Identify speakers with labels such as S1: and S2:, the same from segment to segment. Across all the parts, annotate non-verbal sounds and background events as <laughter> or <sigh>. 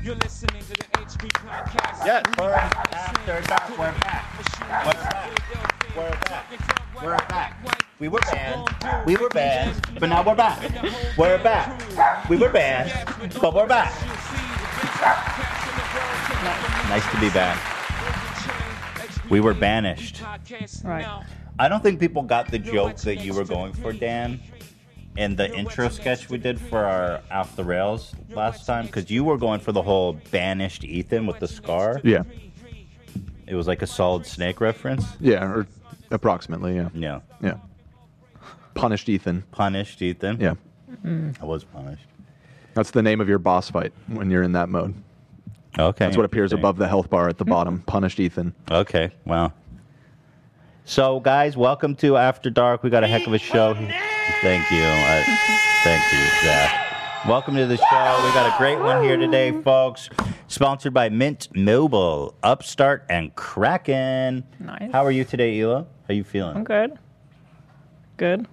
S1: You're listening to the HB podcast.
S2: Yes. We're after that. We're back. We're back. We're back. We're back. We were banned. We were banned. But now we're back. We're back. We were banned. But we're back. Nice to be back. We were banished.
S3: Right.
S2: I don't think people got the joke that you were going for, Dan, in the intro sketch we did for our Off the Rails last time, because you were going for the whole banished Ethan with the scar.
S3: Yeah.
S2: It was like a solid snake reference.
S3: Yeah. Or approximately. Yeah.
S2: Yeah.
S3: Yeah. Punished Ethan.
S2: Punished Ethan.
S3: Yeah.
S2: I was punished.
S3: That's the name of your boss fight when you're in that mode.
S2: Okay.
S3: That's what appears
S2: Interesting.
S3: above the health bar at the bottom. Punished Ethan.
S2: Okay. Wow. So, guys, welcome to After Dark. We got a heck of a show. Thank you. I, thank you, Zach. Welcome to the show. We got a great one here today, folks. Sponsored by Mint Mobile, Upstart, and Kraken.
S4: Nice.
S2: How are you today, Ela? How you
S4: I'm
S2: feeling?
S4: good. Good.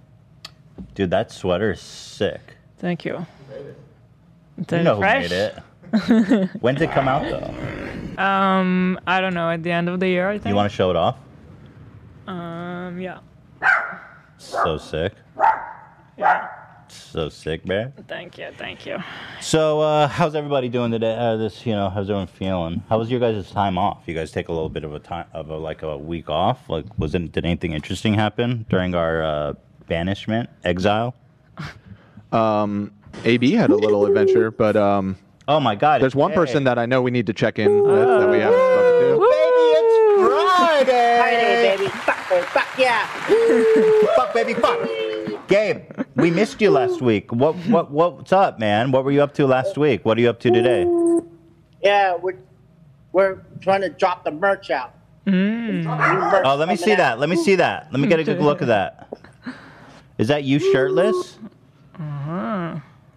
S2: Dude, that sweater is sick.
S4: Thank you. It's
S2: You
S4: uh,
S2: know who
S4: fresh.
S2: made it? when did it come out, though?
S4: <laughs> Um, I don't know. At the end of the year, I think.
S2: You want to show it off?
S4: um, yeah.
S2: So sick.
S4: Yeah.
S2: So sick, man.
S4: Thank you. Thank you. <laughs>
S2: So, uh, how's everybody doing today? Uh, this, you know, how's everyone feeling? How was your guys' time off? You guys take a little bit of a time of a, like a week off. Like, was it, did anything interesting happen during our uh, banishment exile?
S3: AB had Um, a little adventure, but um,
S2: Oh my God!
S3: there's one person that I know we need to check in with that we haven't spoken to.
S2: Friday.
S5: Friday, baby. Fuck, baby. Fuck, yeah.
S2: fuck, baby, fuck. Gabe, we missed you last week. What, what, what's up, man? What were you up to last week? What are you up to today? Oh,
S5: Yeah, we're, we're trying to drop the merch out.
S4: Mm.
S2: Oh, let me see that. Let me see that. Let me get a good look at that. Is that you shirtless?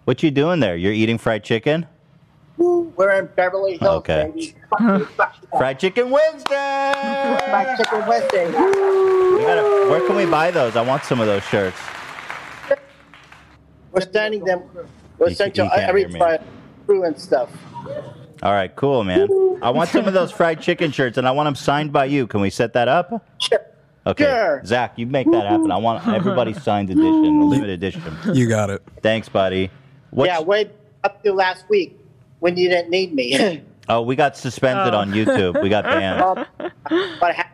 S2: What you doing there? You're eating fried chicken?
S5: We're in Beverly Hills,
S2: Okay.
S5: baby. Fuck, baby. Fuck, yeah.
S2: Fried chicken Wednesday!
S5: Fried Chicken Wednesday. Woo!
S2: We gotta- where can we buy those? I want some of those shirts.
S5: We're sending them. We're
S2: You-
S5: sending
S2: you
S5: to
S2: can't
S5: every
S2: hear me.
S5: Friday crew and stuff.
S2: All right, cool, man. I want some of those fried chicken shirts, and I want them signed by you. Can we set that up?
S5: Sure.
S2: Okay,
S5: Sure.
S2: Zach, you make that happen. I want everybody signed edition, a limited edition.
S6: You got it.
S2: Thanks, buddy. What's,
S5: Yeah, way up to last week when you didn't need
S2: <laughs>
S5: me.
S2: oh, we got suspended on YouTube. We
S5: <laughs>
S2: got banned.
S5: Um, but ha-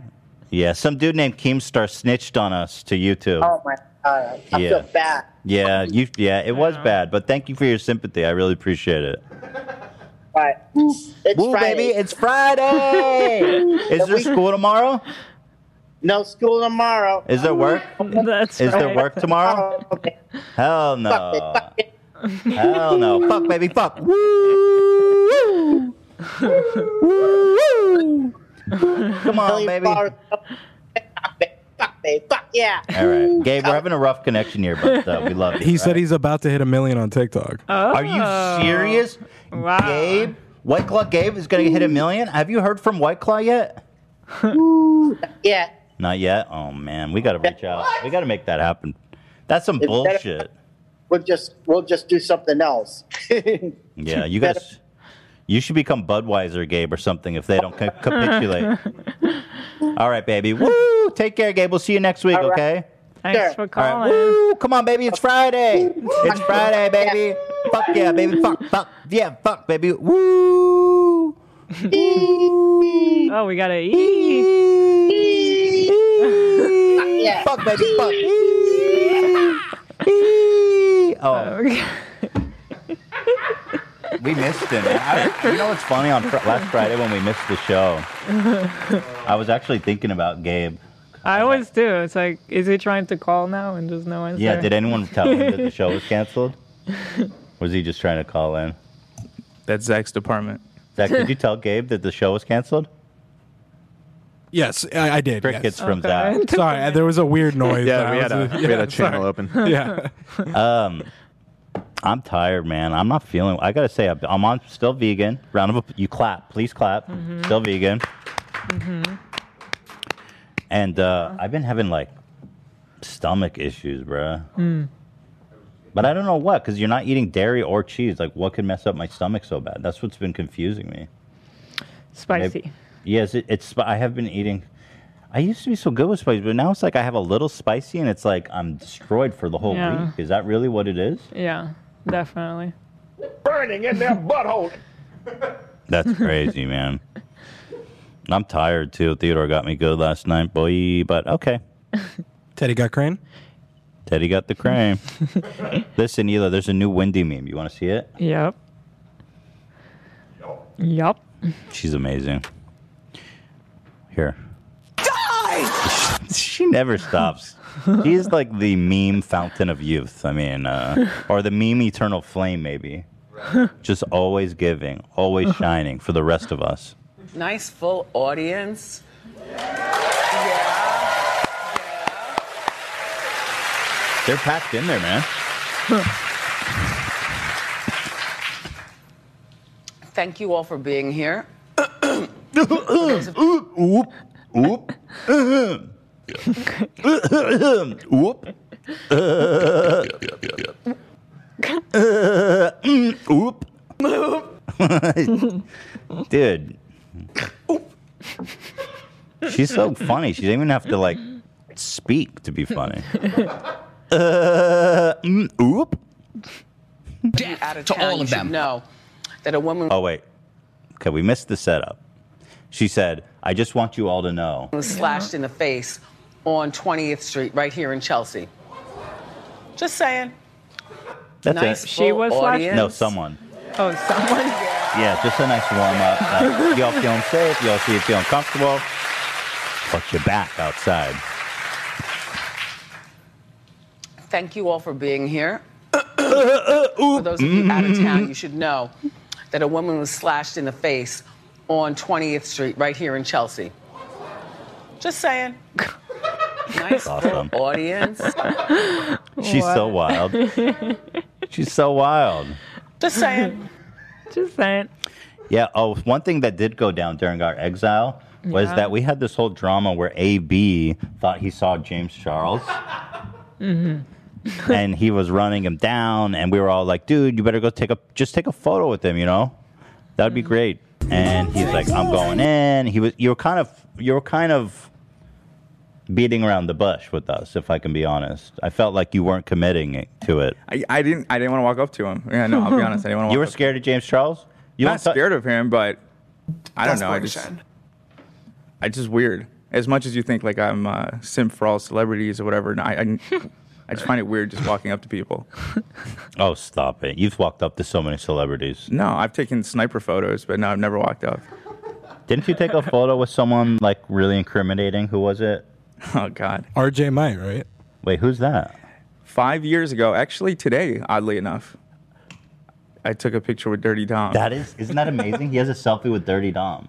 S2: Yeah, some dude named Keemstar snitched on us to YouTube.
S5: oh my god, I
S2: Yeah.
S5: feel bad.
S2: Yeah, you. Yeah, it was bad, but thank you for your sympathy. I really appreciate it.
S5: But it's
S2: Woo,
S5: Friday.
S2: baby, it's
S5: <laughs>
S2: Friday. Is there school tomorrow?
S5: no school tomorrow.
S2: Is there work?
S4: That's
S2: Is
S4: right.
S2: there work tomorrow?
S5: <laughs> Oh, okay.
S2: Hell
S5: Fuck, baby.
S2: no.
S5: Fuck, yeah.
S2: Hell
S5: <laughs>
S2: no. Fuck, baby, fuck. Woo! Woo! Come on,
S5: Billy
S2: baby. All
S5: Barr- Fuck, baby. Fuck, baby. Fuck, yeah.
S2: right, Gabe, we're having a rough connection here, but uh, we love you.
S6: He said
S2: right?
S6: he's about to hit a million on TikTok.
S2: Are you serious?
S4: Wow.
S2: Gabe, White Claw Gabe is going to hit a million. Have you heard from White Claw yet?
S5: Yeah.
S2: Not yet. Oh man, we got to reach out. We got to make that happen. That's some
S5: It's better-
S2: bullshit.
S5: We'll just we'll just do something else. <laughs>
S2: Yeah, you
S5: better-
S2: guys, you should become Budweiser Gabe or something if they don't ca-
S5: <laughs>
S2: capitulate. All right, baby.
S5: Oh,
S2: Woo! Take care, Gabe. We'll see you next week.
S5: All right.
S2: Okay.
S4: Thanks
S5: Sure.
S4: for
S2: All right.
S4: calling.
S2: Woo! Come on, baby. It's Friday. It's Friday, baby. Fuck yeah, baby. Fuck, fuck, yeah, fuck, baby. Woo!
S4: <laughs> Oh, we gotta eat.
S5: yeah.
S2: Fuck, baby. Fuck. Oh.
S4: Okay.
S2: We missed him. I, you know what's funny? On fr- last Friday when we missed the show, I was actually thinking about Gabe.
S4: I always do. It's like, is he trying to call now and just no answer?
S2: Yeah,
S4: <laughs>
S2: did anyone tell him that the show was canceled? Was he just trying to call in?
S7: That's Zach's department.
S2: Zach,
S3: <laughs>
S2: did you tell Gabe that the show was canceled?
S6: Yes, I, I did. yes.
S2: Crickets
S4: Oh,
S2: from Zach.
S6: <laughs> Sorry, I- there was a weird
S3: <laughs>
S6: noise.
S3: Yeah,
S6: I
S3: we
S6: was
S3: had a we
S6: <laughs>
S3: had a channel open.
S2: <laughs>
S6: yeah.
S2: Um, I'm tired, man. I'm not feeling. I gotta say, I'm- I'm on still vegan. Round of app- you clap, please clap. Still vegan.
S4: Mm-hmm.
S2: And uh, I've been having like stomach issues, bruh.
S4: Mm.
S2: But I don't know what, because you're not eating dairy or cheese. Like, what could mess up my stomach so bad? That's what's been confusing me.
S4: Spicy.
S2: Yes, it, it's. sp- I have been eating. I used to be so good with spicy, but now it's like I have a little spicy, and it's like I'm destroyed for the whole
S4: Yeah.
S2: week. Is that really what it is?
S4: Yeah, definitely.
S8: burning in their butthole.
S2: That's crazy, <laughs> man. I'm tired too. Theodore got me good last night, boy. But okay,
S6: <laughs> Teddy got crane.
S2: Teddy got the
S4: <laughs>
S2: cream. Listen, Hila, there's a new Wendy meme. You want to see it?
S4: Yep. Yep.
S2: She's amazing. Here. Die! <laughs> she never stops. She's like the meme fountain of youth. I mean, uh, or the meme eternal flame, maybe. Just always giving, always shining for the rest of us.
S9: Nice full audience.
S2: They're packed in there, man. <laughs>
S9: Thank you all for
S2: <coughs>
S9: being here.
S2: <laughs> Whoop. Whoop. Whoop. <laughs> Dude. She's so funny. She didn't even have to like speak to be funny. <laughs> Uh, mm, whoop.
S9: Out of to all of them. Know that a woman
S2: Oh wait. Okay, we missed the setup. She said, "I just want you all to know."
S9: was slashed in the face on 20th Street right here in Chelsea. Just saying.
S2: That's
S9: nice.
S2: it.
S4: She
S9: full
S4: was slashed?
S9: audience.
S2: No, someone.
S4: Oh, someone.
S2: Yeah, just a nice warm up. Like, y'all feeling safe? Y'all see feeling comfortable? But you're back outside.
S9: Thank you all for being here. for those of you out of town, you should know that a woman was slashed in the face on 20th Street right here in Chelsea. Just saying.
S2: <laughs>
S9: Nice full
S2: Awesome.
S9: audience.
S2: She's so wild.
S4: <laughs>
S2: She's so wild.
S9: Just saying.
S4: Just saying.
S2: Yeah. Oh, one thing that did go down during our exile was
S4: Yeah.
S2: that we had this whole drama where AB thought he saw James Charles.
S4: Mm-hmm.
S2: and he was running him down, and we were all like, "Dude, you better go take a just take a photo with him, you know, that'd be great." And he's like, "I'm going in." He was you were kind of you were kind of beating around the bush with us, if I can be honest. I felt like you weren't committing it- to it.
S7: I, I didn't I didn't want to walk up to him. Yeah, no, I'll be honest. I didn't want to.
S2: You
S7: walk
S2: were
S7: up-
S2: scared of James Charles. You
S7: Not
S2: want to-
S7: scared of him, but I don't
S8: That's
S7: know. I just
S8: bullshit.
S7: I just weird. As much as you think like I'm uh, simp for all celebrities or whatever, and I, I I just find it weird just walking up to people.
S2: <laughs> Oh, stop it! You've walked up to so many celebrities.
S7: No, I've taken sniper photos, but no, I've never walked up.
S2: Didn't you take a photo with someone like really incriminating? Who was it?
S7: <laughs> Oh God.
S6: RJ Might,
S3: <laughs>
S6: right?
S2: Wait, who's that?
S7: Five years ago, actually today, oddly enough, I took a picture with Dirty Dom.
S2: That is, isn't that amazing? he has a selfie with Dirty Dom.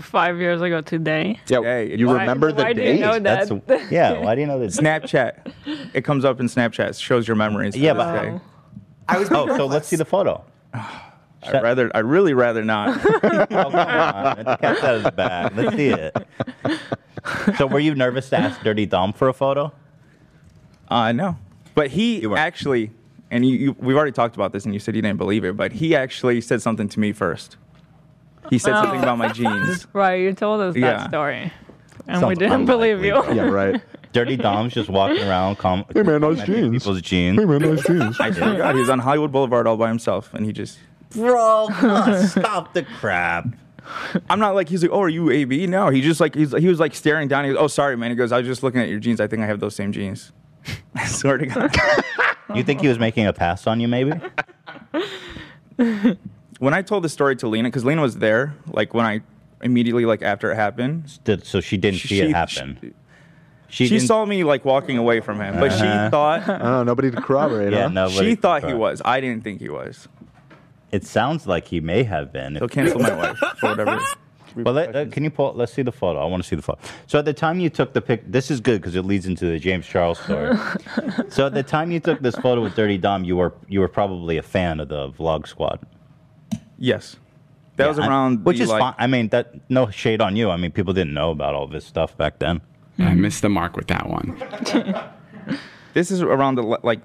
S4: Five years ago today.
S3: Yeah,
S7: Hey,
S3: you
S7: why-
S3: remember the
S4: why do you
S3: date?
S4: know that? <laughs>
S2: That's yeah. Why do you know that?
S7: Snapchat. It comes up in Snapchat. It shows your memories. to
S2: <laughs> Yeah,
S7: this
S2: but-
S7: day.
S8: I was
S2: Oh, so let's see the photo.
S7: <sighs> I'd rather, I really rather not.
S2: <laughs> Oh, come on! The cat that is
S7: Uh,
S2: back. Let's
S7: <laughs>
S2: see it. So, were you nervous to ask Dirty Dom for a photo?
S7: Uh, no, but he
S2: You weren't.
S7: actually, and you, you, we've already talked about this, and you said you didn't believe it, but he actually said something to me first. He said
S2: Oh.
S7: something about my jeans.
S4: <laughs> Right, you told us
S7: Yeah.
S4: that story. And we
S2: Sounds
S4: didn't believe
S7: <laughs>
S4: you.
S2: unlikely,
S3: Yeah, right.
S2: Dirty Dom's just walking around. Com-
S6: Hey, man, nice jeans.
S2: People's jeans. Oh
S6: Hey man, those jeans.
S7: <laughs> I forgot he was on Hollywood Boulevard all by himself, and he just.
S2: Bro, <laughs> oh, stop the crap.
S7: I'm not like he's like, oh, are you AB? No, he just like he's, he was like staring down. He goes, oh, sorry, man. He goes, I was just looking at your jeans. I think I have those same jeans. <laughs> I swear to God.
S2: You think he was making a pass on you, maybe?
S7: when I told the story to Lena, because Lena was there, like when I immediately like after it happened,
S2: Did- so she didn't see
S7: She-
S2: it happen.
S7: she
S2: She, didn't- Uh-huh.
S7: saw me like walking away from him, but she thought
S3: Oh, nobody to corroborate.
S2: Uh, Yeah,
S3: huh?
S2: no.
S7: she thought he was. I didn't think he was.
S2: It sounds like he may have been.
S7: They'll cancel my wife for whatever.
S2: <laughs> Well, let, uh, can you pull? Let's see the photo. I want to see the photo. So at the time you took the pic, this is good because it leads into the James Charles
S5: <laughs>
S2: story. so at the time you took this photo with Dirty Dom, you were you were probably a fan of the Vlog Squad.
S7: Yes, that was
S2: I-
S7: around.
S2: which
S7: the,
S2: is
S7: like-
S2: fine. I mean, that no shade on you. I mean, people didn't know about all this stuff back then.
S5: I missed the mark with that one.
S7: This is around the li- like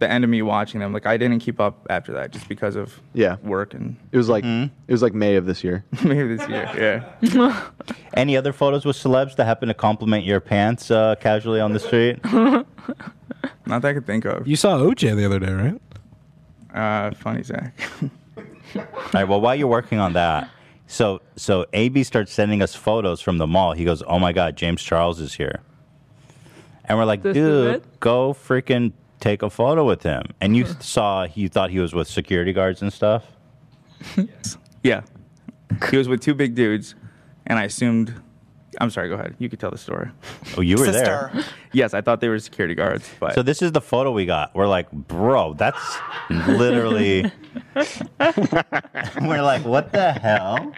S7: the end of me watching them. Like I didn't keep up after that just because of
S3: Yeah.
S7: work and
S3: It was like
S2: Mm-hmm.
S3: it was like May of this
S7: <laughs>
S3: year.
S7: maybe this year. Yeah.
S2: Any other photos with celebs that happen to compliment your pants uh, casually on the street?
S7: <laughs> Not that I could think of.
S6: You saw OJ the other day, right?
S7: Uh, funny Zach. <laughs>
S2: All right. Well, while you're working on that, so so AB starts sending us photos from the mall. He goes, "Oh my God, James Charles is here," and we're like,
S4: This is
S2: "Dude,
S4: it?
S2: go freaking take a photo with him." And you
S4: <laughs>
S2: saw you thought he was with security guards and stuff.
S7: <laughs> Yeah. He was with two big dudes, and I assumed. I'm sorry. Go ahead. You could tell the story.
S2: Oh, you were there.
S7: Yes, I thought they were security guards, but
S2: So this is the photo we got. We're like, bro, that's literally. <laughs> we're like, what the hell?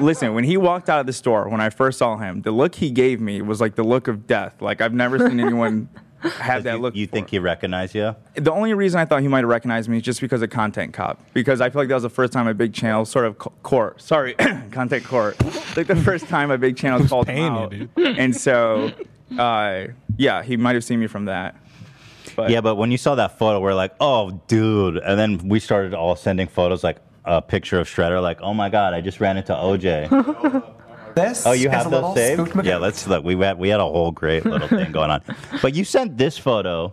S7: listen, when he walked out of the store, when I first saw him, the look he gave me was like the look of death. Like I've never seen
S2: <laughs>
S7: anyone have that
S2: you,
S7: look.
S2: you
S7: before.
S2: think he recognized you?
S7: the only reason I thought he might have recognized me is just because of Content Cop. Because I feel like that was the first time a big channel sort of co- court. Sorry, <coughs> Content Court. Like the first time a big channel called him
S6: paying you,
S7: out. And so, uh, yeah, he might have seen me from that. But
S2: Yeah, but when you saw that photo, we're like, oh, dude. And then we started all sending photos, like a picture of Shredder, like, oh my God, I just ran into OJ.
S10: This
S2: oh, you
S10: is
S2: have
S10: a
S2: those
S10: little
S2: saved?
S10: scoot mc-
S2: Yeah, let's look. We had, we had a whole great little thing going on. But you sent this photo,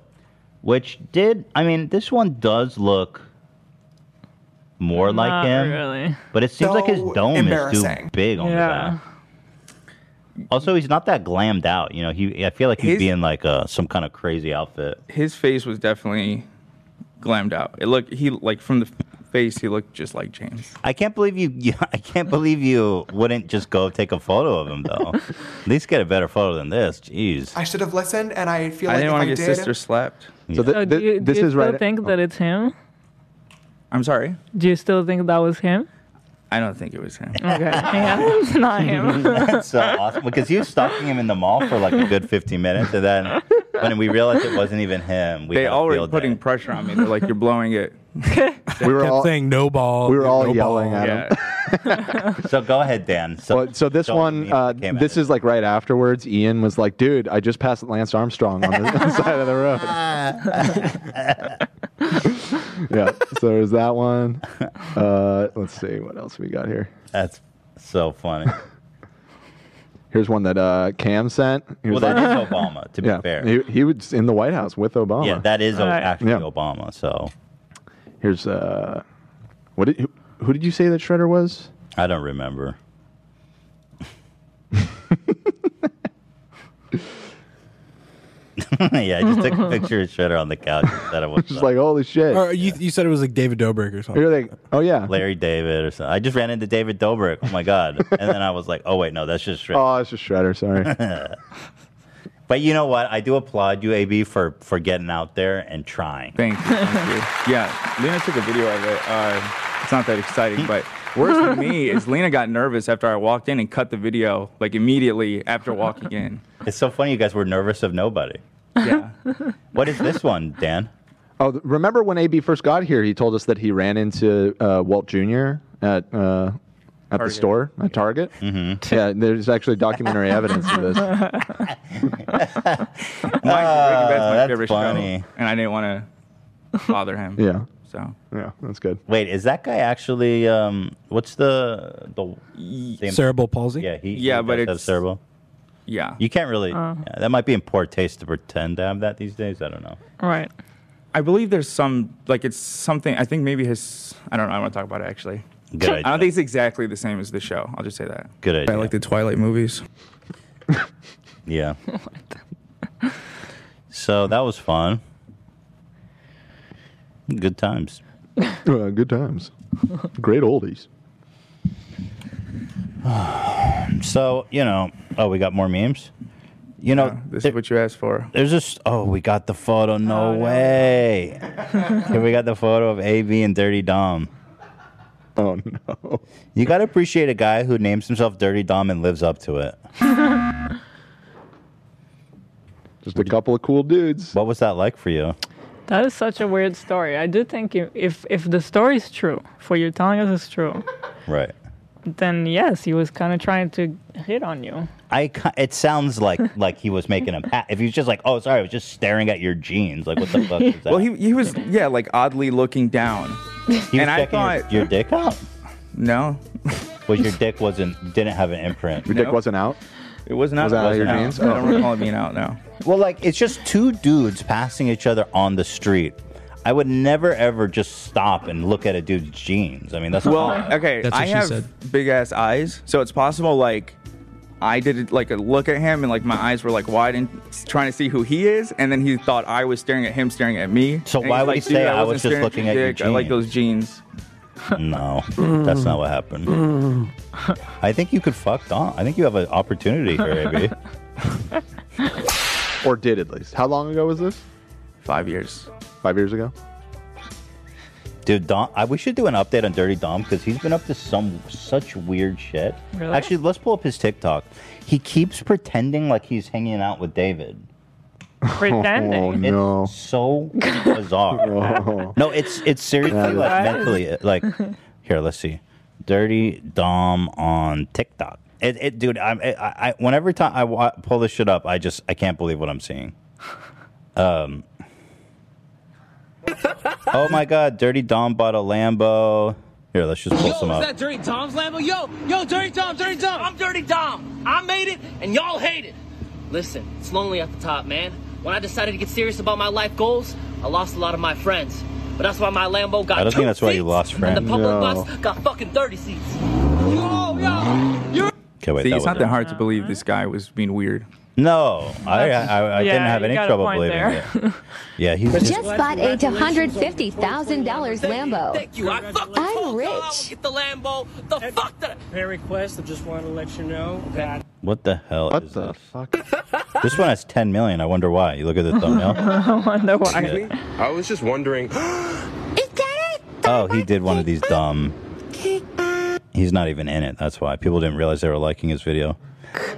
S2: which did, I mean, this one does look more like
S4: Not
S2: him.
S4: really.
S2: But it seems like his
S10: So
S2: dome is too
S10: embarrassing.
S2: big on
S4: Yeah.
S2: the back. Also, he's not that glammed out. You know, he I feel like he'd
S7: His-
S2: be in like uh some kind of crazy outfit.
S7: his face was definitely glammed out. It looked he like from the face he looked just like James.
S2: I can't believe you, <laughs> you. I can't believe you wouldn't just go take a photo of him though. At least get a better photo than this. Jeez.
S10: I should have listened, and I feel
S7: I
S10: like
S7: didn't
S10: if
S7: want
S10: I
S7: to get
S10: did,
S7: sister slapped.
S2: Yeah.
S3: So th- th-
S4: So Oh, do you,
S3: this
S4: do you
S3: is
S4: still
S3: right.
S4: think that it's him?
S7: I'm sorry.
S4: Do you still think that was him?
S7: I don't think it was him.
S4: Okay,
S7: <laughs>
S4: yeah, it's not him.
S2: That's so awesome because you was stalking him in the mall for like a good 15 minutes, and then when we realized it wasn't even him, we
S7: they
S2: had a
S7: all were
S2: field
S7: putting
S2: day.
S7: pressure on me. They're like, "You're blowing it."
S3: we were
S6: Kept
S3: all
S6: saying no ball.
S3: we were all
S6: no
S3: yelling
S6: ball.
S3: at him.
S7: Yeah.
S2: So go ahead, Dan. So,
S3: Well, so this
S2: don't
S3: one,
S2: mean
S3: uh,
S2: came at
S3: this
S2: it.
S3: is like right afterwards. Ian was like, "Dude, I just passed Lance Armstrong on the, <laughs> side of the road." <laughs> yeah. So there's that one. Uh, let's see what else we got here.
S2: that's so funny.
S3: <laughs> Here's one that uh, Cam sent. He
S2: Well,
S3: was
S2: that
S3: like-
S2: is Obama. To be
S3: yeah,
S2: fair,
S3: He, he was in the White House with Obama.
S2: yeah, that is
S4: All right.
S2: actually
S3: Yeah.
S2: Obama. So
S3: Here's uh, what did who, who did you say that Shredder was?
S2: I don't remember. <laughs> yeah, I just took a picture of Shredder on the couch and said it was
S3: Just like holy shit.
S6: Or you, you said it was like David Dobrik or something.
S3: You're like, oh yeah.
S2: Larry David or something. I just ran into David Dobrik. Oh my god! And then I was like, oh wait, no, that's just Shredder.
S3: Oh, it's just Shredder. Sorry.
S2: <laughs> But you know what? I do applaud you, AB, for for getting out there and trying.
S7: Thank you. Thank you. Yeah, Lena took a video of it. Uh, it's not that exciting, but worse than me is Lena got nervous after I walked in and cut the video like immediately after
S2: <laughs>
S7: walking in.
S2: It's so funny. You guys were nervous of nobody.
S3: <laughs>
S7: Yeah.
S2: What is this one, Dan?
S3: Oh, th- remember when AB first got here? He told us that he ran into uh, Walt Jr. at uh, at the
S7: Target.
S3: store at Target. Mm-hmm. Yeah, there's actually documentary evidence of this.
S7: Mike, Breaking Bad's my
S2: Ah, that's
S7: favorite
S2: funny.
S7: show, and I didn't want to
S2: <laughs>
S7: bother him.
S3: Yeah,
S7: So
S3: yeah, that's good.
S2: Wait, is that guy actually? Um, what's the the the-
S6: Cerebral palsy.
S2: Yeah, he
S7: Yeah,
S2: he
S7: but
S2: does have
S7: it's-
S2: cerebral.
S7: yeah,
S2: You can't really.
S3: Uh.
S2: yeah, that might be in poor taste to pretend to have that these days. I don't know.
S4: right.
S7: I believe there's some like it's something. I think maybe his. I don't know. I want to talk about it actually.
S2: Good
S7: I don't
S2: idea.
S7: think it's exactly the same as the show. I'll just say that.
S2: Good idea.
S7: I like the Twilight movies.
S2: <laughs> yeah. so that was fun. Good times.
S3: Uh, good times.
S2: <sighs>
S3: Great oldies.
S2: So you know. Oh, we got more memes. You know, this is what
S7: you asked for.
S2: There's just oh, we got the photo. No <laughs> way. Here we got the photo of AB and Dirty Dom.
S3: Oh no.
S2: You gotta appreciate a guy who names himself Dirty Dom and lives up to it.
S3: <laughs> Just a couple of cool dudes.
S2: What was that like for you?
S4: That is such a weird story. I do think you- if if the story's true, for you're telling us it's true,
S2: Right.
S4: then yes, he was kind of trying to hit on you.
S2: I ca- it sounds
S7: <laughs>
S2: like like he was making a pa- if he was just like oh sorry I was just staring at your jeans like what the fuck is that?
S7: <laughs> Well, he, he was, yeah, like oddly looking down.
S2: He was checking your- your, dick out.
S7: No.
S2: Was your dick wasn't didn't have an imprint?
S3: Your dick wasn't out.
S7: It wasn't out.
S2: Was it out of your
S7: Wasn't
S2: jeans? Oh.
S7: I don't recall it being out. No.
S2: <laughs> Well, like it's just two dudes passing each other on the street. I would never ever just stop and look at a dude's jeans. I mean that's
S7: well,
S2: not-
S7: okay. I have big ass eyes, so it's possible like I did it like a look at him and like my eyes were like wide and s- trying to see who he is, and then he thought I was staring at him, staring at me.
S2: So
S7: And
S2: why
S7: he's
S2: would he
S7: like, "Dude,
S2: say I was
S7: wasn't
S2: just
S7: staring
S2: looking at your
S7: dick. I like those jeans.
S2: No, that's not
S7: <laughs>
S2: what happened. <laughs> I think you could fuck Don. I think you have an opportunity here, AB.
S3: or did at least. How long ago was this?
S7: Five years.
S3: Five years ago.
S2: Dude, Dom, I, we should do an update on Dirty Dom because he's been up to some such weird shit.
S11: Really?
S2: Actually, let's pull up his TikTok. He keeps pretending like he's hanging out with David.
S3: <laughs>
S4: Pretending.
S2: It's
S3: Oh,
S2: so bizarre. no, it's it's seriously
S4: Yeah,
S2: like
S4: that is-
S2: mentally like. Here, let's see. Dirty Dom on TikTok. It, it dude. I'm, I, I, whenever time I wa- pull this shit up, I just I can't believe what I'm seeing. Um. oh my God! Dirty Dom bought a Lambo. Here, let's just pull some
S12: Yo, is
S2: up.
S12: that Dirty Tom's Lambo? Yo, yo, Dirty Tom, Dirty Tom. I'm Dirty Tom. I made it, and y'all hate it. Listen, it's lonely at the top, man. When I decided to get serious about my life goals, I lost a lot of my friends. But that's why my Lambo got
S2: I don't
S12: two
S2: think that's why you
S12: seats,
S2: lost friends.
S12: And the public
S2: No.
S12: bus got fucking 30 seats. Yo, yo, you're...
S2: Okay, wait,
S7: See,
S2: that
S7: it's not that
S2: was it.
S7: hard to believe this guy was being weird.
S2: No, I I, I
S7: Yeah,
S2: didn't have
S7: you
S2: any
S7: got a
S2: trouble
S7: point
S2: believing
S7: there. <laughs>
S2: it. Yeah, he's
S13: Just bought a $250,000 Lambo.
S12: You, I fucking
S13: I'm rich.
S12: get the Lambo. The fuck that... Prayer request, I just want to let you know that...
S2: What the hell is the this? This one has 10 million. I wonder why. You look at the <laughs> thumbnail.
S4: <laughs> I wonder why.
S2: Excuse
S14: I was just
S3: <laughs>
S14: wondering.
S2: Oh, he did one of these dumb. He's not even in it. That's why people didn't realize they were liking his video.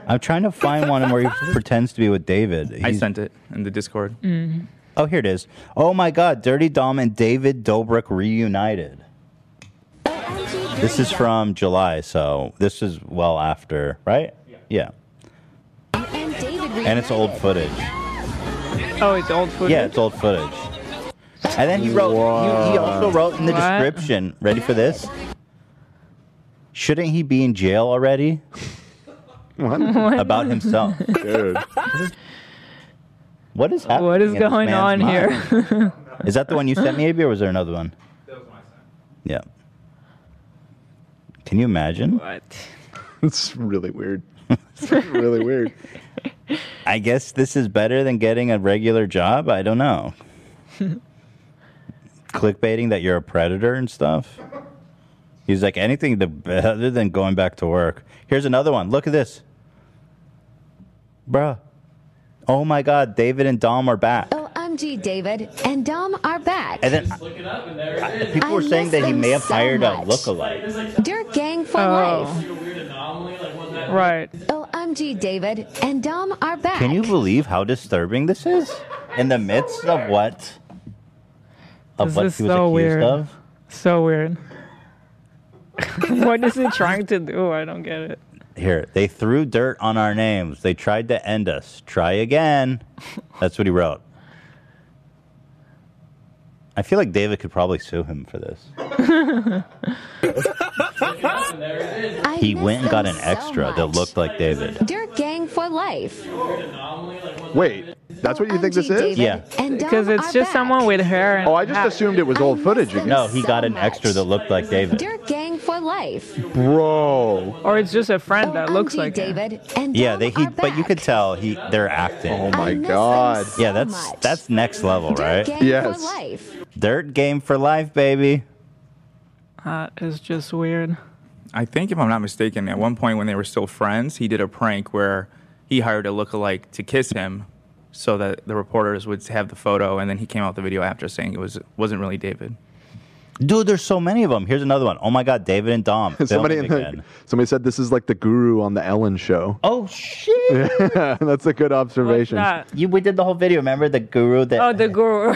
S2: I'm trying to find one
S7: <laughs>
S2: where he pretends to be with David.
S7: I
S2: He's-
S7: sent it in the Discord.
S15: Mm-hmm.
S2: Oh, here it is. Oh my God, Dirty Dom and David Dobrik reunited. This is from July, so this is well after, right? Yeah.
S13: And David
S2: And it's old footage.
S4: Oh, it's old footage.
S2: Yeah, it's old footage. And then he wrote. He, he also wrote in the
S4: What?
S2: description. Ready for this? Shouldn't he be in jail already?
S3: What?
S4: <laughs> What?
S2: About
S3: <laughs>
S2: himself, dude. What is happening?
S4: What is
S2: in this
S4: going on
S2: man's mind?
S4: here?
S2: Is that the one you sent me, AB, or was there another one? Yeah. Can you imagine?
S4: What?
S3: <laughs> It's really
S2: <laughs>
S3: weird. it's really weird.
S2: I guess this is better than getting a regular job. I don't
S13: <laughs>
S2: know. Clickbaiting that you're a predator and stuff. He's like anything to, better than going back to work. Here's another one. Look at this, bruh. Oh my God, David and Dom are back.
S13: Oh. OMG, David and Dom are back.
S2: And then people were
S13: I
S2: saying
S13: miss
S2: that he
S13: them
S2: may have
S13: so
S2: hired
S13: much.
S2: a lookalike.
S13: Dirt gang for
S4: Oh.
S13: life.
S4: Right.
S13: OMG, David and Dom are
S2: <laughs>
S13: back.
S2: Can you believe how disturbing this is? In the midst of what? Of
S4: This
S2: what
S4: is
S2: he was
S4: so
S2: accused
S4: weird.
S2: of.
S4: So weird. <laughs> what is he trying to do? I don't get it.
S2: Here, they threw dirt on our names. They tried to end us. Try
S13: <laughs>
S2: again. That's what he wrote. I feel like David could probably sue him for this.
S13: I
S2: he
S13: miss
S2: went and got
S13: them
S2: an
S13: so
S2: extra that
S13: much.
S2: looked like David.
S13: Dirt gang for life.
S3: Wait, that's what you think this is?
S2: Yeah.
S13: And Dom
S4: Because it's
S13: are
S4: just someone with hair. And
S3: Oh, I just assumed it was old footage again.
S2: No, he got an extra that looked like David.
S13: Dirt gang for life.
S3: Bro.
S4: Or it's just a friend that looks like him.
S13: David and
S2: Yeah, they he but you could tell he they're acting. Oh
S3: my god.
S2: yeah, that's that's next level, right?
S13: gang for life.
S2: Dirt game for life, baby.
S4: That is just weird.
S7: I think, if I'm not mistaken, at one point when they were still friends, he did a prank where he hired a lookalike to kiss him so that the reporters would have the photo. And then he came out with the video after saying it was, wasn't really David.
S2: Dude, there's so many of them. Here's another one. Oh my God, David and Dom.
S3: <laughs> somebody in
S2: filming
S3: the-
S2: again.
S3: somebody said this is like the guru on the Ellen show.
S2: Oh shit!
S3: Yeah, <laughs> that's a good observation.
S2: You, we did the whole video. Remember the guru that
S4: Oh, the guru.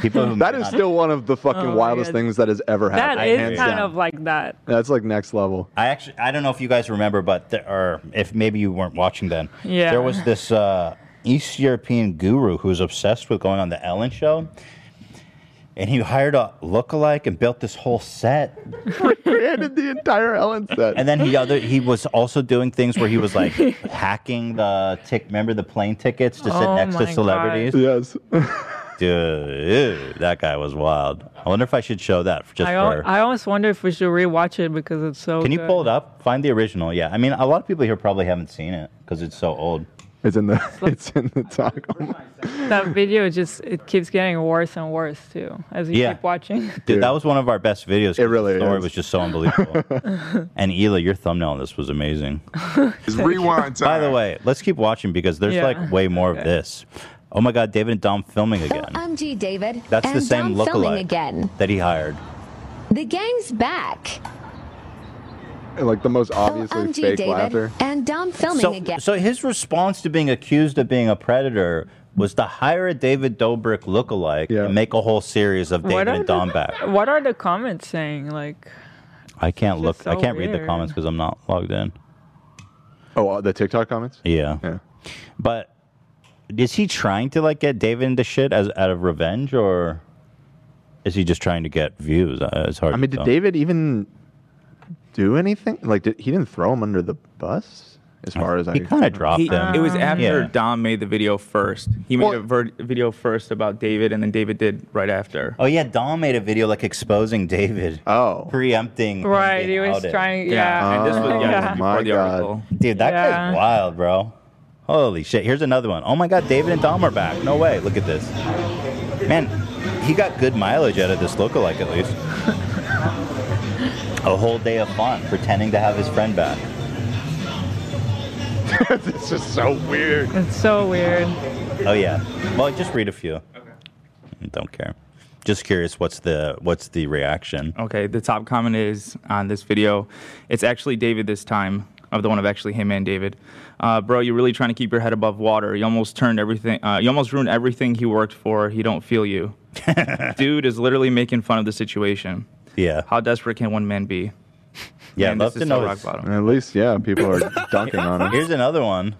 S2: people who
S3: <laughs> that is still one of the fucking
S4: Oh,
S3: wildest
S4: yeah.
S3: things that has ever happened.
S4: <laughs> that is kind of like that.
S3: That's like next level.
S2: I actually, I don't know if you guys remember, but there, or if maybe you weren't watching then.
S4: Yeah.
S2: There was this uh, East European guru who was obsessed with going on the Ellen show, and he hired a lookalike and built this whole set.
S3: Created the entire Ellen set.
S2: And then he other he was also doing things where he was like hacking the tick. Remember the plane tickets to sit
S3: Oh
S2: next
S3: my
S2: to
S3: God.
S2: celebrities.
S3: Yes.
S2: Dude, that guy was wild. I wonder if I should show that for just
S4: I, al-
S2: for.
S4: I always wonder if we should rewatch it because it's so.
S2: Can you
S4: good.
S2: pull it up? Find the original. Yeah, I mean, a lot of people here probably haven't seen it because it's so old.
S3: It's
S4: <laughs>
S3: in the it's in the toggle.
S4: <laughs> That video just it keeps getting worse and worse too as you
S2: Yeah.
S4: keep watching.
S2: Dude, that was one of our best videos. It really the story was just so
S3: <laughs>
S2: unbelievable. and Ela, your thumbnail on this was amazing.
S4: rewind
S2: By the way, let's keep watching because there's
S13: Yeah.
S2: like way more of
S13: Okay.
S2: this. Oh my God, David and Dom filming again.
S13: I'm G. David.
S2: That's
S13: and
S2: the same
S13: Dom filming
S2: lookalike
S13: again.
S2: that he hired.
S13: The gang's back.
S3: like the most obviously
S13: I'm G.
S3: fake
S13: David.
S3: laughter.
S13: And Dom filming
S2: so,
S13: again.
S2: so his response to being accused of being a predator was to hire a David Dobrik lookalike and make a whole series of
S4: <laughs> What
S2: David
S4: are
S2: and Dom
S4: the-
S2: back.
S4: What are the comments saying? Like,
S2: I can't look. I
S4: so
S2: can't read the
S4: weird.
S2: comments because I'm not logged in.
S3: Oh, uh, the TikTok comments.
S2: Yeah. But is he trying to like get David into shit as out of revenge, or is he just trying to get views? Uh, it's hard.
S3: I mean, did
S2: to tell.
S3: David even do anything? Like, did, he didn't throw him under the bus, as far as I.
S7: He kinda
S2: dropped
S7: He- It was after
S3: Yeah.
S7: Dom made the video first. He made a ver- video first about David, and then David did right after.
S2: Oh yeah, Dom made a video like exposing David.
S3: Oh,
S2: preempting. him
S4: Right,
S2: being
S4: he was
S2: outed.
S4: trying- Yeah, yeah. and this was- yeah, this was
S2: Oh,
S4: before
S2: my
S4: the
S2: God.
S4: article.
S2: Dude, that
S4: Yeah.
S2: guy's wild, bro. Holy shit! Here's another one. Oh my God, David and Dom are back. No way. Look at this. Man, he got good mileage out of this lookalike at least. a whole day of fun pretending to have his
S7: <laughs>
S2: friend back.
S3: this is so weird.
S4: It's so weird.
S2: Oh yeah. Well, just read a few. Don't care. Just curious, what's the what's the reaction?
S7: Okay, the top comment is on this video. It's actually David this time, of the one of actually him and David. Uh, bro, you're really trying to keep your head above water. You almost turned everything. Uh, you almost ruined everything he worked for. He don't feel you. Dude is literally making fun of the situation.
S2: Yeah.
S7: How desperate can one man be?
S2: Yeah,
S7: Oh, Man,
S2: I'd love
S7: this
S2: to
S7: is so
S2: know.
S7: rock bottom.
S3: At least, yeah, people are <laughs> dunking on him.
S2: Here's another one.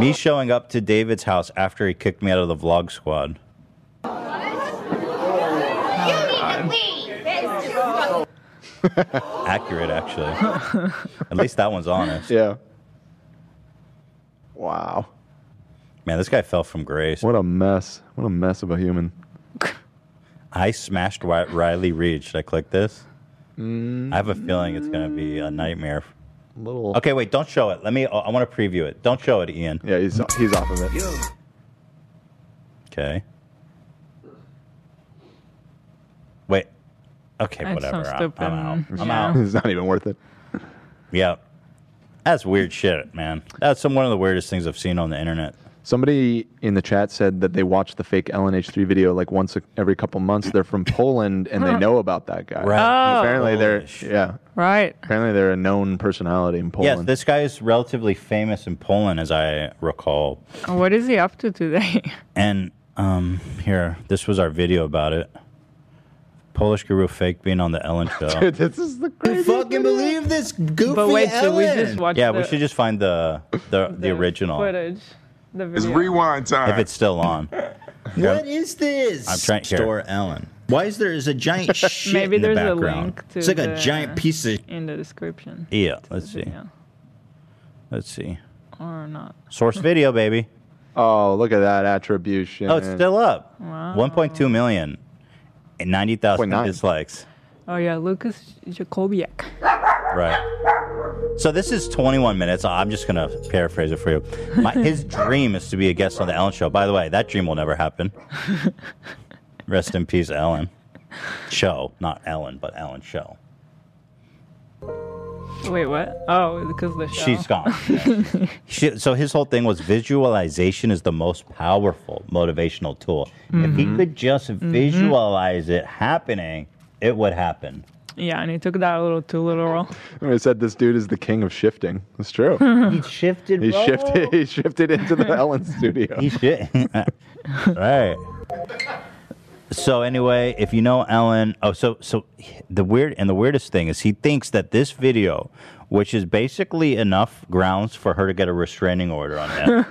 S2: Me showing up to David's house after he kicked me out of the vlog squad. <laughs> Accurate, actually. At least that one's honest.
S3: Yeah. Wow.
S2: Man, this guy fell from grace.
S3: What a mess. What a mess of a human.
S2: I smashed Wi- Riley Reed. Should I click this? I have a feeling it's going to be a nightmare.
S3: Little.
S2: Okay, wait. Don't show it. Let me. I- I want to preview it. Don't show it, Ian.
S3: Yeah, he's he's off of it.
S2: Okay. Wait. Okay,
S3: That's so
S2: whatever. I-
S3: stupid.
S2: I'm out. I'm
S3: Yeah.
S2: out.
S3: It's not even worth it.
S2: Yeah. That's weird shit, man. That's some one of the weirdest things I've seen on the internet.
S3: Somebody in the chat said that they watch the fake LNH3 video like once a, every couple months.
S2: <laughs>
S3: They're from Poland and they know about that guy.
S2: Right. Oh.
S3: Apparently they're yeah.
S4: Right.
S3: Apparently they're a known personality in
S2: Yes,
S3: Poland.
S2: this guy is relatively famous in Poland, as I recall.
S4: What is he up to today?
S2: And um, here, this was our video about it. Polish guru fake being on
S11: <laughs>
S2: the Ellen show.
S3: Dude, this is the craziest.
S2: fucking believe this goofy
S4: But wait, should we just watch?
S2: yeah,
S4: the
S2: we should just find the
S4: <laughs>
S2: the, the, original
S4: footage. The video.
S2: if it's
S11: <laughs>
S2: still on.
S11: <laughs> What is this?
S2: I'm trying here.
S11: Store Ellen. Why is there is a giant shit
S4: <laughs> Maybe
S11: in the
S4: there's a
S11: background?
S4: link to
S11: it's like
S4: the-
S11: a giant piece of.
S4: in the description
S2: Yeah, let's see. Let's see.
S4: or not.
S2: Source video, baby.
S3: Oh, look at that attribution.
S2: Oh, it's still up.
S4: Wow.
S2: 1.2 million and 90,000 dislikes.
S4: Oh yeah, Lucas Jacobiak.
S2: Right. So this is 21 minutes. I'm just going to paraphrase it for you.
S4: <laughs>
S2: My, his dream is to be a guest on the Ellen Show. By the way, that dream will never
S4: <laughs>
S2: happen. Rest in peace, Ellen. Show, not Ellen, but Ellen Show.
S4: Wait, what? Oh, because the show.
S2: She's <laughs> gone. She, so his whole thing was visualization is the most powerful motivational tool. If he
S4: Mhm.
S2: could just
S4: Mhm.
S2: visualize it happening, it would happen.
S4: <laughs> Yeah, and he took that a little too literal.
S3: I said this dude is the king of shifting. It's true.
S2: He shifted.
S3: He
S4: bro.
S3: shifted. <laughs> He shifted into the
S2: <laughs>
S3: Ellen studio.
S2: He shit. <laughs> right. So anyway, if you know Ellen, oh, so so the weird and the weirdest thing is he thinks that this video, which is basically enough grounds for her to get a restraining order on him.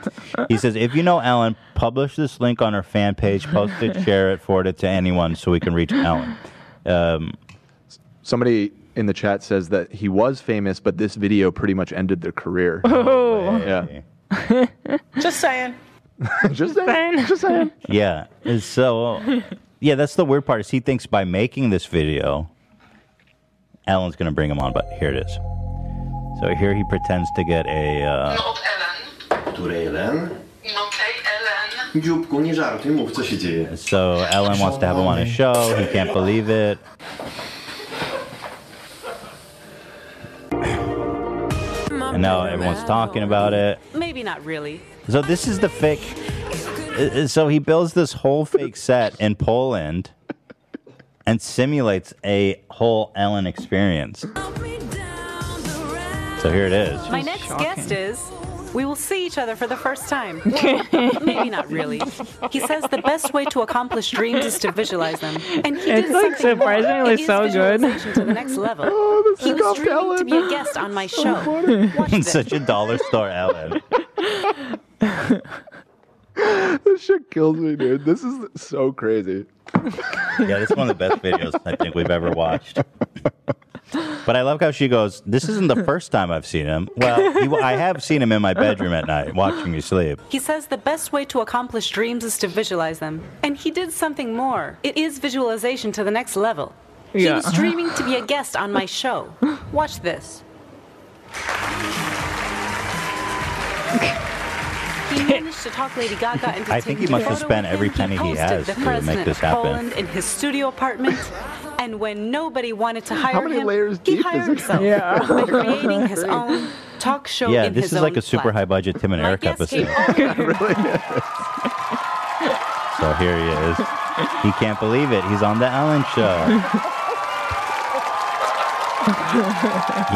S2: he says, if you know Ellen, publish this link on her fan page, post it, share it, forward it to anyone, so we can reach Ellen. Um,
S3: Somebody in the chat says that he was famous, but this video pretty much ended their career.
S2: <laughs>
S9: Oh.
S3: Yeah.
S9: Just saying.
S3: Just saying. Just saying.
S2: Yeah. And so, yeah, that's the weird part is he thinks by making this video, Ellen's going to bring him on, but here it is. So here he pretends to get a. Uh,
S14: Której Ellen? Dzióbku, nie żartuj, mów, co się dzieje.
S2: so Ellen wants to have him on his show. He can't believe it. And now everyone's talking about it.
S16: Maybe not really.
S2: So this is the fake. uh, uh, So he builds this whole fake set in Poland and simulates a whole Ellen experience. So here it is.
S16: My next
S2: <laughs>
S16: guest is. We will see each other for the
S4: <laughs>
S16: first time. Maybe not really. He says the best way to accomplish dreams is to visualize them. And he
S4: It's,
S16: did
S4: like,
S16: something more.
S4: surprisingly
S16: It is
S4: so good.
S16: visualization
S4: <laughs>
S16: To the next level.
S4: Oh,
S16: he was dreaming to be a guest on my show.
S2: Such a dollar store Ellen.
S3: this shit kills me, dude. This is so crazy.
S2: Yeah, this is one of the best videos I think we've ever watched. But I love how she goes, This isn't the first time I've seen him. Well, you, I have seen him in my bedroom at night watching you sleep.
S16: He says the best way to accomplish dreams is to visualize them. And he did something more. It is visualization to the next level. He <laughs>
S4: Yeah.
S16: was
S4: <laughs>
S16: dreaming to be a guest on my show. Watch this.
S2: <laughs>
S16: He managed to talk Lady Gaga into
S2: I think he
S16: taking a
S2: must have
S16: photo
S2: spent
S16: with
S2: every
S16: him.
S2: penny he
S16: hosted
S2: has
S16: the
S2: to make
S16: president
S2: this
S16: of
S2: happen.
S16: Poland in his studio apartment. And when nobody wanted to hire
S3: many
S16: him,
S3: layers
S16: he
S3: deep is
S16: hired
S3: it?
S16: himself
S3: Yeah.
S15: <laughs>
S16: by creating his own talk show.
S2: yeah,
S16: in
S2: this
S16: his
S2: is like
S16: own
S2: a super
S16: flat.
S2: high budget Tim and Eric
S16: guest
S2: episode.
S16: came
S2: <laughs> so here he is. He can't believe it. He's on the Ellen show.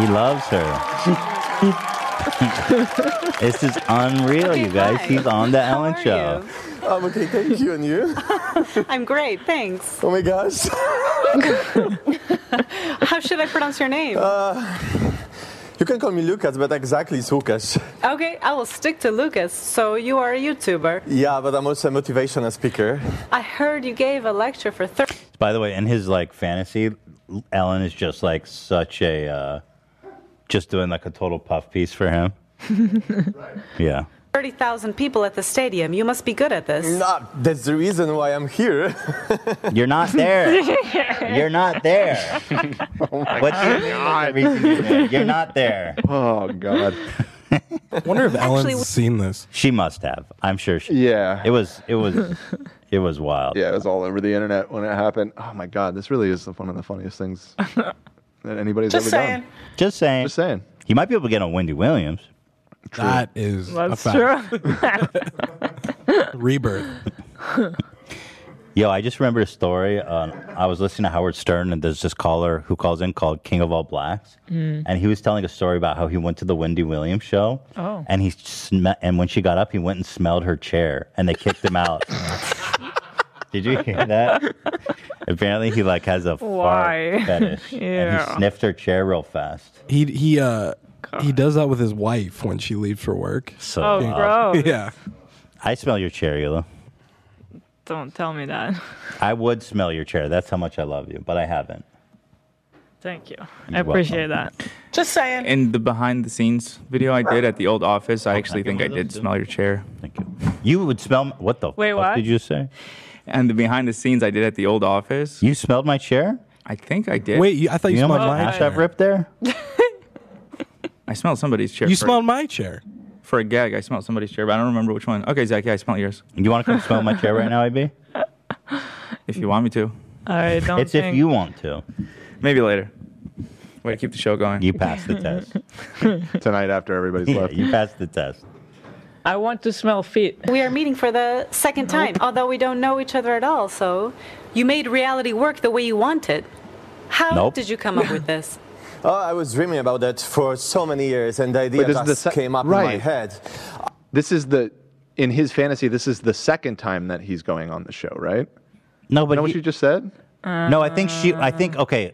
S2: He loves her. <laughs> this is unreal, you guys. He's on the Ellen show.
S15: I'm Oh, okay, thank you, and you?
S16: <laughs> I'm great, thanks.
S15: Oh my gosh.
S16: <laughs> How should I pronounce your name?
S15: Uh, You can call me Lucas, but exactly it's Lucas.
S16: okay, I will stick to Lucas. So you are a YouTuber.
S15: Yeah, but I'm also a motivational speaker.
S16: I heard you gave a lecture for 30.
S2: By the way, in his like fantasy, Ellen is just like such a uh, just doing like a total puff piece for him. Yeah.
S16: 30,000 people at the stadium. You must be good at this.
S15: Nah, that's the reason why I'm here. <laughs>
S2: You're not there. You're not there.
S5: oh
S2: What's your name? Everything you did. You're not there.
S3: <laughs> Oh
S2: <laughs>
S3: God.
S6: wonder if
S2: Actually-
S6: Ellen's seen this.
S2: She must have. I'm sure she.
S3: Yeah.
S2: It was. It was. It was wild.
S3: Yeah, it was all over the internet when it happened. Oh my God, this really is one of the
S2: <laughs>
S3: funniest things that anybody's
S2: Just
S3: ever
S2: saying.
S3: done.
S2: Just saying.
S3: Just saying.
S2: He might be able to get on Wendy Williams.
S6: That is
S4: That's <laughs>
S6: true. Rebirth. <laughs>
S2: Yo, I just remembered a story. Um, I was listening to Howard Stern, and there's this caller who calls in called King of All Blacks,
S4: Mm.
S2: and he was telling a story about how he went to the Wendy Williams show,
S4: Oh.
S2: and he sm- and when she got up, he went and smelled her chair, and they kicked him
S4: <laughs>
S2: out. Did you hear that? Apparently, he like has a
S4: <laughs> Why?
S2: fart fetish, and he
S4: Yeah.
S2: sniffed her chair real fast.
S6: He he uh he does that with his wife when she leaves for work.
S2: So
S4: Oh, gross.
S6: <laughs> yeah.
S2: I smell your chair, Yola.
S4: Don't tell me that.
S2: I would smell your chair. That's how much I love you, but I haven't.
S4: Thank you. I
S7: You're
S4: appreciate that.
S9: Just saying.
S7: In the behind the scenes video I did at the old office,
S2: Oh,
S7: I actually think I did smell your chair.
S2: Thank you. You would smell m- what the
S4: Wait,
S7: fuck
S4: what?
S7: did
S2: you say?
S7: And the behind the scenes I did at the old office.
S2: You smelled my chair?
S7: I think I did.
S6: Wait, you- I thought you You know smelled my my
S7: chair.
S6: chair.
S2: ripped there?
S7: I smelled somebody's chair.
S6: You
S7: for-
S6: smelled my chair.
S7: for a gag. I smelled somebody's chair, but I don't remember which one. Okay, Zach, yeah, I smell yours.
S2: You want to come smell my chair right now, IB?
S7: <laughs> If you want me to.
S4: I don't
S7: It's if
S4: think
S2: You want to.
S7: Maybe later. Way to keep the show going.
S2: You passed the test.
S3: <laughs> Tonight after everybody's left.
S2: you passed the test.
S4: I want to smell feet.
S16: We are meeting for the second time, although we don't know each other at all. So you made reality work the way you wanted. How
S15: Nope.
S16: did you come up with this?
S15: <laughs> Oh, I was dreaming about that for so many years, and the idea
S3: Wait, this is
S15: just
S3: the se-
S15: came up in my
S3: right.
S15: head.
S3: This is the in his fantasy. This is the second time that he's going on the show, right?
S2: No, but
S3: know what
S2: he-
S3: you just said.
S2: No,
S4: uh,
S2: I think she. I think okay.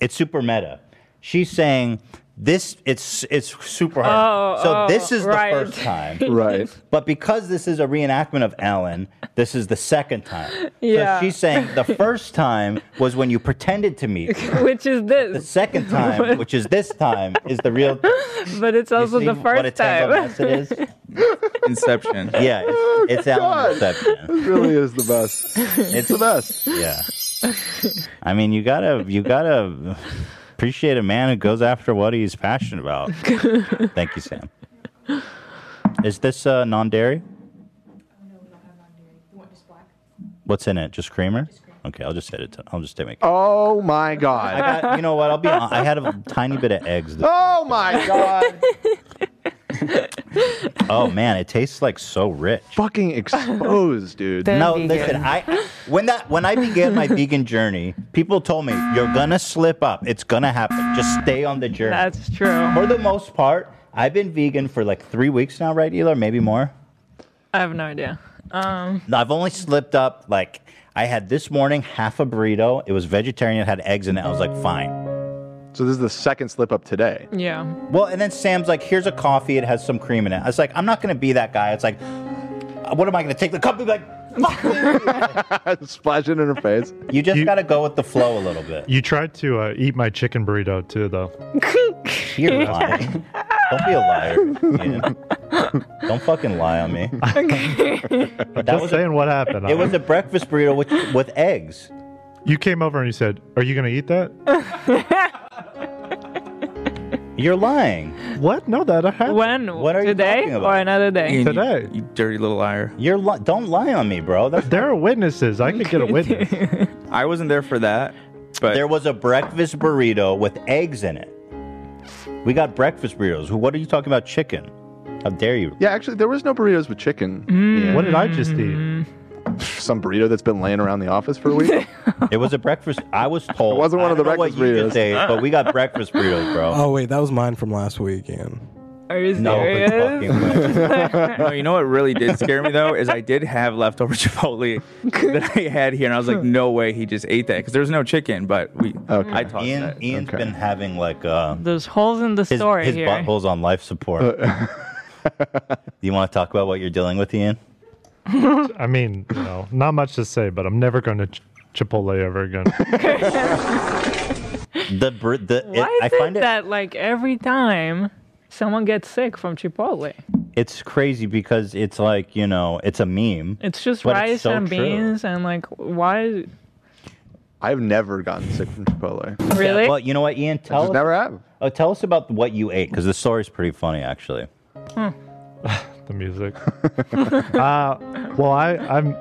S2: It's super meta. She's saying this. It's it's super hard.
S4: Oh,
S2: so
S4: oh,
S2: this is
S4: right.
S2: the first time,
S4: <laughs> Right.
S2: But because this is a reenactment of Ellen, this is the second time.
S4: Yeah.
S2: So she's saying the first time was when you pretended to meet.
S4: <laughs>
S2: me.
S4: <laughs> Which is this?
S2: The second time, which is this time, is the
S4: <laughs>
S2: real.
S4: but it's also
S2: see
S4: the
S2: what a
S4: first
S2: tangled
S4: time.
S2: mess it is?
S7: Inception.
S2: <laughs> Yeah, it's, it's Ellen Inception.
S3: This Oh, really is the best.
S2: It's the
S3: best.
S2: Yeah. I mean, you gotta you gotta appreciate a man who goes after what he's passionate about. Thank you, Sam. Is this uh, non-dairy? What's in it? Just creamer? Okay, I'll just hit it. I'll just take it.
S3: Oh my god!
S2: I got, you know what? I'll be. hon- I had a tiny bit of eggs. This,
S3: Oh my god!
S2: oh man, it tastes like so rich.
S3: Fucking exposed, dude.
S4: They're
S2: no,
S4: vegan.
S2: listen. I when that when I began my vegan journey, people told me you're gonna slip up. It's gonna happen. Just stay on the journey.
S4: That's true.
S2: For the most part, I've been vegan for like three weeks now, right, Elar? Maybe more.
S4: <laughs> I have no idea. Um,
S2: No, I've only slipped up like I had this morning half a burrito. It was vegetarian. It had eggs in it. I was like, fine.
S3: So this is the second slip up today.
S4: yeah.
S2: Well, and then Sam's like, here's a coffee. It has some cream in it. I was like, I'm not gonna be that guy. It's like, what am I gonna take the cup? and <laughs> be like,
S3: <laughs> splash it in her face.
S2: You just gotta go with the flow a little bit.
S17: You tried to uh, eat my chicken burrito too, though.
S2: <laughs>
S17: <laughs>
S2: You're lying. Don't be a liar. Ian. Don't fucking lie on me. That
S17: Just
S2: was a-
S17: saying what happened.
S2: It was a breakfast burrito with with eggs.
S17: You came over and you said, "Are you gonna eat that?"
S2: <laughs> You're lying.
S17: What? No, that I have.
S4: When?
S2: What are you
S4: Today
S2: talking about?
S4: or another day?
S17: Today.
S7: You dirty little liar.
S2: You're li- don't lie on me, bro. That's
S17: there are witnesses. I could
S4: <laughs>
S17: get a witness.
S7: I wasn't there for that. But
S2: there was a breakfast burrito with eggs in it. We got breakfast burritos. Who- What are you talking about? Chicken? How dare you?
S3: Yeah, actually, there was no burritos with chicken.
S2: Mm.
S17: What did I just eat?
S3: <laughs> Some burrito that's been laying around the office for a week.
S2: <laughs> It was a breakfast. I was told.
S3: It wasn't one
S2: I
S3: of the
S2: don't know what
S3: breakfast
S2: you just
S3: burritos.
S2: ate, but we
S3: <laughs>
S2: got breakfast burritos,
S4: <laughs>
S2: bro.
S6: Oh wait, that was mine from last week, Ian.
S4: Are you
S2: No,
S4: serious? <laughs>
S7: no, you know what really did scare me though is I did have leftover <laughs> Chipotle that I had here, and I was like, "No way, he just ate that because there was no chicken." But we, I tossed
S2: Ian,
S7: that.
S2: Ian's been having like uh,
S4: There's holes in the
S2: his,
S4: story
S2: his
S4: here.
S2: butthole's on life support.
S17: Uh,
S2: Do <laughs> you want to talk about what you're dealing with, Ian?
S17: <laughs> I mean, you know, not much to say, but I'm never going to ch- Chipotle ever again.
S2: <laughs> The bur- the it,
S4: Why
S2: I
S4: is it,
S2: find it
S4: that like every time someone gets sick from Chipotle,
S2: it's crazy because it's like you know it's a meme.
S4: it's just
S2: But
S4: rice
S2: it's so
S4: and
S2: true.
S4: beans and like why?
S3: I've never gotten sick from Chipotle.
S4: Really?
S2: Well, you know what, Ian? Tell us,
S3: never have.
S2: Oh, tell us about what you ate because the story's pretty funny, actually.
S4: Hmm.
S17: <laughs> the music. uh, well, I, I'm,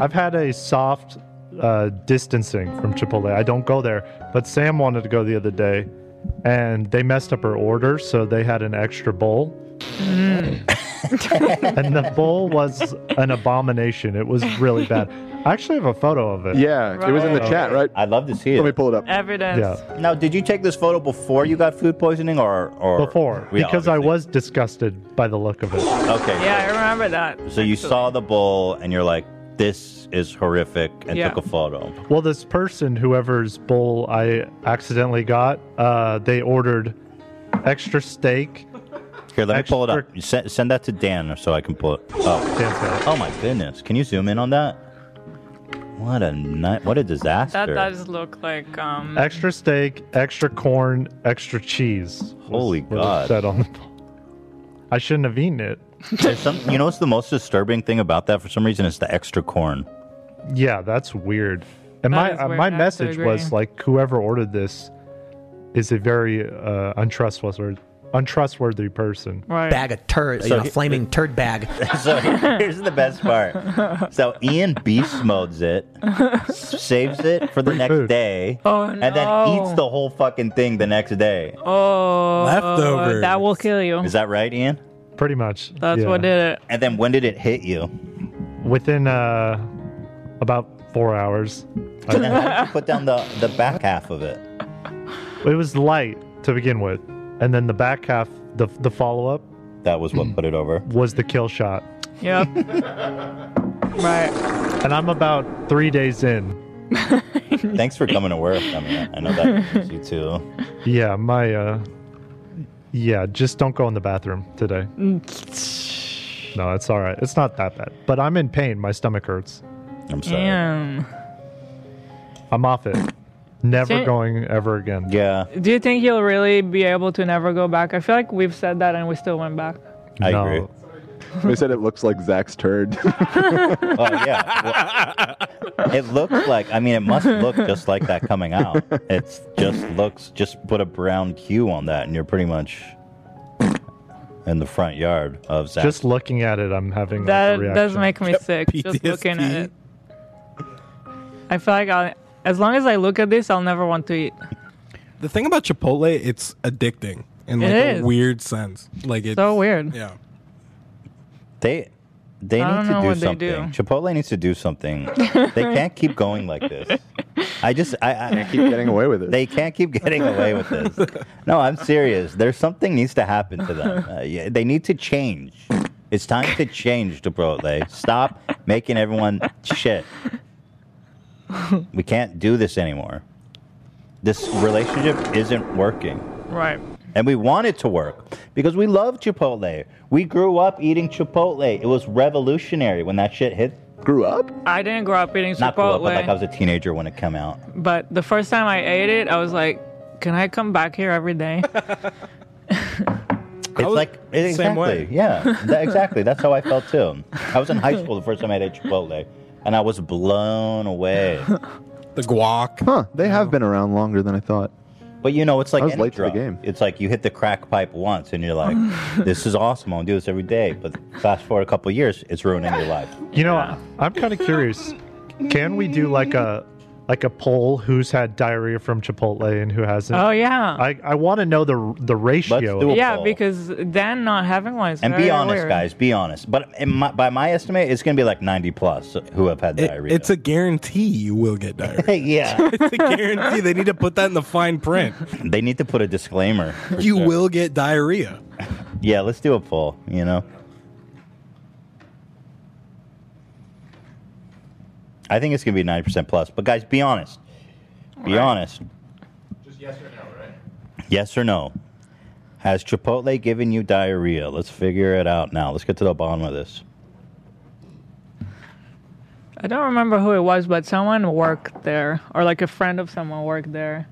S17: I've had a soft uh, distancing from Chipotle. I don't go there, but Sam wanted to go the other day, and they messed up her order, so they had an extra bowl. and the bowl was an abomination. It was really bad. I actually have a photo of it.
S3: <laughs> Yeah, it was in the
S17: Right.
S3: chat, right?
S2: I'd love to see it.
S3: Let me pull it up.
S4: Evidence.
S2: Now, did you take this photo before you got food poisoning, or, or
S17: Before,
S2: Yeah,
S17: because I was disgusted by the look of it.
S2: Okay.
S4: Yeah, I remember that.
S2: So you saw the bowl and you're like, "This is horrific," and
S4: Yeah.
S2: took a photo.
S17: Well, this person, whoever's bowl I accidentally got, uh, they ordered extra steak.
S2: Here, let me pull it up. You Send, send that to Dan so I can pull it. Oh. oh my goodness! Can you zoom in on that? What a night! What a
S4: That
S2: disaster!
S4: does look like um.
S17: Extra steak, extra corn, extra cheese. was-
S2: Holy <laughs>
S17: was
S2: God.
S17: said on the bowl. I shouldn't have eaten it.
S2: There's some, you know what's the most disturbing thing about that? For some reason, it's the extra corn.
S17: Yeah, that's weird. And
S4: That
S17: my
S4: is
S17: uh,
S4: weird. I
S17: my
S4: have to
S17: message
S4: agree.
S17: was like, whoever ordered this is a very uh, untrustworthy untrustworthy person.
S4: Right.
S18: Bag of turd,
S2: So
S18: you know,
S2: he-
S18: flaming turd bag.
S2: <laughs> So here's the best part. So Ian beast modes it, saves it for the next day, and then
S4: Oh, no.
S2: eats the whole fucking thing the next day.
S4: Oh,
S2: Leftovers.
S4: That will kill you.
S2: Is that right, Ian?
S17: Pretty much.
S4: That's what did it.
S2: And then when did it hit
S3: <laughs>
S2: you?
S17: Within uh, about four
S2: <laughs>
S17: hours.
S2: So then how did you put down the, the back half of it?
S17: It was light to begin with, and then the back half, the the follow up.
S2: That
S17: <clears throat>
S2: was what put it over.
S17: Was the kill shot,
S2: <laughs>
S4: Yep. right.
S17: and I'm about three days in.
S2: <laughs> Thanks for coming to work. I mean, I know that hurts you too.
S17: Yeah, my uh, yeah, just don't go in the bathroom today. No, it's all right. It's not that bad, but I'm in pain. My stomach hurts.
S2: I'm
S4: Damn.
S17: I'm off it. Never
S4: See-
S17: going ever again.
S2: Yeah,
S4: Do you think he'll really be able to never go back? I feel like we've said that and we still went back.
S3: I agree. They said it looks like Zach's
S4: <laughs>
S3: turd.
S2: Oh yeah. Well, it looks like. I mean, it must look just like that coming out. It's just looks. Just put a brown cue on that, and you're pretty much in the front yard of Zach.
S17: Just looking at it, I'm having like, a
S4: That
S17: reaction.
S4: does make me sick. Just looking at it. I feel like I'll, as long as I look at this, I'll never want to eat.
S6: The thing about Chipotle, it's addicting in
S4: It
S6: like a
S4: is.
S6: weird sense. Like it's
S4: So weird.
S6: Yeah.
S2: They they
S4: I don't
S2: need to
S4: know
S2: do
S4: what they
S2: something. Chipotle needs to do
S4: <laughs>
S2: something. they can't keep going like this. I just I, I
S3: Can't keep getting away with it.
S2: They can't keep getting away with this.
S4: <laughs>
S2: No, I'm serious. There's something needs to happen to them. Uh, yeah, they need to change. It's time to change, Chipotle. Stop making everyone shit. We can't do this anymore. This relationship isn't working.
S4: Right.
S2: And we want it to work because we love Chipotle. We grew up eating Chipotle. It was revolutionary when that shit hit.
S3: Grew up?
S4: I didn't grow up eating
S2: Not grew up,
S4: Chipotle,
S2: but like I was a teenager when it came out.
S4: but the first time I ate it, I was like, "Can I come back here every day?"
S2: It's like exactly,
S4: way.
S2: yeah, That- exactly. That's how I felt too. I was in high school the first time I ate Chipotle, and I was blown away.
S6: <laughs> The guac.
S3: Huh? They have been around longer than I thought.
S2: But you know, it's like
S3: I was
S2: any
S3: late to the
S2: drug. It's like you hit the crack pipe once, and you're
S3: <laughs>
S2: like, "This is awesome. I'm gonna do this every day." But fast forward a couple years, it's ruining your life.
S17: You know, I'm kind of curious. Can we do like a like a poll who's had diarrhea from Chipotle and who hasn't?
S4: Oh, yeah.
S17: I, I want to know the the ratio.
S4: yeah, because then not having one is
S2: And
S4: very
S2: be honest,
S4: weird.
S2: guys. Be honest. But in my, by my estimate, it's going to be like 90 plus who have had diarrhea.
S6: It's a guarantee <laughs> you will get diarrhea.
S2: yeah.
S6: it's a guarantee. They need to put that in the fine print.
S2: they need to put a disclaimer. for
S6: You
S2: sure.
S6: will get diarrhea.
S2: Yeah, let's do a poll. You know. I think it's going to be 90% plus. But guys, be honest. Be honest.
S5: Just yes or no, right?
S2: Yes or no? Has Chipotle given you diarrhea? Let's figure it out now. Let's get to the bottom of this.
S4: I don't remember who it was, but someone worked there, or like a friend of someone worked there,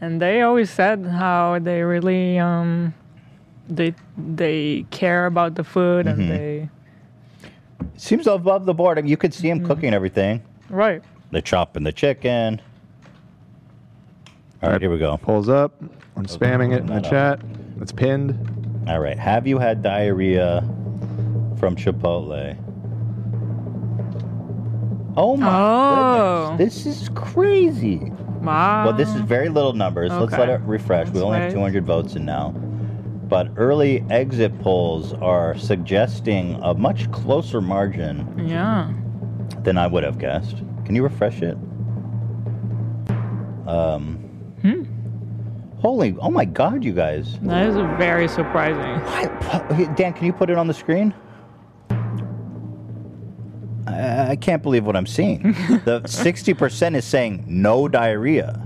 S4: and they always said how they really um, they they care about the food
S2: Mhm.
S4: and they
S2: Seems above the board. I mean, you could see him cooking everything.
S4: right.
S2: They're chopping the chicken. All right, here we go.
S3: Pulls up. I'm spamming it in the chat. It's pinned.
S2: All right. Have you had diarrhea from Chipotle? Oh my
S4: Oh.
S2: goodness. This is crazy.
S4: Wow.
S2: Well, this is very little numbers. Let's let
S4: Okay.
S2: it refresh. We only have
S4: right.
S2: 200 votes in now. But early exit polls are suggesting a much closer margin
S4: yeah.
S2: than I would have guessed. Can you refresh it? Um. Holy! Oh my God, you guys!
S4: That is very surprising.
S2: Dan, can you put it on the screen? I, I can't believe what I'm seeing. the 60% is saying no diarrhea.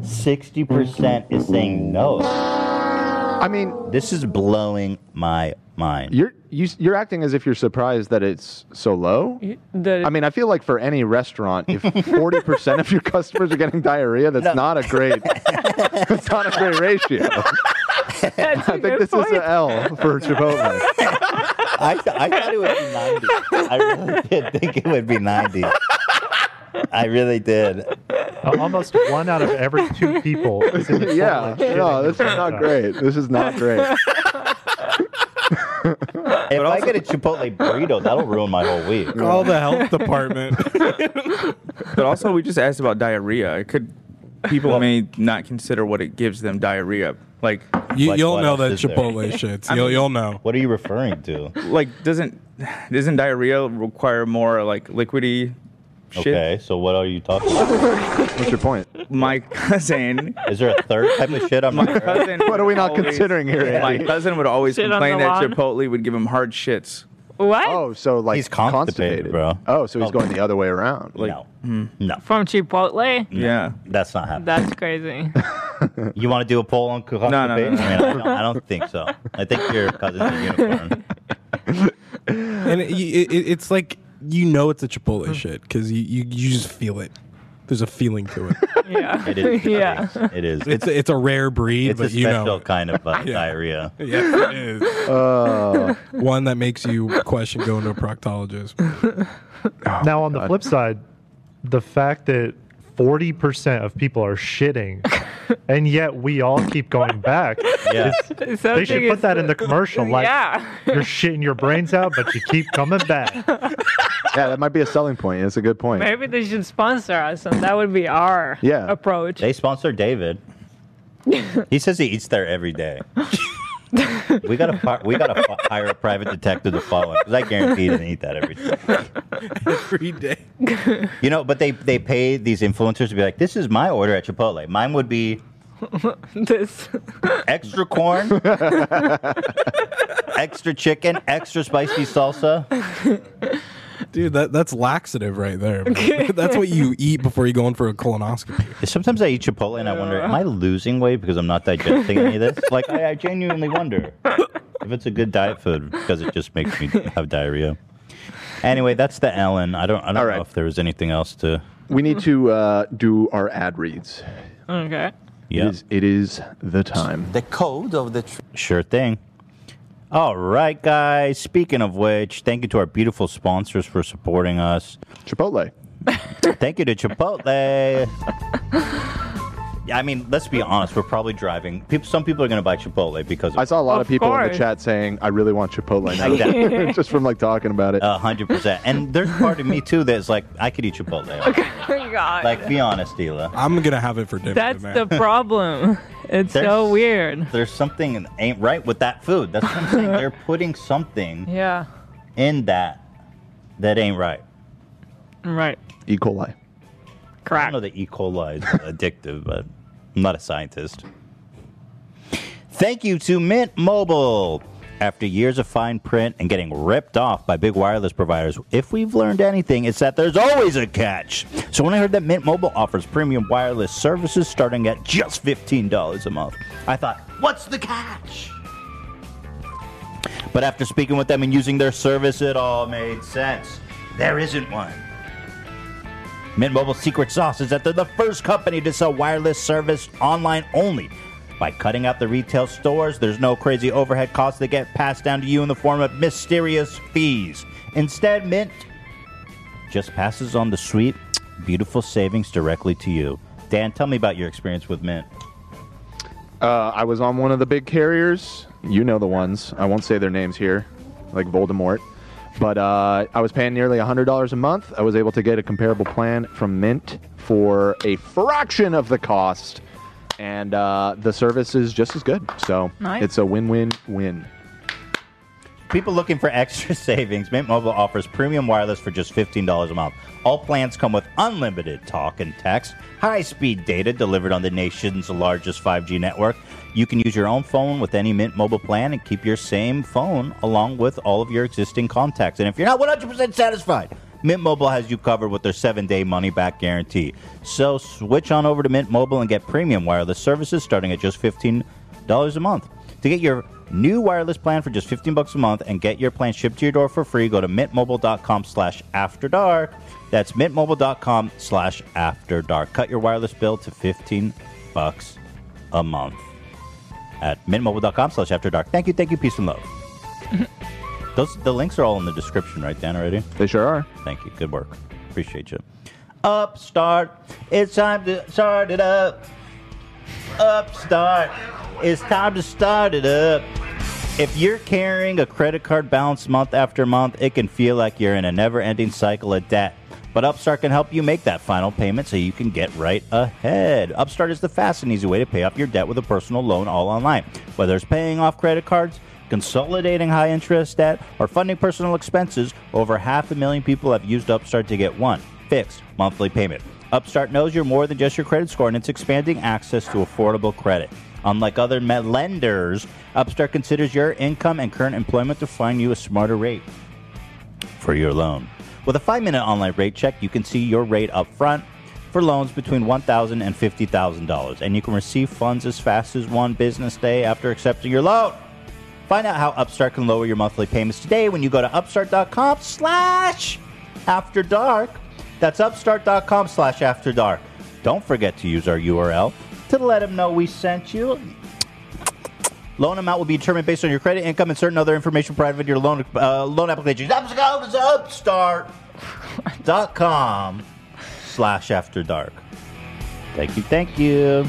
S2: 60% is saying no. I
S3: mean,
S2: this is blowing my mind.
S3: You're you, s- you're acting as if you're surprised that it's so low.
S4: The-
S3: I mean, I feel like for any restaurant, if 40% of your customers are getting diarrhea, that's not
S2: <laughs>
S3: a great. that's not a great ratio.
S4: I
S3: think this is an L for Chipotle.
S2: I, I thought it would be 90.
S3: <laughs>
S2: I really did think it would be 90. I really did.
S17: Uh, almost one out of every two people is in the
S3: yeah,
S17: Chipotle
S3: no,
S17: shitting
S3: this is not
S17: themselves.
S2: <laughs>
S3: great. This is not great. <laughs>
S2: if I get a Chipotle burrito, that'll ruin my whole week.
S6: <laughs> Call the health department.
S7: <laughs> But also, we just asked about diarrhea. It could people may not consider what it gives them diarrhea. Like
S6: You- Like you'll what know else that is there?
S2: <laughs>
S6: Chipotle shits. You'll- you'll know.
S2: What are you referring to?
S7: Like doesn't doesn't diarrhea require more like liquidy? Shit?
S2: Okay, so what are you talking about?
S3: What's your point?
S7: My cousin.
S2: Is there a third type of shit? I'm
S7: my
S2: not-
S7: cousin.
S3: What are we not
S7: always-
S3: considering here,
S7: My
S3: Andy?
S7: cousin would always
S3: Shit on
S7: complain
S3: the
S7: that
S3: lawn?
S7: Chipotle would give him hard shits.
S4: What?
S3: Oh, so like he's constipated,
S2: bro.
S3: Oh, so he's going the other way around.
S7: Like,
S2: no,
S4: Hmm.
S2: no.
S4: From Chipotle?
S7: Yeah,
S2: that's not happening. <laughs>
S4: That's crazy.
S2: You want to do a poll on Kuhaka
S4: No, no, no, no.
S2: I, mean, I don't, I don't think so. I think your cousin's
S6: <laughs>
S2: a unicorn.
S6: and it, it, it- it's like you know it's a
S2: Hmm.
S6: Chipotle shit because you, you you just feel it. There's a feeling to it.
S4: Yeah.
S2: It is.
S4: yeah.
S2: <laughs> It is.
S6: It's a- it's a rare breed,
S2: It's
S6: but
S2: a
S6: you know
S2: special
S6: it.
S2: kind of uh,
S6: <laughs> Yeah.
S2: diarrhea.
S6: Yeah, it is.
S2: Oh.
S6: One that makes you question going to a proctologist.
S17: now, on the flip side, the fact that 40% of people are shitting and yet we all keep going back.
S2: Yeah.
S17: is-
S4: Something
S17: They should
S4: is-
S17: put that in the commercial. <laughs> Like,
S4: Yeah.
S17: you're shitting your brains out, but you keep coming back.
S3: Yeah, that might be a selling point. It's a good
S2: <laughs>
S3: point.
S4: Maybe they should sponsor us, and that would be our
S3: Yeah.
S4: approach.
S2: They sponsor David. he says he eats there every day. we gotta fi- we gotta fi- hire a private detective to follow him because I guarantee he doesn't eat that every day.
S6: Every day.
S2: You know, but they they pay these influencers to be like, this is my order at Chipotle. Mine would be
S4: this
S2: extra corn, extra chicken, extra spicy salsa.
S6: Dude, that that's laxative right there. man. <laughs> that's what you eat before you go in for a colonoscopy.
S2: Sometimes I eat Chipotle and I wonder, am I losing weight because I'm not digesting any of this? Like, I, I genuinely wonder if it's a good diet food because it just makes me have diarrhea. Anyway, that's the Ellen. I don't, I don't know if there was anything else to.
S3: We need to uh, do our ad reads.
S4: Okay.
S2: Yeah.
S3: It is, it is the time.
S2: The code of the. sure thing. All right, guys. Speaking of which, thank you to our beautiful sponsors for supporting us.
S3: Chipotle.
S2: <laughs> thank you to Chipotle. Yeah, I mean, let's be honest. We're probably driving. Peop some people are going to buy Chipotle because
S3: I saw a lot of, people in the
S2: course.
S3: chat saying, "I really want Chipotle now,"
S2: Exactly.
S3: <laughs> just from like talking about it.
S2: A hundred percent. And there's part of me too that's like, I could eat
S4: <laughs>
S2: Chipotle.
S4: Oh God.
S2: Like, be honest, Dila.
S6: I'm gonna have it for dinner.
S4: That's the
S2: <laughs>
S4: problem. <laughs> It's so weird.
S2: There's something that ain't right with that food. That's what I'm
S4: <laughs>
S2: saying. They're putting something
S4: Yeah.
S2: in that that ain't right.
S4: Right.
S3: E. coli.
S4: Correct.
S2: I know that E. coli is <laughs> addictive, but I'm not a scientist. Thank you to Mint Mobile. After years of fine print and getting ripped off by big wireless providers, if we've learned anything, it's that there's always a catch. So when I heard that Mint Mobile offers premium wireless services starting at just $15 a month, I thought, What's the catch? But after speaking with them and using their service, it all made sense. There isn't one. Mint Mobile's secret sauce is that they're the first company to sell wireless service online only. By cutting out the retail stores, there's no crazy overhead costs that get passed down to you in the form of mysterious fees. Instead, Mint just passes on the sweet, beautiful savings directly to you. Dan, tell me about your experience with Mint.
S3: Uh, I was on one of the big carriers. You know the ones. I won't say their names here, like Voldemort. But uh, I was paying nearly $100 a month. I was able to get a comparable plan from Mint for a fraction of the cost. And uh, the service is just as good. So
S2: Nice.
S3: it's a win win win.
S2: People looking for extra <laughs> savings, Mint Mobile offers premium wireless for just $15 a month. All plans come with unlimited talk and text, high speed data delivered on the nation's largest 5G network. You can use your own phone with any Mint Mobile plan and keep your same phone along with all of your existing contacts. And if you're not 100% satisfied, Mint Mobile has you covered with their seven day money back guarantee. So switch on over to Mint Mobile and get premium wireless services starting at just 15 dollars dollars a month. To get your new wireless plan for just 15 bucks a month and get your plan shipped to your door for free, go to mintmobile.com slash after dark. That's mintmobile.com slash after dark. Cut your wireless bill to 15 bucks a month at mintmobile.com slash after dark. Thank you, thank you, peace and love. Those the links are all in the description, right, Dan? Already?
S3: They sure are.
S2: Thank you. Good work. Appreciate you. Upstart, it's time to start it up. Upstart, it's time to start it up. If you're carrying a credit card balance month after month, it can feel like you're in a never ending cycle of debt. But Upstart can help you make that final payment so you can get right ahead. Upstart is the fast and easy way to pay off your debt with a personal loan all online. Whether it's paying off credit cards, consolidating high interest debt, or funding personal expenses, over half a million people have used Upstart to get one fixed monthly payment. Upstart knows you're more than just your credit score and it's expanding access to affordable credit. Unlike other me- lenders, Upstart considers your income and current employment to find you a smarter rate for your loan. With a five minute online rate check, you can see your rate up front for loans between $1,000 and $50,000, and you can receive funds as fast as one business day after accepting your loan. Find out how Upstart can lower your monthly payments today when you go to upstart.com slash after dark. That's upstart.com slash after dark. Don't forget to use our URL to let them know we sent you. Loan amount will be determined based on your credit, income, and certain other information provided in your loan uh, loan application. Upstart.com slash after dark. Thank you, thank you.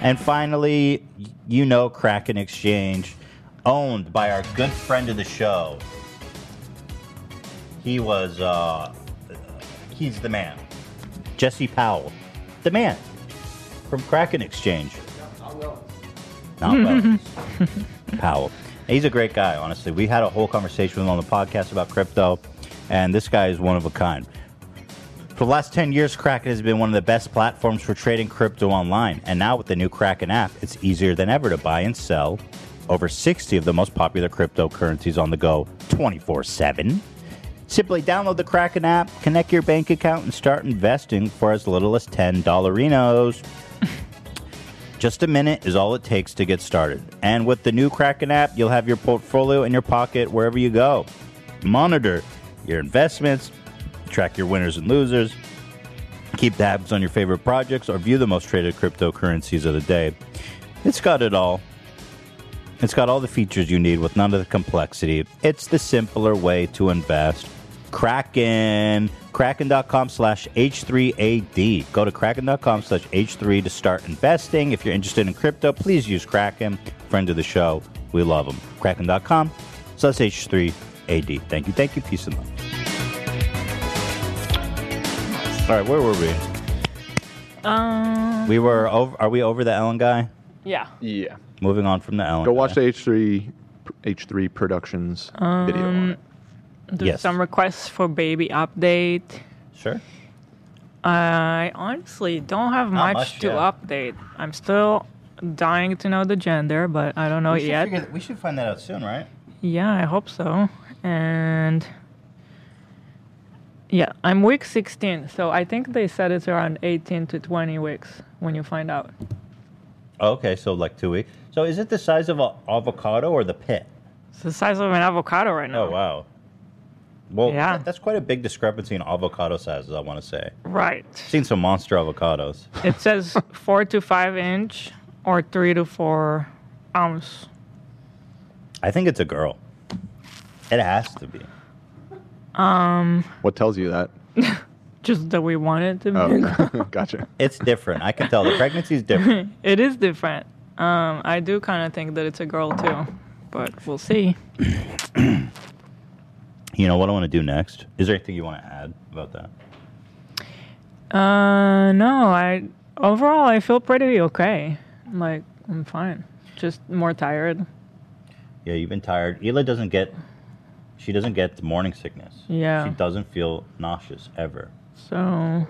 S2: And finally, you know Kraken Exchange, owned by our good friend of the show. He was, uh, he's the man. Jesse Powell, the man from Kraken Exchange. Not well. Powell. He's a great guy, honestly. We had a whole conversation with him on the podcast about crypto, and this guy is one of a kind. For the last 10 years, Kraken has been one of the best platforms for trading crypto online. And now with the new Kraken app, it's easier than ever to buy and sell over 60 of the most popular cryptocurrencies on the go 24 7. Simply download the Kraken app, connect your bank account, and start investing for as little as $10. Just a minute is all it takes to get started. And with the new Kraken app, you'll have your portfolio in your pocket wherever you go. Monitor your investments, track your winners and losers, keep tabs on your favorite projects, or view the most traded cryptocurrencies of the day. It's got it all. It's got all the features you need with none of the complexity. It's the simpler way to invest. Kraken. Kraken.com slash H3AD. Go to Kraken.com slash H3 to start investing. If you're interested in crypto, please use Kraken. Friend of the show. We love them. Kraken.com slash H3AD. Thank you. Thank you. Peace and love. All right. Where were we?
S4: Um,
S2: We were over. Are we over the Ellen guy?
S4: yeah.
S3: Yeah.
S2: Moving on from the Ellen.
S3: Go watch the H3 H3 Productions video.
S4: Um, There's
S3: Yes.
S4: some requests for baby update.
S2: Sure.
S4: I honestly don't have
S2: Not
S4: much,
S2: much,
S4: to
S2: yeah.
S4: update. I'm still dying to know the gender, but I don't know
S2: we should
S4: yet.
S2: figure- we should find that out soon, right?
S4: Yeah, I hope so. And yeah, I'm week 16, so I think they said it's around 18 to 20 weeks when you find out.
S2: Okay, so like two weeks. So is it the size of an avocado or the pit?
S4: It's the size of an avocado right now.
S2: Oh wow. Well,
S4: Yeah.
S2: that- that's quite a big discrepancy in avocado sizes. I want to say.
S4: Right.
S2: Seen some monster avocados. <laughs>
S4: It says 4 to 5 inch or 3 to 4 ounce.
S2: I think it's a girl. It has to be.
S4: Um,
S3: What tells you
S4: <laughs>
S3: that?
S4: just that we want it to
S2: <laughs>
S4: be.
S3: Oh, <laughs> gotcha.
S2: It's different. I can tell the pregnancy is
S4: <laughs>
S2: different.
S4: it is different. Um, I do kind of think that it's a girl too, but we'll see.
S2: You know what I want to do next? Is there anything you want to add about that?
S4: Uh, no, I overall I feel pretty okay. Like I'm fine. Just more tired.
S2: Yeah, you've been tired. Ela doesn't get, she doesn't get morning sickness.
S4: Yeah.
S2: She doesn't feel nauseous ever.
S4: So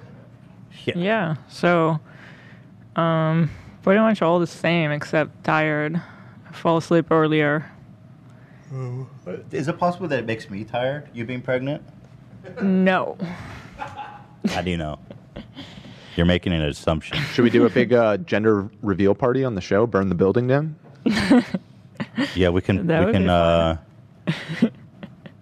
S2: yeah.
S4: So um, pretty much all the same except tired. I fall asleep
S2: <laughs>
S4: earlier.
S2: Is it possible that it makes me tired? You being pregnant?
S4: No.
S2: How do you know? You're making an assumption.
S3: Should we do a big uh, gender reveal party on the show? Burn the building down?
S2: <laughs> Yeah, we can.
S3: That
S2: we
S3: would
S2: can.
S3: be
S2: uh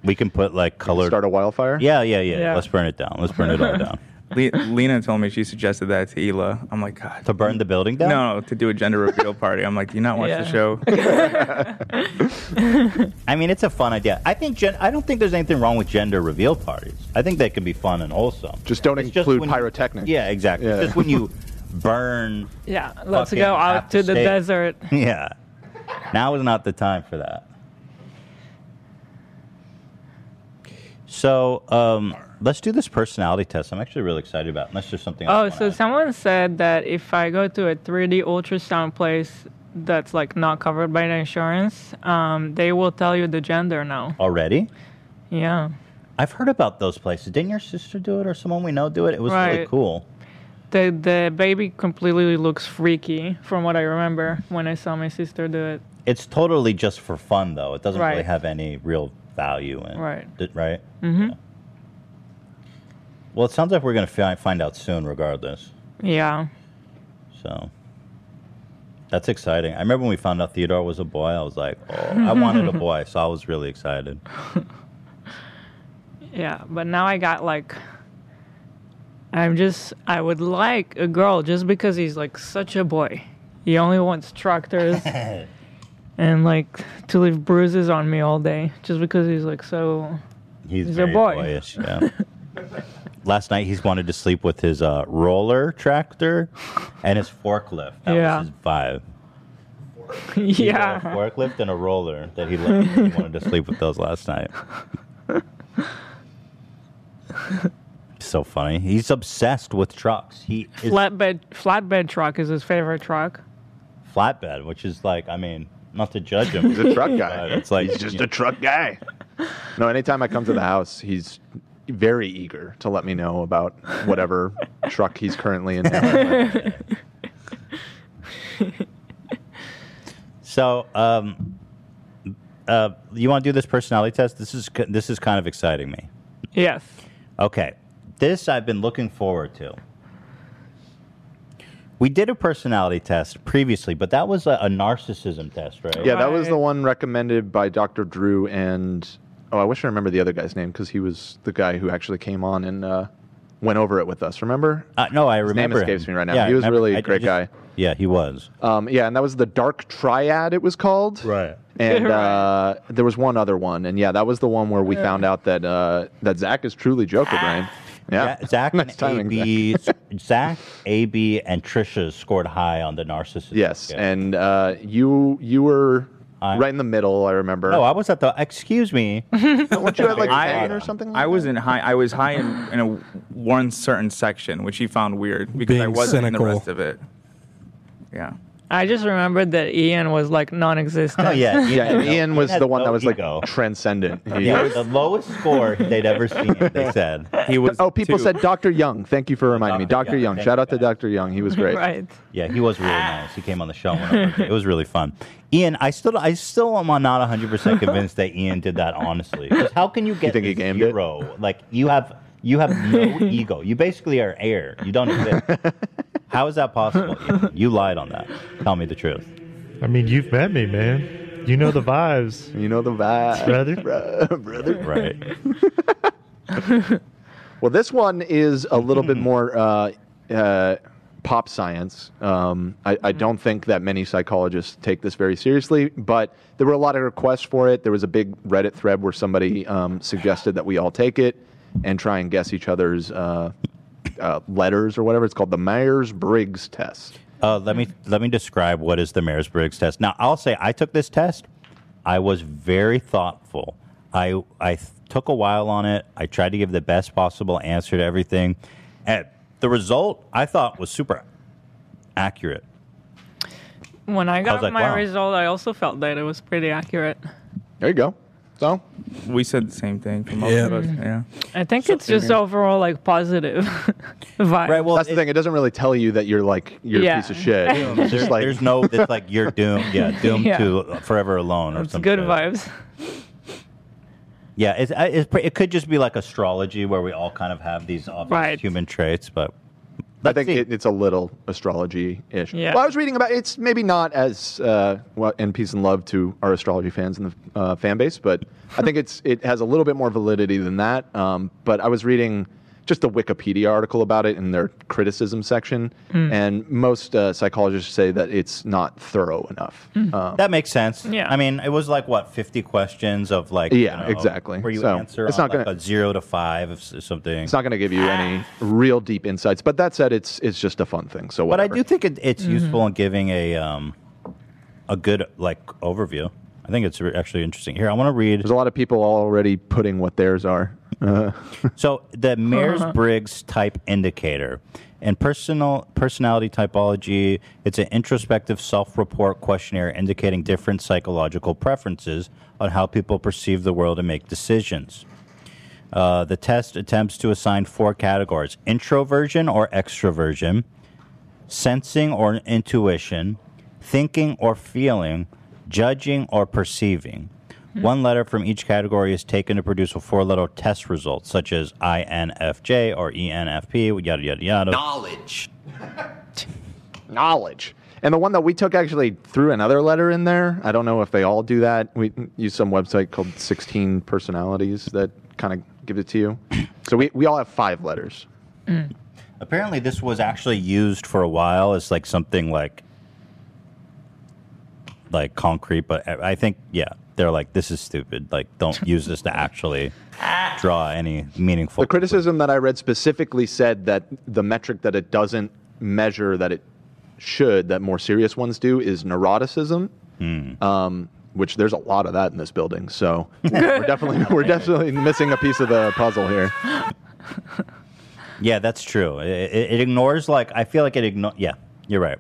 S2: We can put like colored. Start
S3: a wildfire.
S2: Yeah, yeah, yeah,
S4: Yeah.
S2: Let's burn it down. Let's burn it all down.
S7: <laughs> Le- Lena told me she suggested that to Hila. I'm like, God.
S2: To burn the building down?
S7: No, to do a gender reveal party. I'm like, do you not watch
S2: Yeah.
S7: the show?
S2: I mean, it's a fun idea. I think gen- I don't think there's anything wrong with gender reveal parties. I think they can be fun and wholesome. Just don't include pyrotechnics. Yeah, exactly. It's just when <laughs> you burn.
S4: Yeah, let's
S2: fucking
S4: go out
S2: half
S4: to the
S2: state.
S4: desert.
S2: <laughs> Yeah. Now is not the time for that. So um, let's do this personality test. I'm actually really excited about. it, Unless there's something. else.
S4: Oh, so someone said that if I go to a 3D ultrasound place that's like not covered by the insurance, um, they will tell you the gender now.
S2: Already?
S4: Yeah.
S2: I've heard about those places. Didn't your sister do it or someone we know do it? It was really
S4: Right.
S2: cool.
S4: The the baby completely looks freaky from what I remember when I saw my sister do it.
S2: It's totally just for fun, though. It doesn't really
S4: Right.
S2: have any real value in
S4: Right.
S2: it. Right.
S4: Mhm.
S2: Well, it sounds like we're going to fi- find out soon, regardless.
S4: Yeah.
S2: So that's exciting. I remember when we found out Theodore was a boy, I was like, oh,
S4: <laughs>
S2: I wanted a boy, so I was really excited.
S4: Yeah, but now I got like I'm just I would like a girl just because he's like such a boy. He only
S2: <laughs>
S4: wants tractors and like to leave bruises on me all day just because he's like so
S2: He's,
S4: He's a
S2: very
S4: boy.
S2: boyish. Yeah. Last night he's wanted to sleep with his uh, roller tractor and his forklift. That
S4: Yeah.
S2: was his
S4: <laughs>
S2: vibe. He had
S4: yeah.
S2: a forklift and a roller that he, loved. he wanted to sleep with those last
S4: <laughs>
S2: night. so funny. He's obsessed with trucks. He is
S4: <laughs> Flatbed flatbed truck is his favorite truck.
S2: flatbed, which is like, I mean, not to judge him.
S3: He's a truck guy.
S2: but It's like
S3: he's just a truck guy. No, anytime I come to the house, he's very eager to let me know about whatever truck he's currently in. now.
S2: <laughs>
S3: <laughs>
S2: So, um, uh, you want to do this personality test? This is this is kind of exciting me.
S4: Yes.
S2: Okay, this I've been looking forward to. We did a personality test previously, but that was a, a narcissism test, right?
S3: Yeah, that was the one recommended by Dr. Drew and oh, I wish I remember the other guy's name because he was the guy who actually came on and uh, went over it with us. Remember?
S2: Uh, no, I
S3: His
S2: remember.
S3: Name escapes
S2: him.
S3: me right now.
S2: Yeah, I
S3: he was
S2: remember-
S3: really
S2: I- I
S3: a great
S2: just-
S3: guy.
S2: Yeah, he was.
S3: Um, yeah, and that was the Dark Triad. It was called. Right.
S2: <laughs>
S3: And
S2: Right.
S3: uh, there was one other one, and yeah, that was the one where we
S2: Yeah.
S3: found out that uh, that Zach is truly Joker
S2: Ah.
S3: Brain. Yeah,
S2: Zach and
S3: <laughs> Nice timing,
S2: AB, Zach, AB, and Trisha scored high on the narcissism.
S3: Yes, and uh, you you were right in the middle. I remember.
S2: No, I was at the. Excuse me. <laughs>
S3: Don't you have like
S7: I-
S3: pain or something?
S7: I was in high. I was high in, in a one certain section, which she found weird because I
S6: Being
S7: wasn't in
S6: cynical.
S7: the rest of it. Yeah.
S4: I just remembered that Ian was like
S2: Oh,
S3: <laughs>
S4: non-existent.
S3: yeah. Ian was the one that was like transcendent.
S2: Yeah, the lowest score they'd ever seen. They
S3: <laughs>
S2: said
S7: he was.
S3: Oh, people
S2: two.
S3: said Doctor Young. Thank you for reminding me, Doctor Young. Shout out to Doctor Young. He was great.
S4: Right.
S2: Yeah, he was really nice. He came on the show. and went over it. It was really fun. Ian, I still, I still am not 100 percent convinced that Ian did that. Honestly, 'Cause how can you get you zero? Like you have, you have
S3: <laughs>
S2: no ego. You basically are air. You don't exist. How is that possible? Ian? You lied on that. Tell me the truth.
S17: I mean, you've met me, man. You know the vibes.
S3: You know the vibes,
S17: brother.
S3: <laughs> brother.
S2: Right.
S3: Well, this one is a little
S2: Hmm.
S3: bit more uh, uh, pop science. Um, I,
S2: Hmm.
S3: I don't think that many psychologists take this very seriously, but there were a lot of requests for it. There was a big Reddit thread where somebody um, suggested that we all take it and try and guess each other's uh, uh, letters or whatever. It's called the Myers Briggs test.
S2: Uh, let me
S4: Mm-hmm.
S2: let me describe what is the Myers Briggs test. Now, I'll say I took this test. I was very thoughtful. I I th- took a while on it. I tried to give the best possible answer to everything, and the result I thought was super accurate.
S4: When I got
S2: like,
S4: my
S2: wow.
S4: result, I also felt that it was pretty accurate.
S3: There you go. So
S7: we said the same thing for most of us. Yeah.
S4: I think it's just
S7: Mhm.
S4: overall like positive <laughs> vibe.
S3: Right. Well, that's the thing. It doesn't really tell you that you're like you're
S4: Yeah.
S3: a piece of shit.
S4: Doomed.
S3: It's
S2: There-
S3: just like
S2: there's no it's like
S4: <laughs>
S2: you're doomed. Yeah, doomed
S4: Yeah.
S2: to forever alone or
S4: It's
S2: something.
S4: good vibes.
S2: Yeah, it's, I- it's pre- it could just be like astrology where we all kind of have these obvious
S3: Right.
S2: human traits, but
S3: I think it, it's a little astrology ish.
S2: Yeah.
S3: Well, I was reading about it's maybe not as uh, well, and peace and love to our astrology fans and the uh, fan base, but I think it's it has a little bit more validity than that. Um, but I was reading just a Wikipedia article about it in their criticism section,
S2: Hmm.
S3: and most uh, psychologists say that it's not thorough enough.
S2: Hmm.
S3: Um,
S2: that makes sense.
S3: Yeah.
S2: I mean, it was like what fifty questions of like.
S3: Yeah, exactly.
S2: Where you
S3: So,
S2: answer
S3: it's
S2: on
S3: not
S2: like
S3: gonna-
S2: a zero to five of s- something.
S3: it's not going to give you any real deep insights, but that said, it's it's just a fun thing. So,
S2: but I
S3: whatever.
S2: do think it, it's useful in giving a um, a good like overview. I think it's re- actually interesting. Here, I want to read. There's
S3: a lot of people already putting what theirs are. Uh,
S2: <laughs> so the Myers Briggs type indicator and personal personality typology. It's an introspective self-report questionnaire indicating different psychological preferences on how people perceive the world and make decisions. Uh, the test attempts to assign four categories: introversion or extroversion, sensing or intuition, thinking or feeling, judging or perceiving. One letter from each category is taken to produce a four letter test result, such as INFJ or E ENFP, yada, yada, yada.
S3: Knowledge. <laughs> knowledge. And the one that we took actually threw another letter in there. I don't know if they all do that. We use some website called 16 Personalities that kind of gives it to you. So we, we all have five letters.
S2: Mm. Apparently, this was actually used for a while as like something like like concrete, but e, I I think yeah, they're like this is stupid. Like, don't use this to actually draw any meaningful.
S3: The criticism that I read specifically said that the metric that it doesn't measure that it should, that more serious ones do, is neuroticism. Um, which there's a lot of that in this building, so we're definitely we're definitely missing a piece of the puzzle here.
S2: <laughs> Yeah, that's true. It, it, it ignores like I feel like it ignores. Yeah, you're right.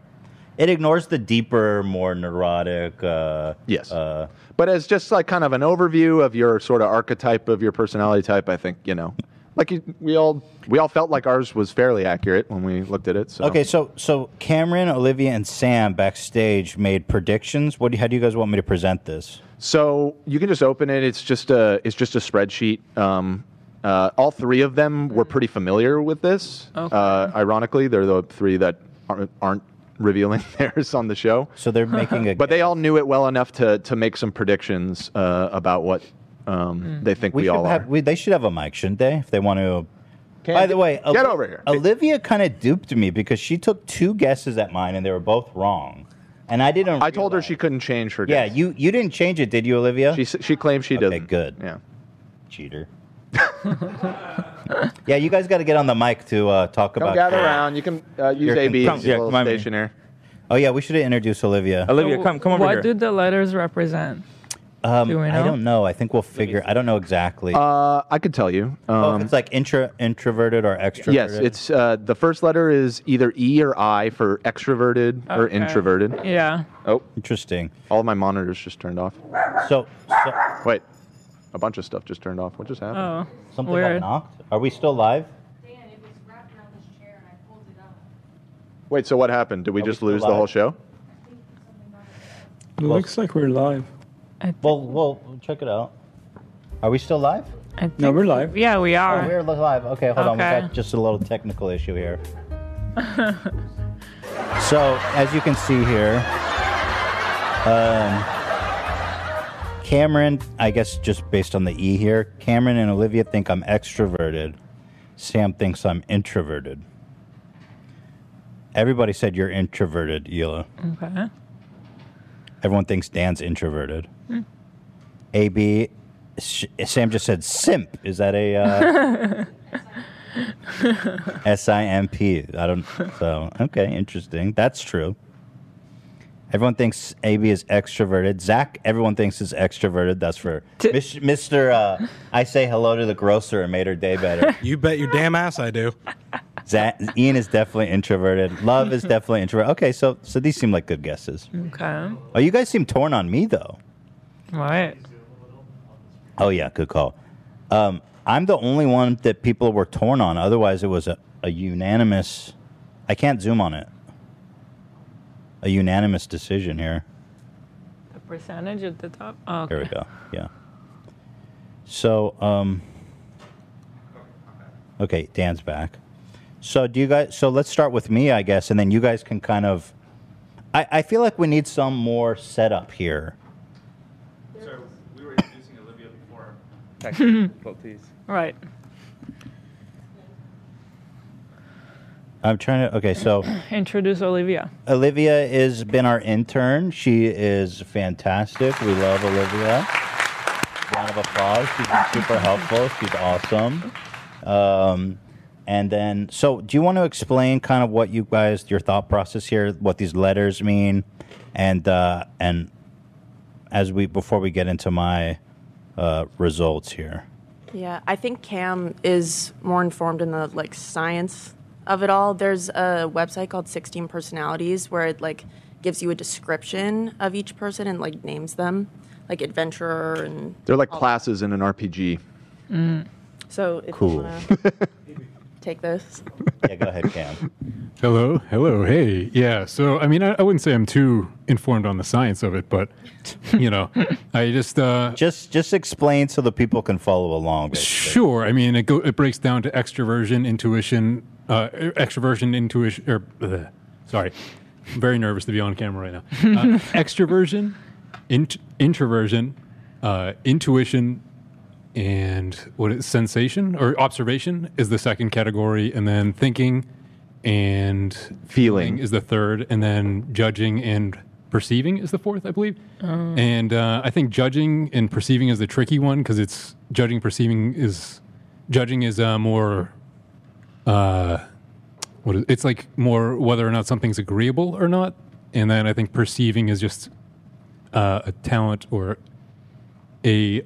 S2: It ignores the deeper, more neurotic. Uh,
S3: yes.
S2: Uh,
S3: But as just like kind of an overview of your sort of archetype of your personality type, I think you know, like you, we all we all felt like ours was fairly accurate when we looked at it. So
S2: Okay, so so Cameron, Olivia, and Sam backstage made predictions. What do, how do you guys want me to present this?
S3: So you can just open it. It's just a it's just a spreadsheet. Um, uh, all three of them were pretty familiar with this. Uh, ironically, they're the three that aren't, aren't revealing <laughs> theirs on the show.
S2: So they're making a.
S3: <laughs> but they all knew it well enough to to make some predictions uh, about what um, they think we,
S2: should
S3: all
S2: have,
S3: are.
S2: we, they should have a mic, shouldn't they? If they want to. By the way, Oli-
S3: get over here.
S2: Olivia kind of duped me because she took two guesses at mine and they were both wrong, and I didn't. I told her she
S3: couldn't change her.
S2: Yeah, you you didn't change it, did you, Olivia? She
S3: she claims she
S2: okay, did. Good.
S3: Yeah.
S2: Cheater. <laughs> yeah, you guys got to get on the mic to uh, talk
S3: Come
S2: about.
S3: gather
S2: your-
S3: around. You can uh, use
S2: your
S3: AB
S2: con-
S3: as a little stationer.
S2: Oh yeah, we should have introduced Olivia.
S4: So what do the letters represent?
S2: Um,
S4: Do we
S2: I
S4: know?
S2: don't know. I think we'll figure. I don't know exactly.
S3: Uh, I could tell you.
S2: oh,
S3: Um,
S2: if it's like intra introverted or extroverted.
S3: Yes, it's uh, the first letter is either E or I for extroverted or
S2: Okay.
S3: introverted.
S4: Yeah.
S3: Oh,
S2: interesting.
S3: All my monitors just turned off.
S2: So,
S3: wait, a bunch of stuff just turned off. What just happened?
S4: Oh,
S2: something got knocked. Are we still live?
S3: Wait, so what happened? Did we just lose the whole show?
S6: It looks like we're live.
S2: Well, well, check it out. Are we still live?
S6: No, we're live.
S4: Yeah, we are.
S2: Oh, we're live. Okay, hold on. We
S4: Okay.
S2: got just a little technical issue
S4: <laughs>
S2: here. So, as you can see here, um, Cameron, I guess just based on the E here, Cameron and Olivia think I'm extroverted. Sam thinks I'm introverted. Everybody said you're introverted, Hila.
S4: okay.
S2: Everyone thinks Dan's introverted. AB, sh- Sam just said simp. Is that a uh,
S4: <laughs>
S2: S I M P? I don't. So okay, interesting. That's true. Everyone thinks AB is extroverted. Zach, everyone thinks is extroverted. That's for Mis- Mr. Uh, I say hello to the grocer and made her day better.
S6: <laughs> You bet your damn ass I do.
S2: Zach, Ian is definitely introverted. Love is definitely introverted. Okay, so so these seem like good guesses.
S4: okay.
S2: Oh, you guys seem torn on me though.
S4: All right.
S2: Oh yeah, good call. Um, I'm the only one that people were torn on. Otherwise, it was a, a unanimous. I can't zoom on it. A unanimous decision here.
S4: The percentage at the top. Oh, okay.
S2: There we go. Yeah. So, um, okay, Dan's back. So, do you guys? So, let's start with me, I guess, and then you guys can kind of. I, I feel like we need some more setup here.
S5: So we
S7: <laughs>
S5: were introducing Olivia before. Technical difficulties.
S4: Right.
S2: I'm trying to. Okay, so
S4: Introduce Olivia.
S2: Olivia has been our intern. She is fantastic. We love Olivia. Round of applause. She's been super helpful. She's awesome. Um, and then, so do you want to explain kind of what you guys, your thought process here, what these letters mean, and uh, and as we before we get into my uh, results here.
S18: Yeah, I think Cam is more informed in the like science of it all. There's a website called 16 Personalities where it like gives you a description of each person and like names them, like adventurer and
S3: They're like
S18: all-
S3: classes in an RPG.
S18: So if
S3: Cool.
S18: you
S3: <laughs>
S18: wanna take this,
S2: Yeah, go ahead, Cam.
S19: Hello, hello, hey, yeah. So, I mean, I, I wouldn't say I'm too informed on the science of it, but you know, I just uh,
S2: just just explain so the people can follow along.
S19: Sure, I mean, it go, it breaks down to extroversion, intuition, uh, extroversion, intuition, or bleh. sorry, I'm very nervous to be on camera right now. Uh, extroversion, int- introversion, uh, intuition, and what is sensation or observation is the second category, and then thinking and feeling is the third, and then judging and perceiving is the fourth, I believe.
S4: Mm.
S2: Mm.
S19: And uh, I think judging and perceiving is the tricky one because it's judging, perceiving is judging is uh, more. Uh, what is, it's like more whether or not something's agreeable or not, and then I think perceiving is just uh, a talent or a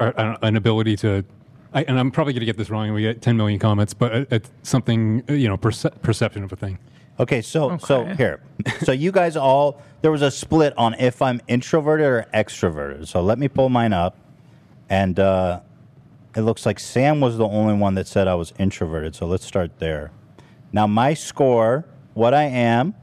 S19: or, I don't- an ability to. I, and I'm probably going to get this wrong, and we get 10 million comments, but it- it's something uh, you know, perce- perception of a thing.
S2: Okay, so so here, so you guys all there was a split on if I'm introverted or extroverted. So let me pull mine up, and uh, it looks like Sam was the only one that said I was introverted. So let's start there. Now my score, what I am,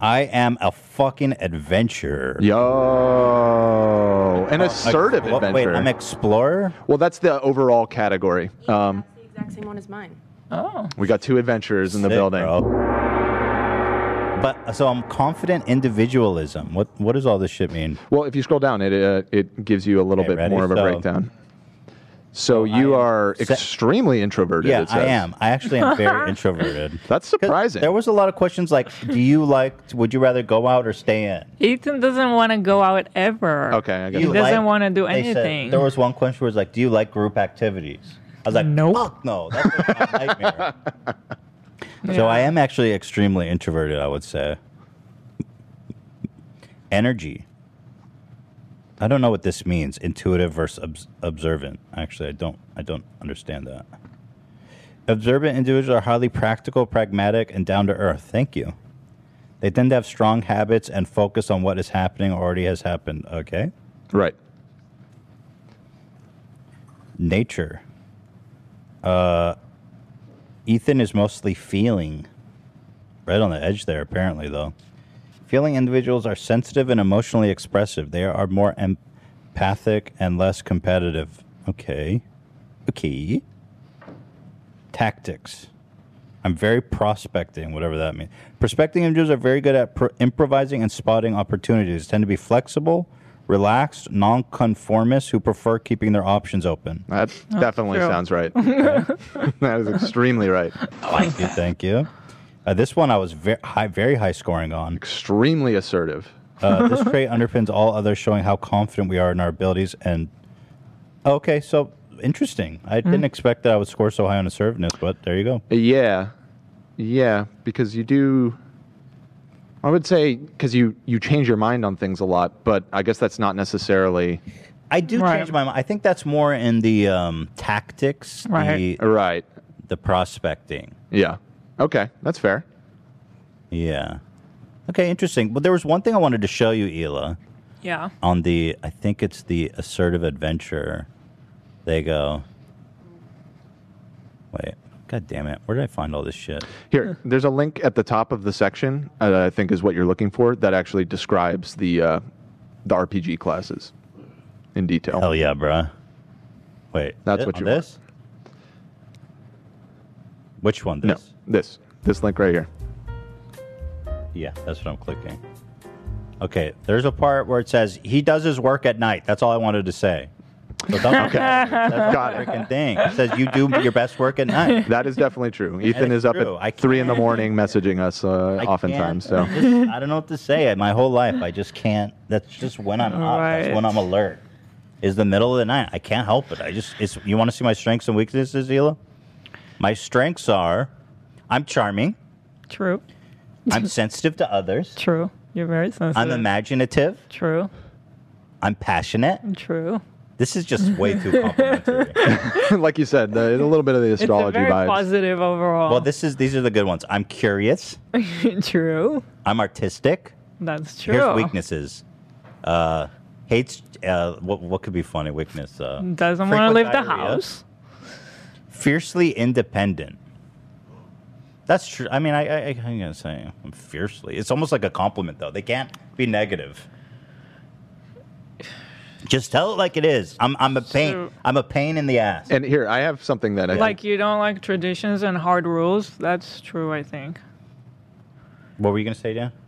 S2: I am a fucking adventurer.
S3: Yo, an assertive
S2: Oh, what-
S3: adventure.
S2: Wait, I'm explorer.
S3: Well, that's the overall category. Um,
S18: exact same one as mine. Oh.
S3: we got two adventurers in the
S2: Sick,
S3: building.
S2: But so I'm confident individualism. What what does all this shit mean?
S3: Well, if you scroll down, it uh, it gives you a little
S2: Okay,
S3: bit
S2: ready?
S3: more of a
S2: So-
S3: breakdown. So you are extremely introverted.
S2: Yeah,
S3: it
S2: I
S3: says.
S2: am. I actually am
S3: <laughs>
S4: <laughs>
S2: very introverted.
S3: That's surprising.
S2: There was a lot of questions like, do you like? Would you rather go out or stay in?
S4: Ethan doesn't want to go out ever.
S2: Do
S4: He
S2: you
S4: doesn't
S2: like-
S4: want to do
S2: they said-
S4: anything.
S2: there was one question where it was like, do you like group activities? I was like,
S4: Nope.
S2: fuck no.
S4: <laughs>
S2: That's a nightmare. So I am actually extremely introverted. I would say. Energy. I don't know what this means. Intuitive versus obs- observant. Actually, I don't. I don't understand that. Observant individuals are highly practical, pragmatic, and down to earth. Thank you. They tend to have strong habits and focus on what is happening or already has happened. Okay.
S3: Right.
S2: Nature. Uh, Ethan is mostly feeling. Right on the edge there, apparently, though. Feeling individuals are sensitive and emotionally expressive. They are more empathic and less competitive. Okay. Okay. Tactics. I'm very prospecting, whatever that means. Prospecting individuals are very good at pro- improvising and spotting opportunities. Tend to be flexible, relaxed, nonconformists who prefer keeping their options open.
S3: That definitely
S2: true. <laughs>
S3: sounds
S19: <laughs>
S3: right. <laughs> that is extremely right.
S2: Thank you. Thank you. Uh, this one I was very high, very high scoring on.
S3: Extremely assertive.
S2: Uh, this
S3: <laughs>
S2: trait underpins all others, showing how confident we are in our abilities. And okay, so interesting. I didn't expect that I would score so high on assertiveness, but there you go.
S3: Yeah, yeah, because you do. I would say because you you change your mind on things a lot, but I guess that's not necessarily.
S2: I do change my mind. I think that's more in the um, tactics,
S3: Right.
S2: the,
S3: right,
S2: the prospecting.
S3: Yeah. Okay, that's fair.
S2: Yeah. Okay, interesting. But there was one thing I wanted to show you, Hila.
S4: yeah.
S2: on the I think it's the assertive adventurer. They go. Wait, god damn it! Where did I find all this shit?
S3: Here, there's a link at the top of the section uh, that I think is what you're looking for that actually describes the uh, the RPG classes in detail. Hell
S2: yeah, bruh. Wait,
S3: that's
S2: thi-
S3: what
S2: on
S3: you
S2: this? Which one?
S3: No,
S2: This?
S3: this this link right here.
S2: Yeah, that's what I'm clicking. Okay, there's a part where it says he does his work at night. That's all I wanted to say. So don't
S3: <laughs> Okay.
S2: That's
S3: Got
S2: the
S3: it.
S2: freaking thing. It says you do your best work at night.
S3: That is definitely true. Ethan
S2: is
S3: is up
S2: true.
S3: at three in the morning messaging us uh, oftentimes. So
S2: I, just- I don't know what to say. My whole life, I just can't. That's just when I'm up. That's when I'm alert. Is the middle of the night. I can't help it. I just. It's. You want to see my strengths and weaknesses, Hila? My strengths are, I'm charming.
S4: True.
S2: I'm <laughs> sensitive to others.
S4: True. You're very sensitive.
S2: I'm imaginative.
S4: True.
S2: I'm passionate.
S4: True.
S2: This is just way too
S4: <laughs>
S2: complimentary.
S3: <laughs> like you said, the, a little bit of the
S4: It's a very positive overall.
S2: Well, this is these are the good ones. I'm curious.
S4: <laughs> true.
S2: <laughs> I'm artistic.
S4: That's true.
S2: Here's weaknesses. Uh, hates. Uh, what what could be funny? Weakness. Uh,
S4: Doesn't wanna
S2: frequent
S4: leave the
S2: diarrhea.
S4: house.
S2: Fiercely independent. That's true. I mean, I, I, I I'm gonna say I'm fiercely. It's almost like a compliment, though. They can't be negative. Just tell it like it is. I'm I'm a pain.
S4: So-
S2: I'm a pain in the ass.
S3: And here, I have something that
S4: Like you don't like traditions and hard rules. That's true, I think.
S2: What were you gonna say, Dan?
S3: <laughs>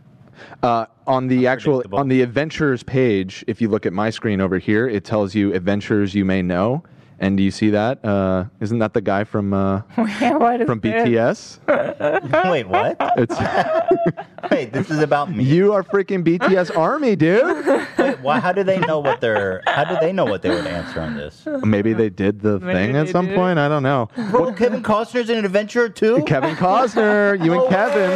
S3: Uh, on the actual on the adventures page, if you look at my screen over here, it tells you adventures you may know. And do you see that? Uh, isn't that the guy from uh,
S4: what is
S3: from
S4: this?
S2: <laughs>
S3: BTS?
S2: Wait, what? <laughs> Wait, this is about me.
S3: You are
S2: <laughs>
S3: freaking BTS Army, dude.
S2: Wait, why, how do they know what they're? How do they know what they would answer on this?
S3: Maybe they did the
S2: Maybe
S3: thing at
S2: they
S3: some
S2: did.
S3: point. I don't know.
S2: Bro, Kevin Costner's an adventurer too.
S3: Kevin Costner, you and Kevin.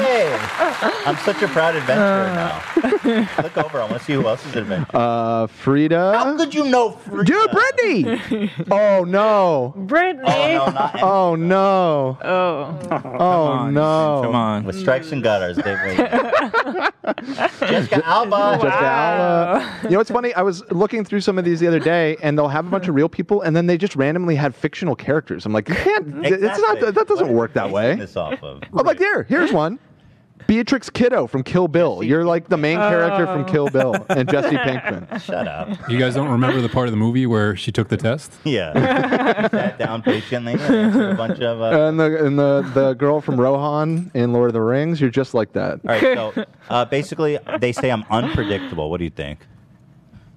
S2: I'm such a proud adventurer now. Look over. I want to see who else is an adventurer.
S3: Uh, Frida. How
S2: could you know Frida? <laughs>
S3: Dude, Brittany. oh no.
S4: Brittany.
S2: Oh no, not
S3: Oh no.
S4: Oh.
S3: Oh no. Come
S7: on.
S2: With stripes and gutters, they
S4: <laughs>
S2: win. Jessica Alba.
S3: Jessica Alba. You know what's funny? I was looking through some of these the other day, and they'll have a bunch of real people, and then they just randomly had fictional characters. I'm like, you can't. It's not.
S2: Exactly.
S3: That, that doesn't
S2: What
S3: work that way.
S2: This off of.
S3: I'm like, there. Here's one. Beatrix Kiddo from Kill Bill. You're like the main character from Kill Bill, and Jesse Pinkman.
S2: Oh. <laughs> Shut up.
S19: You guys don't remember the part of the movie where she took the test?
S2: Yeah. Sat down patiently. and answered A bunch of. Uh,
S3: And the and the the girl from Rohan in Lord of the Rings. You're just like that.
S2: All right,
S4: <laughs>
S2: so uh, basically, they say I'm unpredictable. What do you think?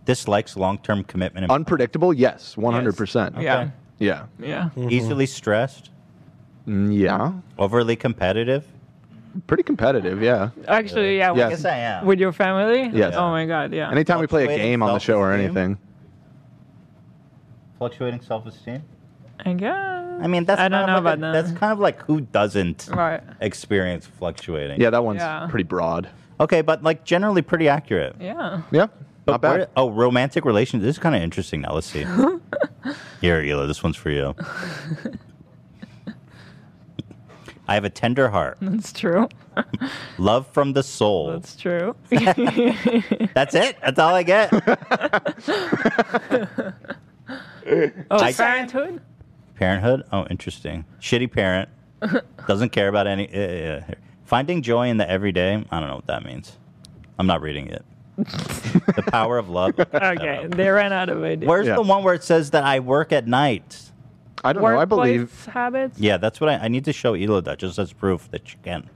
S2: Dislikes long-term commitment. And
S3: Unpredictable? Yes, 100%.
S4: Yeah.
S3: Yeah. Mm,
S4: Yeah.
S2: Easily stressed.
S3: Yeah.
S2: Overly competitive.
S3: Pretty competitive, yeah.
S4: Actually, yeah.
S3: Uh, Yes.
S4: with-
S3: Yes, I am.
S4: With your family?
S3: Yes.
S4: Oh my god, yeah.
S3: Anytime we play a
S2: Fluctuating
S3: game on the show or anything.
S2: Fluctuating self-esteem.
S4: I guess.
S2: I mean, that's
S4: I don't
S2: kind
S4: know
S2: of like
S4: about
S2: a-
S4: that.
S2: that's kind of like who doesn't
S4: Right.
S2: experience fluctuating.
S3: Yeah, that one's
S4: Yeah.
S3: pretty broad.
S2: Okay, but like generally pretty accurate.
S4: Yeah. <laughs>
S3: Yeah.
S2: But
S3: Not bad.
S2: where- oh, romantic relations. This is kind of interesting. Now let's see.
S3: <laughs>
S2: Here, Hila, this one's for you. I have a tender
S3: <laughs>
S2: heart,
S4: That's true.
S2: love from the soul. <laughs>
S4: That's true.
S2: That's it. That's all I <laughs> get.
S4: oh,
S2: I-
S4: parenthood?
S2: Parenthood. Oh, interesting. Shitty
S4: <laughs>
S2: parent. Doesn't care about any. eh, eh, eh. Finding joy in the everyday. I don't know what that means. I'm not reading it. the power of
S4: <laughs>
S2: love.
S4: Okay, they ran out of ideas.
S2: Where's the one where it says that I work at night?
S3: I
S4: Workplace habits?
S2: Yeah, that's what I, I need to show Elo that just as proof that she
S3: <laughs>
S2: can't.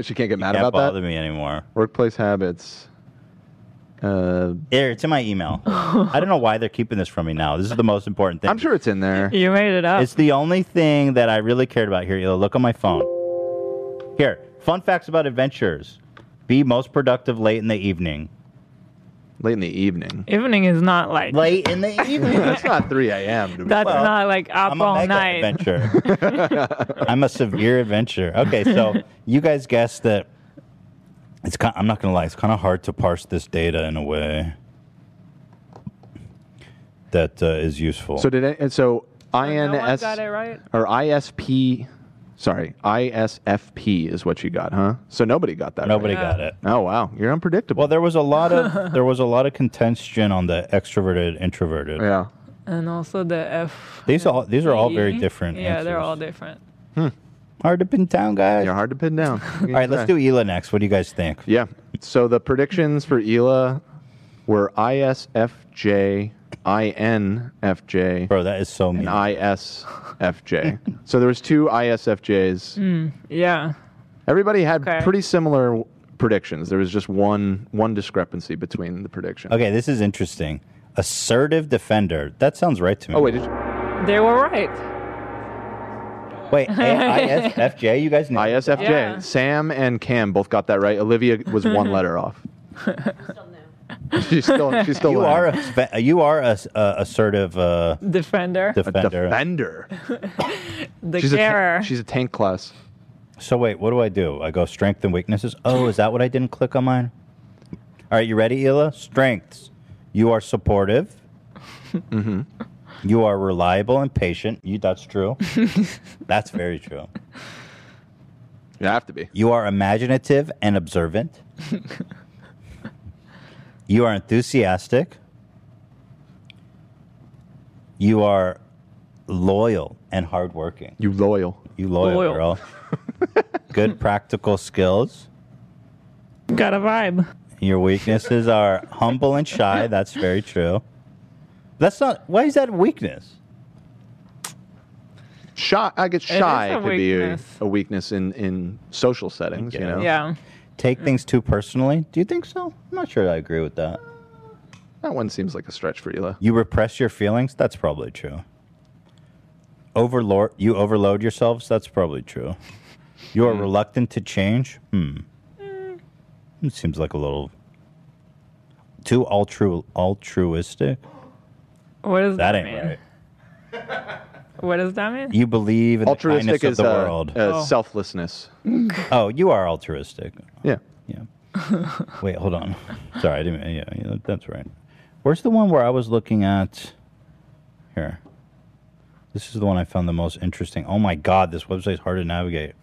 S3: she can't get mad
S2: can't
S3: about that.
S2: bother me anymore.
S3: Workplace habits. Uh,
S2: Here, it's in my email. I don't know why they're keeping this from me now. This is the most important thing. I'm
S3: sure it's in
S4: <laughs>
S3: there.
S4: <laughs> You made it up.
S2: It's the only thing that I really cared about here. Elo, look on my phone. Here, fun facts about adventures. Be most productive late in the evening.
S3: Late in the evening.
S4: Evening is not like
S2: late in the evening.
S3: <laughs> That's not 3 a.m.
S4: <laughs> That's not like up
S2: I'm a
S4: all
S2: mega
S4: night. <laughs>
S2: adventurer. I'm a severe adventurer. Okay, so you guys guessed that. It's kind. I'm not gonna lie. It's kind of hard to parse this data in a way that uh, is useful.
S3: So did I, and so
S4: No one
S3: INS
S4: got it right.
S3: or ISP sorry, ISFP is what you got, huh? So nobody got that.
S2: Nobody
S3: right.
S2: got it.
S3: Oh wow, you're unpredictable. Well,
S2: there was a lot
S4: <laughs>
S2: of there was a lot of contention on the extroverted introverted.
S3: Yeah.
S4: And also the F.
S2: These all these are all very
S4: E.
S2: different.
S4: Yeah, they're
S2: answers.
S4: all different.
S2: hard to pin down, guys. You're
S3: Hmm. hard to pin down.
S2: <laughs> all right, let's do Ela next. What do you guys think?
S3: Yeah. So the predictions for ELA were ISFJ, INFJ.
S2: Bro, that is so mean.
S3: And ISFJ. <laughs> so there was two ISFJs.
S4: Mm, yeah.
S3: Everybody had
S4: Okay.
S3: pretty similar w- predictions. There was just one one discrepancy between the predictions.
S2: Okay, this is interesting. Assertive defender. That sounds right to me. Oh wait, did you,
S4: They were right.
S2: wait, AISFJ. You guys know
S3: ISFJ.
S4: Yeah.
S3: Sam and Cam both got that right. Olivia was one
S4: <laughs>
S3: letter off. <laughs> She's still. She's still.
S2: you
S3: learning.
S2: are a, spe- you are a, s- a- assertive uh,
S4: Defender.
S2: defender.
S3: defender.
S4: The
S2: She's a ta-
S4: carer.
S3: she's a tank class.
S2: So wait, what do I do? I go strength and weaknesses. Oh, is that what I didn't click on mine? All right, you ready, Ila? Strengths. You are supportive. mm-hmm. You are reliable and patient. You that's true. that's very true.
S3: You have to be.
S2: You are imaginative and
S3: <laughs>
S2: observant. you are enthusiastic. You are loyal and hardworking.
S3: You loyal.
S2: You loyal,
S4: Loyal.
S3: <laughs>
S2: girl. Good practical skills.
S4: Got a vibe.
S2: Your weaknesses are humble and
S3: <laughs>
S2: shy. That's very true. That's not. Why is that a weakness?
S3: Shy. I get
S2: It is
S3: shy.
S2: a
S3: could be a,
S2: weakness.
S3: a weakness in in social settings. You know.
S4: Yeah.
S2: Take things too personally. Do you think so? I'm not sure. I agree with that.
S3: That one seems like a stretch for Ela.
S2: You repress your feelings. That's probably true. Overlord. You overload yourselves. That's probably true. You
S3: Hmm.
S2: are reluctant to change. Hmm. It seems like a little too altru altruistic.
S4: What does
S2: That
S4: that,
S2: ain't
S4: mean?
S2: right.
S4: What does that mean?
S2: You believe in the
S3: Altruistic
S2: kindness
S3: is
S2: of the
S3: uh,
S2: world.
S3: uh, selflessness.
S2: <laughs> oh, you are altruistic.
S3: Yeah.
S2: Yeah. Wait, hold on. Sorry, I didn't. Yeah, yeah, that's right. Where's the one where I was looking at? Here. This is the one I found the most interesting. Oh my God, this website's hard to navigate.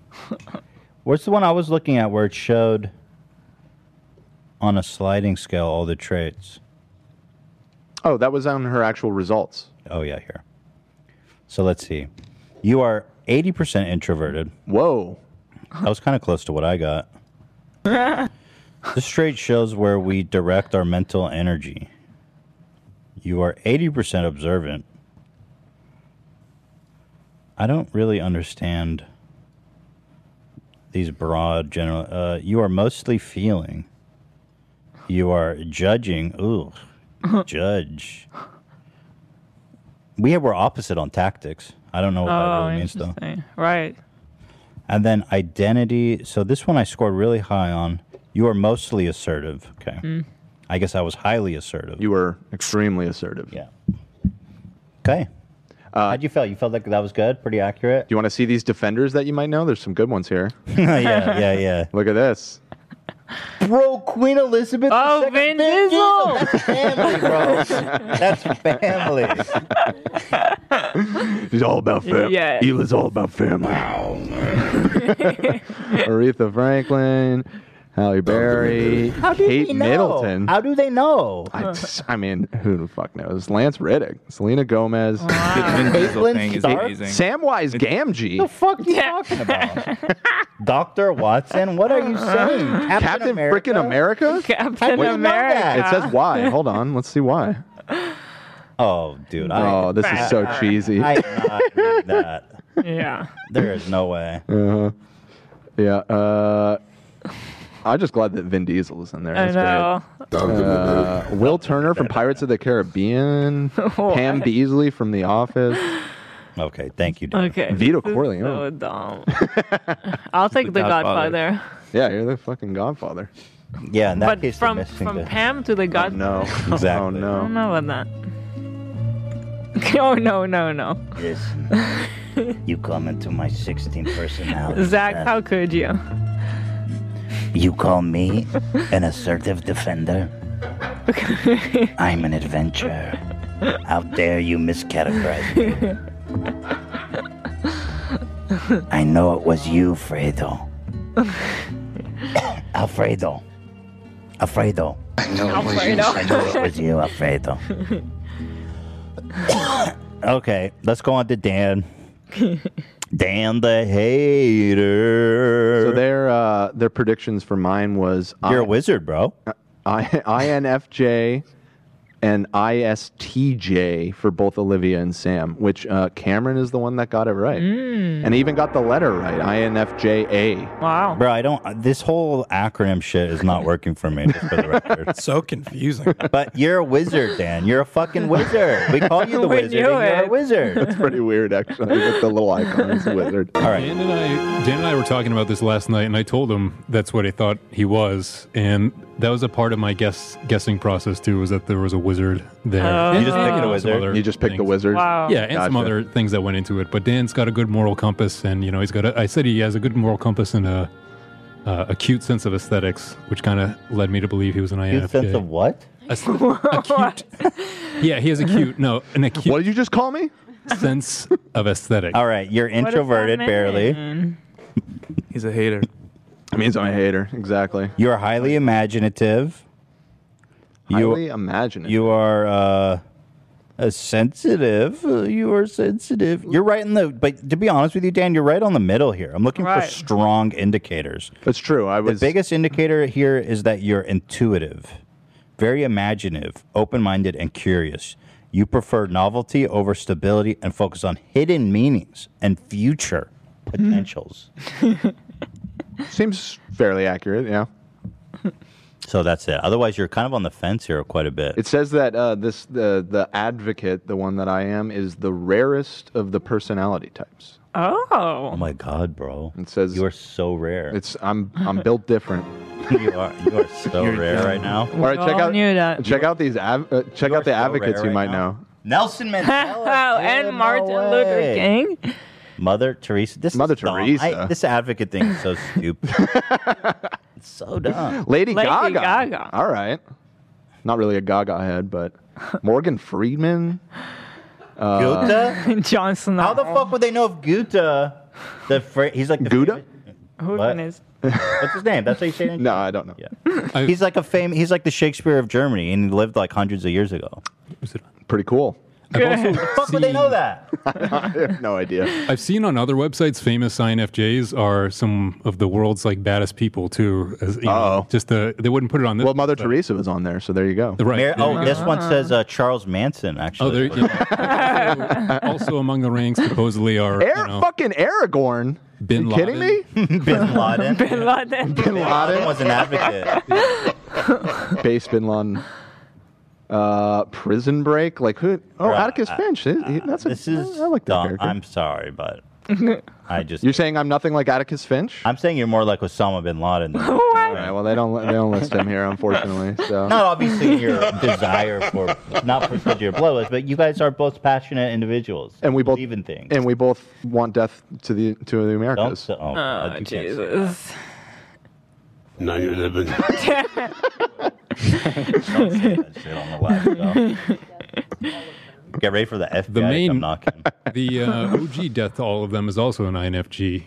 S2: Where's the one I was looking at where it showed on a sliding scale all the traits?
S3: Oh, that was on her actual results.
S2: Oh yeah, here. So let's see. You are 80% introverted.
S3: Whoa.
S2: That was kind of close to what I got. this trait shows where we direct our mental energy. You are 80% observant. I don't really understand these broad general. Uh, you are mostly feeling. You are judging. Ooh, judge. We were opposite on tactics. I don't know what that
S4: Oh,
S2: really means, though.
S4: Right.
S2: And then identity. So this one I scored really high on. You are mostly assertive. Okay.
S4: Mm.
S2: I guess I was highly assertive.
S3: You were extremely assertive.
S2: Yeah. Okay.
S3: Uh,
S2: How'd you feel? You felt like that was good, pretty accurate.
S3: Do you want to see these defenders that you might know? There's some good ones here.
S2: <laughs> yeah, yeah, yeah.
S3: Look at this.
S2: Bro, Queen Elizabeth.
S4: Oh, Vin Diesel.
S2: Family, bro. That's family. <laughs>
S3: <laughs>
S4: <laughs>
S3: He's all about family.
S4: Yeah.
S3: Ela's all about family. Aretha Franklin, Halle Berry,
S2: How do
S3: Kate
S2: they know?
S3: Middleton.
S2: How do they know?
S3: I, just- <laughs> I mean, who the fuck knows? Lance Riddick, Selena Gomez,
S7: Vin Diesel
S2: Caitlyn
S7: thing is
S2: Stark?
S7: amazing.
S3: Samwise Gamgee,
S2: the fuck you talking about? Dr. Watson, what
S4: <laughs>
S2: are you saying? Captain,
S3: Captain
S2: America?
S3: frickin' America.
S4: Captain
S2: Wait, you know that.
S4: America.
S3: It says
S4: <laughs>
S3: why. Hold on, let's see why.
S2: Oh, dude. I,
S3: Oh, this is so cheesy.
S2: I cannot read that.
S4: Yeah.
S2: There is no way.
S3: Uh-huh. Yeah. Uh, I'm just glad that Vin Diesel is in there.
S4: I
S3: That's great.
S4: know.
S3: Uh, Will Turner from Pirates of the
S4: <laughs>
S3: Caribbean. Pam Beasley from The Office.
S2: Okay, thank you, dude.
S4: Okay.
S3: Vito
S4: this is
S3: Corleone.
S4: So <laughs> dumb. I'll take Oh. the,
S3: Godfather.
S4: Godfather.
S3: Yeah, you're the fucking Godfather.
S2: Yeah, in that
S4: But
S2: case, they're
S4: from
S2: missing
S4: from
S2: the-
S4: Pam to the Godfather.
S3: No. Oh,
S2: <laughs> Exactly.
S4: I don't
S3: no.
S4: know about that. <laughs> oh no no no. <laughs>
S2: Listen, you come into my 16th personality.
S4: Zach,
S2: test.
S4: how could you?
S2: <laughs> You call me an assertive defender? I'm an adventurer. How dare you miscategorize me? I know it was you, Fredo. Alfredo. Alfredo. I know
S4: it was you. Alfredo.
S2: I know it was you, Alfredo. okay, let's go on to Dan. Dan the hater.
S3: So their uh, their predictions for mine was
S2: You're a
S3: I,
S2: wizard, bro.
S3: I, INFJ, and ISTJ for both Olivia and Sam, which uh, Cameron is the one that got it right.
S4: Mm.
S3: And he even got the letter right INFJA.
S4: Wow.
S2: Bro, I don't. This whole acronym shit is not working for me. Just for the record.
S6: so confusing.
S2: But you're a wizard, Dan. You're a fucking wizard. We call you the
S3: We
S2: wizard.
S3: knew
S2: and you're a
S3: it.
S2: wizard.
S3: <laughs> That's pretty weird, actually. With the little icon, it's a wizard. All
S2: right.
S19: Dan and I, Dan and I were talking about this last night, and I told him that's what I thought he was, and that was a part of my guess guessing process too. Was that there was a wizard there?
S3: Oh. You just picked
S19: And
S3: a
S19: some
S3: wizard.
S19: other
S3: You just picked the wizard? Wow.
S19: Yeah, and some
S3: Gotcha.
S19: other things that went into it. But Dan's got a good moral compass, and you know he's got. A, I said he has a good moral compass and a uh, acute sense of aesthetics, which kind of led me to believe he was an INFJ.
S2: Acute sense of what?
S19: A s- acute. yeah, he has acute. No,
S3: <laughs>
S19: an acute. What
S3: did you just call me?
S19: Sense of aesthetics.
S2: All right, you're
S19: does that
S2: introverted, barely.
S19: mean?
S3: He's a hater. I mean, he's a hater. Exactly.
S2: You're highly imaginative.
S3: Highly imaginative.
S2: You are uh, a sensitive. Uh, You are sensitive. You're right in the. But to be honest with you, Dan, you're right on the middle here. I'm looking for
S4: Right.
S2: strong indicators.
S3: That's true. I was
S2: the biggest indicator here is that you're intuitive, very imaginative, open-minded, and curious. You prefer novelty over stability and focus on hidden meanings and future potentials.
S3: Seems fairly accurate, yeah.
S2: <laughs> So that's it. Otherwise, you're kind of on the fence here quite a bit.
S3: It says that uh, this the the advocate, the one that I am, is the rarest of the personality types.
S4: Oh.
S2: Oh
S4: <laughs>
S2: my god, bro!
S3: It says you
S2: are so rare.
S3: It's I'm I'm built different.
S2: <laughs> you are you are so
S3: You're
S2: rare
S3: dumb.
S2: right now.
S3: All right, check out
S4: knew that.
S3: check out these av- uh, check out the advocates
S2: rare
S3: you
S2: right
S3: might
S2: now.
S3: know.
S2: Nelson Mandela.
S4: <laughs> oh, and Martin Luther King.
S2: Mother Teresa. This Mother
S3: Teresa.
S2: this advocate thing
S3: <laughs>
S2: is so stupid. it's so dumb.
S3: Lady,
S4: Lady
S3: Gaga.
S4: Gaga.
S3: All right. Not really a Gaga head, but Morgan Friedman. Uh,
S2: Guta?
S4: John Snow.
S2: How the fuck would they know if Guta? The fr- he's like the Guta.
S4: Who
S2: What?
S4: is?
S2: What's his name? That's what you say.
S3: No, I don't know.
S2: Yeah. he's like a fame. He's like the Shakespeare of Germany, and he lived like hundreds of years ago.
S3: Pretty cool.
S2: How the fuck would they know that?
S3: <laughs> I have no idea.
S19: I've seen on other websites famous INFJs are some of the world's like baddest people too. As, you know, just the they wouldn't put it on this.
S3: Well, Mother Teresa was on there, so there you go.
S19: Right.
S2: Mar-
S19: there
S2: oh,
S19: you
S2: this
S19: go.
S2: one says uh, Charles Manson. Actually,
S19: Oh, there, you
S4: <laughs>
S19: know, also among the ranks supposedly are
S3: Air,
S19: you know,
S3: fucking Aragorn.
S19: Bin
S3: you kidding me?
S2: <laughs> Bin Laden.
S4: <laughs> Bin Laden.
S3: Bin Laden
S2: was an
S3: <laughs>
S2: advocate.
S3: Base Bin Laden. Uh, prison Break. Like who? Oh,
S2: Bruh,
S3: Atticus
S2: I-
S3: Finch. He- he- that's a,
S2: This is
S3: I like that
S2: dumb.
S3: character.
S2: I'm sorry, but I just
S3: You're saying I'm nothing like Atticus Finch?
S2: I'm saying you're more like Osama bin Laden. Than
S3: All right. Well, they don't they don't list him here, unfortunately. So
S2: <laughs> not obviously your desire for not for your blow list, but you guys are both passionate individuals.
S3: And we both
S2: believe in things.
S3: and we both want death to the to the Americas.
S2: Don't- oh,
S4: Oh,
S2: God, you can't say that.
S4: Jesus.
S20: 9 11.
S2: Don't say that shit on the live show. Get ready for the FBI.
S19: the main
S2: I'm knocking.
S19: <laughs> the uh, OG death to all of them is also an INFG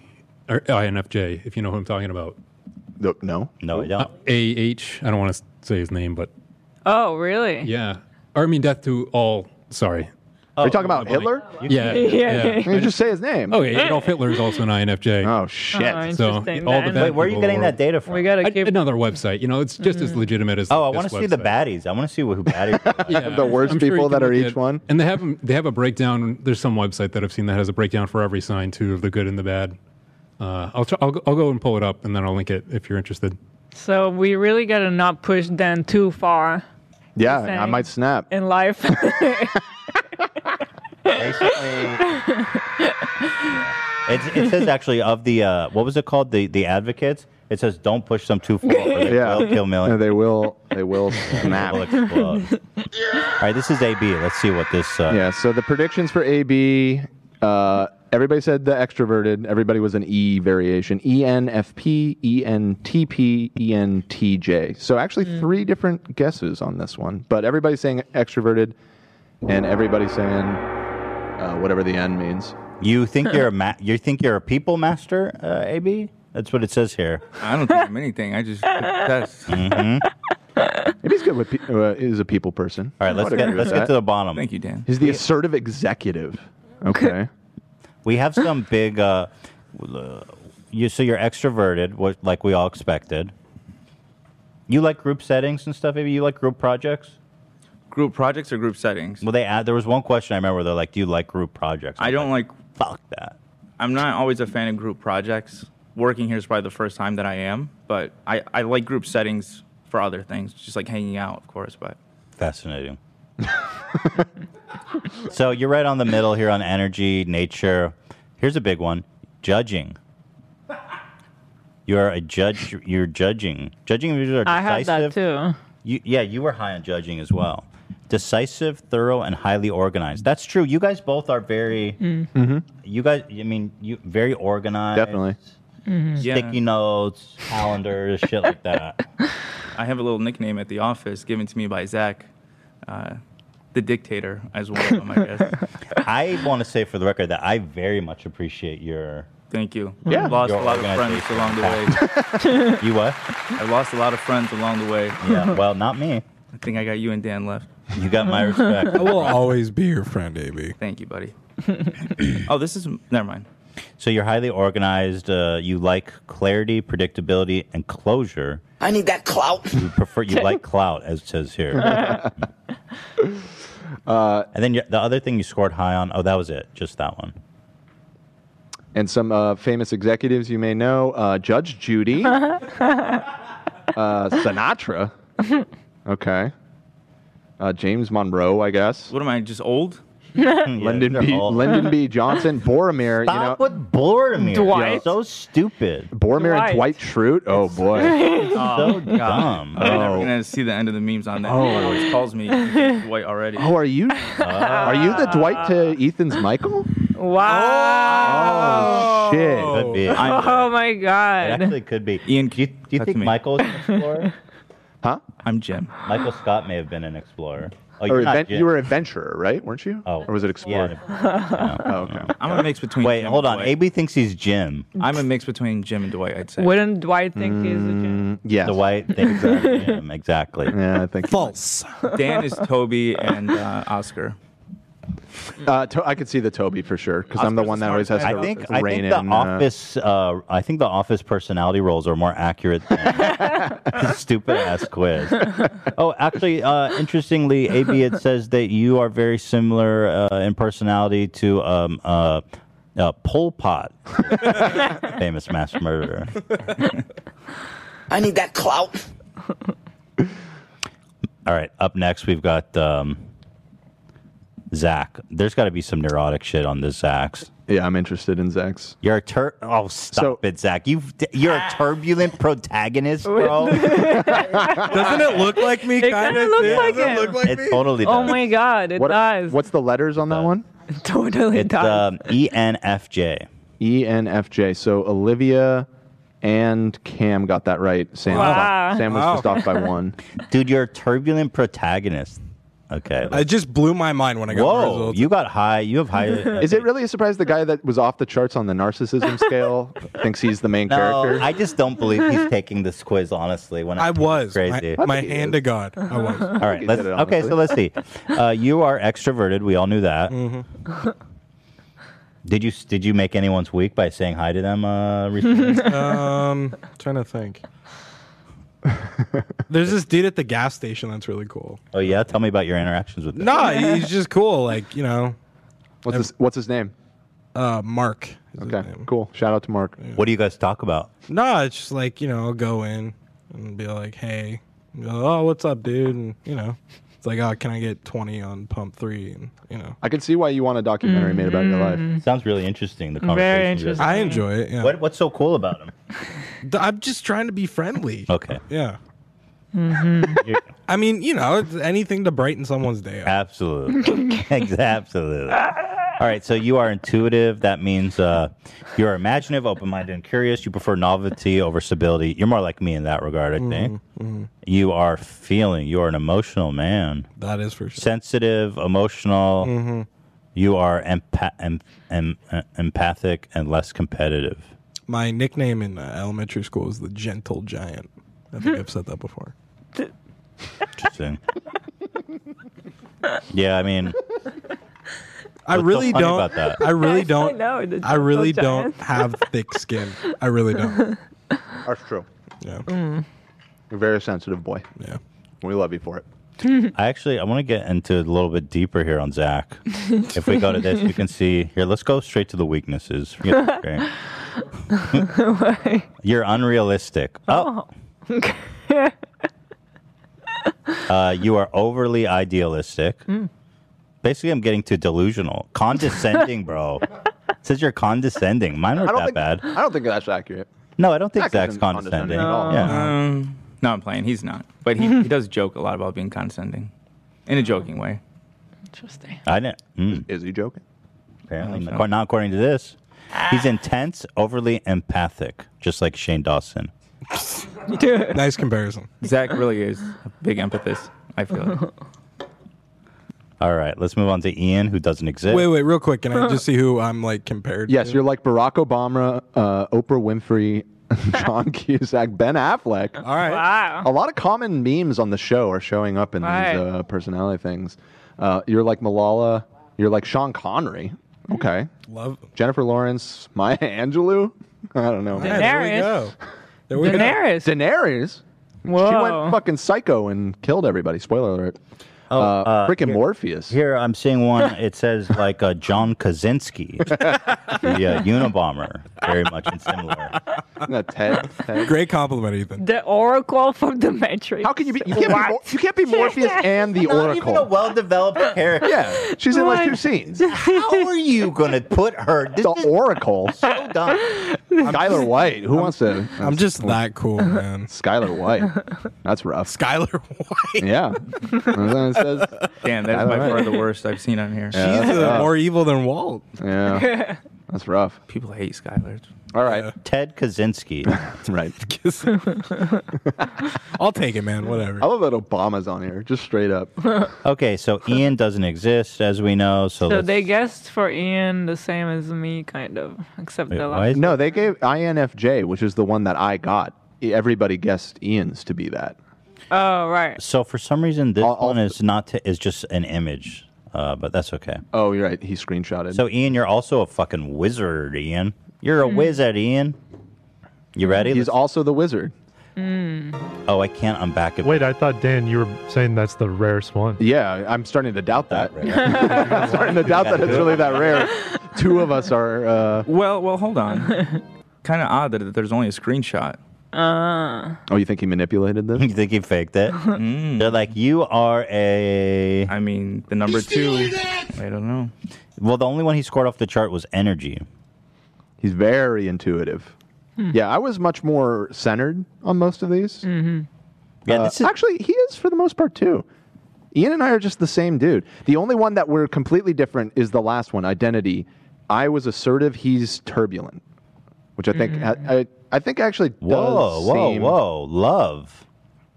S19: or INFJ if you know who I'm talking about.
S3: No, no,
S2: no I
S19: Uh, AH. I don't want to say his name, but
S4: Oh, really?
S19: yeah, or I mean death to all. Sorry.
S3: Are you talking about Hitler?
S19: Yeah, <laughs> yeah.
S3: You just say his name.
S19: Okay, Adolf Hitler is also an INFJ.
S3: Oh shit!
S4: Oh,
S19: so all the
S4: interesting, man.
S19: bad
S4: Wait, where are you
S19: people
S2: getting
S19: were-
S2: that data from?
S4: We gotta
S19: An-
S4: keep. Mm.
S19: another website. You know, it's just as legitimate as.
S2: Oh, I
S19: this
S2: want to see the
S19: website.
S2: baddies. I want to see who
S3: <laughs>
S2: baddies. are.
S19: Yeah,
S3: The worst
S19: I'm sure you
S3: people
S19: can
S3: that are
S19: look
S3: each
S19: at-
S3: one?
S19: And they have 'em- they have a breakdown. There's some website that I've seen that has a breakdown for every sign too of the good and the bad. Uh, I'll try, I'll go- I'll go and pull it up and then I'll link it if you're interested.
S4: So we really gotta not push Dan too far
S3: Yeah,
S4: Just
S3: I
S4: saying.
S3: might snap.
S4: in life.
S2: Um, It, it says actually of the uh, what was it called the the advocates. It says don't push them too far. Or they
S3: Yeah.
S2: will kill
S3: No,
S2: millions.
S3: they will. They will
S2: They will
S3: snap.
S2: explode. All right, this is AB. Let's see what this. Uh,
S3: Yeah. So the predictions for AB. Uh, everybody said the extroverted. Everybody was an E variation. ENFP, ENTP, ENTJ. So actually three different guesses on this one, but everybody's saying extroverted, and everybody's saying uh, whatever the N <laughs> means.
S2: You think you're a ma- you think you're a people master, uh, AB? That's what it says here.
S7: I don't think I'm anything. I just test.
S2: Mhm.
S3: Maybe he's good with pe- uh, is a people person.
S2: All right, let's get let's get to the bottom.
S7: Thank you, Dan.
S3: He's the assertive executive. Okay.
S2: <laughs> We have
S4: <laughs>
S2: some big. Uh, l- you so you're extroverted, what, like we all expected. You like group settings and stuff. Maybe you like group projects.
S7: group projects or group settings?
S2: Well, they add, there was one question I remember. They're like, "Do you like group projects?"
S7: I don't like
S2: fuck that.
S7: I'm not always a fan of group projects. Working here is probably the first time that I am, but I, I like group settings for other things, just like hanging out, of course. But
S2: Fascinating. <laughs> so you're right on the middle here on energy, nature. Here's a big one:
S7: <laughs>
S2: judging. You're a judge. You're judging. Judging reviews are
S4: <laughs> I had
S2: decisive.
S4: that too.
S2: You, yeah, you were high on judging as well. Decisive, thorough, and highly organized. That's true. You guys both are very.
S4: Mm.
S2: You guys, I mean, you very organized.
S7: Definitely.
S3: Mm-hmm.
S7: Mm-hmm. Yeah.
S2: Sticky notes, calendars, shit like that.
S7: I have a little nickname at the office given to me by Zach, uh, the dictator,
S6: <laughs>
S7: as one of them, I guess.
S2: <laughs> I want to say for the record that I very much appreciate your.
S7: Thank you.
S2: Yeah.
S7: Lost
S2: Your
S7: a lot of friends
S2: organization.
S7: along the way.
S2: <laughs> you what?
S7: I lost a lot of friends along the way.
S2: <laughs> Yeah, well, not me.
S7: I think I got you and Dan left.
S2: You
S7: <laughs>
S2: got my
S6: I will always be your friend, AB.
S7: Thank you,
S2: <clears throat>
S7: buddy. oh, this is never mind.
S2: So you're highly organized. Uh, you like clarity, predictability, and closure.
S9: I need that clout.
S2: You prefer you like clout, as it says here.
S3: Uh,
S2: and then you- the other thing you scored high on. Oh, that was it. Just that one.
S3: And some uh, famous executives you may know uh, Judge
S2: <laughs>
S4: <laughs>
S3: Judy, uh, Sinatra. Okay. Uh, James Monroe, I guess.
S7: What am I, just old?
S3: <laughs> Lyndon, B, Lyndon
S7: <laughs>
S3: B. Johnson, Boromir.
S2: Stop
S3: you know,
S2: with Boromir.
S3: Dwight.
S2: You're so stupid.
S3: Boromir and Dwight Schrute. Oh, boy.
S7: <laughs> Oh,
S2: <laughs> so
S7: God.
S2: dumb.
S7: I'm never
S3: Oh.
S7: gonna see the end of the memes on that.
S3: Oh.
S7: Everyone always calls
S2: <laughs>
S7: me white already.
S3: Oh, are
S7: <laughs>
S3: you are you the Dwight to
S2: Ah.
S3: Ethan's Michael?
S2: Oh.
S4: Wow.
S3: Shit.
S2: Could be.
S4: <laughs> Oh my
S2: It
S4: god.
S2: actually could be. Ian, do you, do you
S7: that's
S2: think
S7: me.
S2: Michael's an explorer?
S3: huh?
S7: I'm Jim.
S2: Michael Scott may have been an explorer. Oh,
S3: or
S2: you're not
S3: advent-
S2: Jim.
S3: you were adventurer, right? Weren't you?
S2: Oh,
S3: or was
S2: <laughs>
S3: it explorer? Oh, okay.
S7: I'm a mix between.
S2: Wait,
S7: Jim
S2: hold
S7: and
S2: on.
S7: Dwight.
S2: AB thinks he's Jim.
S7: I'm a mix between Jim and Dwight. I'd say.
S4: <laughs> Wouldn't Dwight think he's
S2: Mm.
S4: <laughs> a Jew?
S3: Mm, Yes.
S2: The white thinks he's Jim. Exactly.
S3: Yeah, I think
S6: false.
S7: Dan is Toby and uh, Oscar.
S3: Uh, to- I could see the Toby for sure because I'm the
S7: Oscar's
S3: one that
S7: the
S3: always has to
S2: I think I
S3: rein
S2: think
S3: in.
S2: the
S3: uh,
S2: office uh, I think the office personality roles are more accurate than
S3: <laughs>
S2: stupid ass quiz. Oh, actually, uh, interestingly, AB it says that you are very similar uh, in personality to um, uh, uh, Pol Pot, <laughs> famous mass murderer.
S9: <laughs> I need that clout.
S2: All right, up next we've got um, Zach. There's got to be some neurotic shit on this Zach's.
S3: yeah, I'm interested in Zach's.
S2: You're a tur. Oh, stop it, Zach. You you're a
S3: <laughs>
S2: turbulent protagonist, bro.
S6: Doesn't it
S2: <laughs>
S6: look like me?
S4: It kind of looks like
S6: Doesn't
S4: him.
S6: it look like
S2: It
S6: me?
S2: totally does.
S4: Oh my god, it
S3: What-
S4: does.
S3: What's the letters on that one?
S4: It <laughs> totally
S2: It's
S4: does.
S2: um, ENFJ.
S3: E N F J. So Olivia and Cam got that right. Sam was
S4: Wow.
S3: off- Sam was
S6: Wow.
S3: just off by one.
S2: <laughs> Dude, you're a turbulent protagonist. Okay.
S6: I just blew my mind when I got the
S2: Whoa,
S6: results.
S2: you got high. You have high.
S3: <laughs> <laughs> Is it really a surprise the guy that was off the charts on
S2: <laughs>
S3: the narcissism scale thinks he's the main
S2: No,
S3: character?
S2: I just don't believe he's taking this quiz honestly. When I,
S6: I was
S2: crazy.
S6: My, my hand to God. I
S3: <laughs>
S6: was.
S2: All right.
S3: he
S2: Let's,
S3: did it,
S2: okay, so let's see. Uh, you are extroverted. We all knew that.
S6: Mm-hmm.
S2: <laughs> Did you did you make anyone's week by saying hi to them uh, recently?
S6: <laughs>
S2: <laughs>
S6: um, trying to think. <laughs> There's this dude at the gas station that's really cool.
S2: oh yeah, tell me about your interactions with them.
S6: No,
S2: <laughs>
S6: he's just cool. Like you know,
S3: What's his What's his name?
S6: uh, Mark. is his
S3: Okay,
S6: name.
S3: cool. Shout out to Mark.
S2: What do you guys talk about?
S6: No, it's just like you know, I'll go in and be like, "Hey, And they'll, oh, what's up, dude?" And you know, it's like, "Oh, can I get twenty on pump three? And you know,
S3: I can see why you want
S6: <laughs>
S3: a <laughs> documentary made about your life.
S2: Sounds really interesting. The
S4: Very
S2: conversation.
S4: interesting.
S6: I enjoy it. Yeah,
S2: What, what's so cool about him?
S6: Th- I'm just trying to be friendly.
S2: Okay.
S6: Yeah,
S2: You're-
S6: <laughs> I mean, you know, it's anything to brighten someone's day. up.
S2: Absolutely. <laughs> Ex- Absolutely. All right, so you are intuitive. That means uh, you're imaginative, open minded, and curious. You prefer novelty over stability. You're more like me in that regard, I think.
S6: Mm-hmm.
S3: Mm-hmm.
S2: You are feeling. You are an emotional man,
S6: That is for sure. Mm-hmm.
S2: sensitive, emotional. You are empath- em- em- uh, empathic and less competitive.
S6: My nickname in uh, elementary school was the Gentle Giant. I think I've said that before.
S2: Interesting. yeah, I mean,
S6: I
S2: What's so
S6: really
S2: funny
S6: don't.
S2: about that?
S6: I really don't.
S4: know, the
S6: I really
S4: gentle
S6: don't
S4: giant.
S6: have thick skin. I really
S4: <laughs>
S6: don't.
S3: That's true. Mm.
S6: Yeah.
S3: You're a very sensitive boy.
S6: Yeah.
S3: We love you for it.
S2: I actually I want to get into a little bit deeper here on Zach. if we go to this, you can see here. Let's go straight to the weaknesses. Forget the strength. You're unrealistic.
S4: Oh.
S2: Uh, you are overly idealistic.
S4: Mm.
S2: Basically, I'm getting to delusional, condescending, bro. It says you're condescending. Mine
S3: I
S2: aren't
S3: don't
S2: that
S3: think-
S2: bad.
S3: I don't think that's accurate.
S2: No, I don't think
S3: Zach
S2: Zach's
S3: isn't
S2: condescending.
S3: condescending at all.
S2: Yeah.
S7: Um, no, I'm playing. He's not. But he, he does joke a lot about being condescending in a joking way.
S4: Interesting.
S2: I didn't. hmm.
S3: Is, he joking?
S2: Apparently, not. not according to this. He's intense, overly empathic, just like Shane Dawson.
S6: nice comparison.
S7: Zach really is a big empathist, I feel. Like.
S2: All right, let's move on to Ian, who doesn't exist.
S6: Wait, wait, real quick. Can I just see
S4: <laughs>
S6: who I'm like compared
S3: Yes,
S6: to?
S3: you're like Barack Obama, uh, Oprah Winfrey,
S6: <laughs>
S3: <laughs> John Cusack, Ben Affleck. All
S6: right.
S4: Wow.
S3: A lot of common memes on the show are showing up in
S4: Right.
S3: these uh, personality things. Uh, you're like Malala. You're like Sean Connery.
S4: Mm-hmm.
S3: Okay.
S6: Love.
S3: Jennifer Lawrence, Maya Angelou. <laughs> I don't know.
S6: Yeah, there we Daenerys. go. There we go.
S4: Daenerys.
S3: Daenerys. She
S4: Whoa.
S3: went fucking psycho and killed everybody. Spoiler alert.
S2: Oh,
S3: uh,
S2: uh,
S3: freaking
S2: here-
S3: Morpheus.
S2: Here, I'm seeing
S3: <laughs>
S2: one. It says like uh, John Kaczynski, the uh, Unabomber, very much and similar.
S3: Ted,
S6: Great compliment, Ethan.
S4: The Oracle from the Matrix. How
S3: can you be? You can't be, Mor- you can't be
S4: <laughs>
S3: Morpheus and the
S2: Not
S3: Oracle.
S2: even a
S3: <laughs>
S2: well-developed character.
S3: Yeah, she's in like two scenes.
S4: <laughs>
S2: How are you gonna put her? This
S3: the
S4: <laughs>
S3: Oracle.
S2: So dumb.
S3: Skylar White. Who wants to?
S6: I'm just that cool, man.
S3: <laughs> Skylar White. That's rough.
S6: Skylar White.
S7: <laughs>
S3: Yeah. It says,
S7: Damn, that's
S3: Skylar
S7: by far
S3: White.
S7: the worst I've seen on here.
S3: Yeah, that's
S6: She's uh,
S3: rough.
S6: more evil than Walt.
S2: <laughs>
S3: Yeah. That's rough.
S7: People hate Skylar.
S3: All right.
S2: Ted Kaczynski.
S3: <laughs> right.
S6: <laughs> I'll take it, man. Whatever.
S3: I love that Obama's on here, just straight up.
S2: <laughs>
S4: <laughs>
S2: Okay, so Ian doesn't exist, as we know. So,
S4: So
S2: let's-
S4: they guessed for Ian the same as me, kind of, except the last.
S3: No, they gave INFJ, which is the one that I got. E, Everybody guessed Ian's to be that.
S4: Oh right.
S2: so for some reason, this one is not to, is just an image, uh, but that's okay.
S3: Oh, you're right. He screenshotted.
S2: So Ian, you're also a fucking wizard, Ian. You're a
S4: Hmm.
S2: wizard, Ian. You ready?
S3: Hmm. He's also the wizard.
S2: Oh, I can't unback it.
S17: Wait, I thought Dan, you were saying that's the rarest one.
S3: Yeah, I'm starting to doubt that. I'm starting to doubt that it's really that rare. Two of us are. Uh...
S7: Well, well, hold on. kind of odd that there's only a screenshot.
S4: Uh,
S3: Oh, you think he manipulated this?
S7: <laughs>
S2: you <laughs> think he faked
S4: <laughs>
S2: it? Hmm. They're like, you are a.
S7: I mean, the number two. I don't know.
S2: Well, the only one he scored off the chart was energy.
S3: He's very intuitive.
S4: Hmm.
S3: Yeah, I was much more centered on most of these.
S4: Mm-hmm.
S2: Yeah,
S3: Uh,
S2: this is-
S3: actually, he is for the most part too. Ian and I are just the same dude. The only one that we're completely different is the last one, identity. I was assertive. He's turbulent, which I think
S6: Mm-hmm.
S3: I, I, I think actually does
S2: Whoa, whoa,
S3: seem-
S2: whoa, love.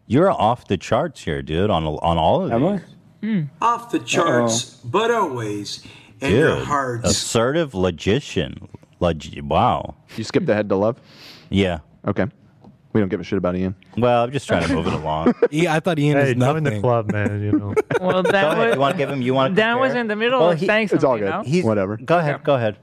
S2: You're off the charts here, dude. On on all of Am these.
S4: Hmm.
S21: Off the charts, but always in
S2: Dude,
S21: your heart.
S2: assertive logician. Log- wow.
S3: You skipped ahead to love.
S2: Yeah.
S3: Okay. We don't give a shit about Ian.
S2: Well, I'm just trying
S21: <laughs>
S2: to move it along.
S6: Yeah, I thought Ian
S17: hey,
S6: is
S17: join
S6: nothing.
S17: the club, man. You
S2: <laughs>
S17: know.
S4: Well, that
S2: ahead.
S4: was
S2: You want to give him? You want to?
S4: Dan was in the middle
S2: Well,
S4: of
S2: he-
S4: saying
S3: It's all
S4: something.
S3: good.
S4: no?
S3: Whatever.
S2: Go ahead. Go ahead.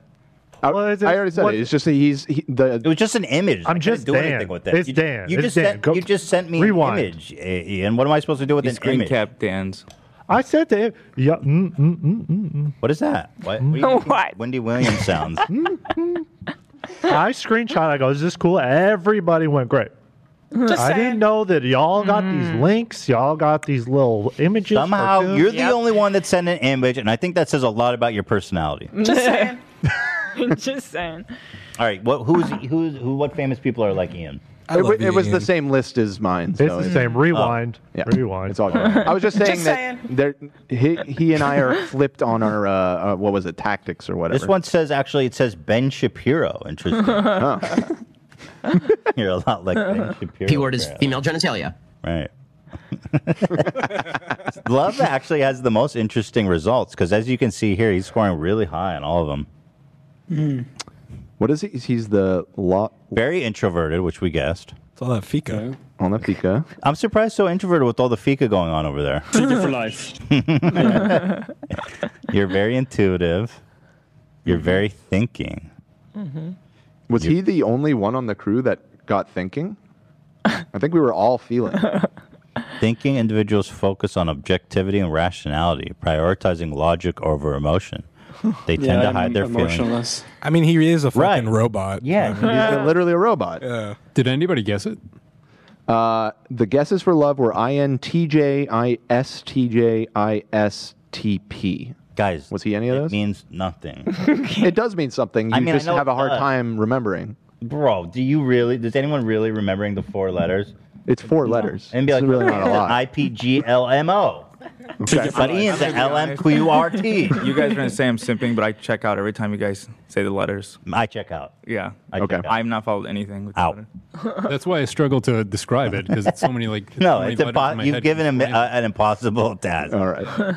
S3: I, I already said
S2: what-
S3: it. It's just that he's he, the.
S2: It was just an image.
S3: I'm
S2: I couldn't
S3: just
S2: do
S3: Dan.
S2: anything with it.
S3: It's
S2: you,
S3: Dan.
S2: You
S3: It's
S2: just
S3: Dan.
S2: sent.
S3: Go-
S2: you just sent me
S17: rewind.
S2: an image, I- Ian. What am I supposed to do with
S7: He
S2: an
S7: screen
S2: image?
S7: capped Dan's.
S17: I said to him, yeah, mm, mm, mm, mm, mm.
S2: What is that? What?
S7: <laughs>
S2: <laughs> What? do you think Wendy Williams sounds.
S17: <laughs> I screenshot. I go, is this cool? Everybody went great.
S2: Just
S17: I didn't know that y'all got these links. Y'all got these little images.
S2: Somehow
S17: cartoons.
S2: you're the
S5: <laughs>
S2: only one that sent an image, and I think that says a lot about your personality.
S4: <laughs> Just
S2: <laughs>
S4: saying. Just saying.
S2: All right, what who's who's who? What famous people are like Ian?
S3: It, wa- it was the same list as mine. It's oh,
S17: the same. Rewind.
S3: Yeah.
S17: Rewind.
S3: It's all good. I was just saying
S17: Just
S3: that there, he, he and I are flipped on our uh, uh, what was it tactics or whatever.
S2: This one says actually it says Ben
S3: <laughs>
S2: Shapiro. Interesting. <laughs> You're a lot like Ben Shapiro.
S22: P word is
S2: apparently.
S22: female genitalia.
S2: Right. <laughs> Love actually has the most interesting results because, as you can see here, he's scoring really high on all of them.
S4: Mm.
S3: What is he? He's the lot.
S2: Very introverted, which we guessed.
S6: It's all that Fika.
S3: On the Fika.
S2: I'm surprised so introverted with all the Fika going on over there.
S23: Two different lives.
S2: <laughs> You're very intuitive. You're very thinking.
S4: Uh.
S3: Was he the only one on the crew that got thinking? I think we were all feeling.
S2: Thinking individuals focus on objectivity and rationality, prioritizing logic over emotion.
S6: <laughs>
S2: They tend to hide their feelings.
S6: I mean, he is a fucking robot.
S2: Yeah,
S6: I mean,
S3: literally a robot.
S6: Yeah.
S3: Did anybody guess it? Uh, the guesses for love were INTJISTJISTP.
S2: Guys,
S3: was he any of those? It
S2: means nothing.
S3: <laughs> it does mean something. You
S2: I mean, I
S3: just
S2: know
S3: have a
S2: it
S3: hard
S2: does.
S3: time remembering.
S2: Bro, do you really? Does anyone really remembering the four letters?
S3: It's four letters.
S2: And be like, <laughs>
S3: really not a lot.
S2: I P G L M O. But Ian's an L M Q R T.
S7: <laughs> You guys are gonna say I'm simping, but I check out every time you guys say the letters.
S2: I check out.
S7: Yeah.
S2: I check Okay. out.
S7: I'm not followed anything. With
S2: Out.
S19: That's why I struggle to describe it because it's so many
S3: <laughs>
S19: like. so
S2: No,
S19: many
S2: it's
S19: letters in
S2: impo-
S19: my
S2: you've
S19: head.
S2: given him uh, an impossible <laughs> task.
S3: All right.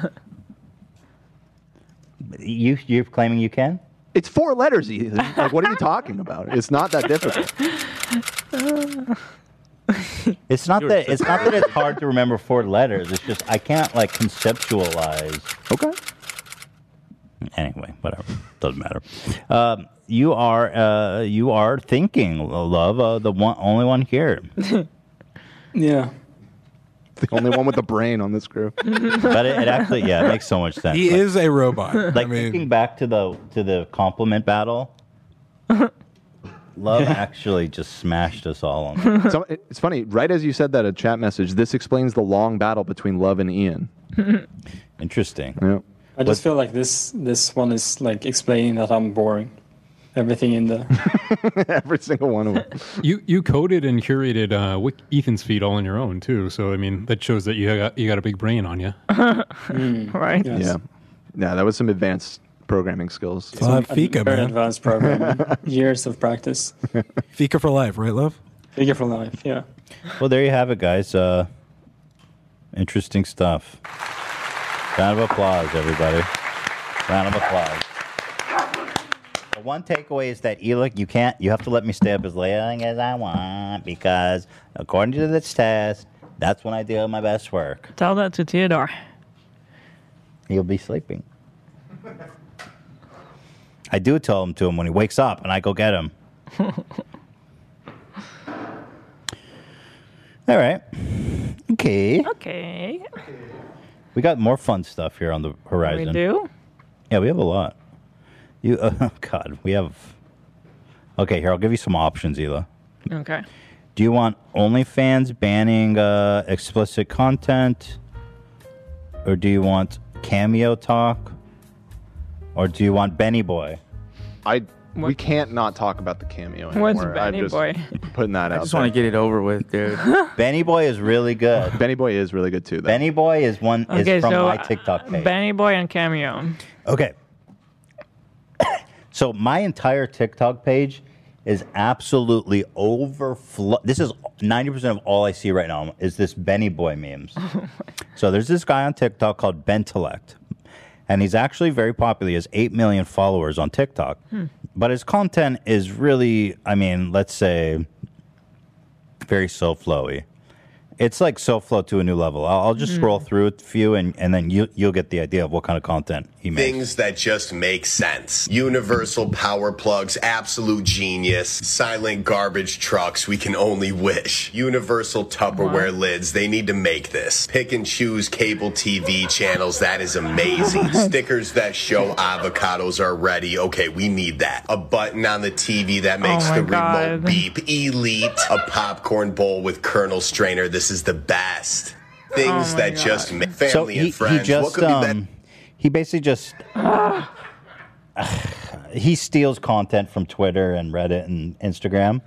S2: <laughs> you you're claiming you can?
S3: It's four letters, Ethan. Like, what
S2: <laughs>
S3: are you talking about? It's not that
S16: <laughs>
S3: difficult.
S2: It's not
S3: You're
S2: that it's
S3: just-
S2: not that it's hard to remember four letters. It's just I can't like conceptualize.
S3: Okay.
S2: Anyway, whatever. Doesn't matter. Um, you are uh, you are thinking, love. Uh, the one only one here.
S3: <laughs> Yeah. The only one with the brain on this group.
S2: but it, it actually yeah it makes so much sense.
S3: He is a robot.
S2: Like
S3: I mean-
S2: thinking back to the to the compliment
S3: <laughs>
S2: battle, love actually just smashed us all on.
S3: So, it- it's funny. Right as you said that, a chat message. This explains the long battle between Love and Ian.
S2: Interesting.
S3: Yeah.
S24: I just feel like this this one is like explaining that I'm boring. Everything in the
S3: every single one of them.
S19: You you coded and curated uh, Wik- Ethan's feed all on your own too. So I mean that shows that you got you got a big brain on you.
S4: <laughs> right?
S3: Yeah. Yeah, that was some advanced programming skills.
S24: Fika, very advanced program.
S6: <laughs>
S24: Years of practice.
S6: Fika for life, right, love?
S24: Fika for life. Yeah.
S2: Well, there you have it, guys. Uh, interesting stuff. Round of applause, everybody. Round of applause. The one takeaway is that Elik, you can't. You have to let me stay up as long as I want because, according to this test, that's when I do my best work.
S4: Tell that to Theodore.
S2: He'll be sleeping. I do tell him to him when he wakes up, and I go get him. All right. Okay.
S4: Okay.
S2: We got more fun stuff here on the horizon.
S4: We do?
S2: Yeah, we have a lot. You, <laughs> oh God, we have. Okay, here I'll give you some options, Ela.
S4: Okay.
S2: Do you want OnlyFans banning uh, explicit content, or do you want Cameo talk, or do you want Benny Boy?
S3: I we can't <laughs> not talk about the cameo anymore.
S2: What's
S3: I'm
S2: Benny
S3: just
S2: Boy?
S3: <laughs> Putting that out.
S2: just wanna
S3: get
S7: it over with,
S3: <laughs>
S7: dude.
S2: Benny Boy is really good.
S3: Benny Boy is really good too. Though.
S2: Benny Boy is one is
S4: Okay,
S2: from
S4: so,
S2: my
S4: uh,
S2: TikTok page.
S4: Benny Boy and Cameo.
S2: Okay. so my entire TikTok page is absolutely overflow. This is 90% of all I see right now is this Benny Boy memes. so there's this guy on TikTok called Bentelect. And he's actually very popular. He has 8 million followers on TikTok.
S22: Hmm.
S2: But his content is really, I mean, let's say very so flowy. It's like so flow to a new level. I'll, I'll just
S22: Mhm.
S2: scroll through a few and, and then you, you'll get the idea of what kind of content he makes.
S23: Things that just make sense. Universal power plugs, absolute genius, silent garbage trucks, we can only wish. Universal Tupperware lids, they need to make this. Pick and choose cable TV channels, that is
S2: <laughs>
S23: amazing. Stickers that show avocados are ready, okay, we need that. A button on the TV
S2: Oh
S23: that makes
S4: my
S23: the
S4: God.
S23: remote beep. Elite. A popcorn bowl with kernel strainer, this is the best. Things
S2: Oh my
S23: that just make family
S2: Uh, so he,
S23: and friends.
S2: He just,
S23: what could be better?
S2: um, He basically just <sighs> he steals content from Twitter and Reddit and Instagram,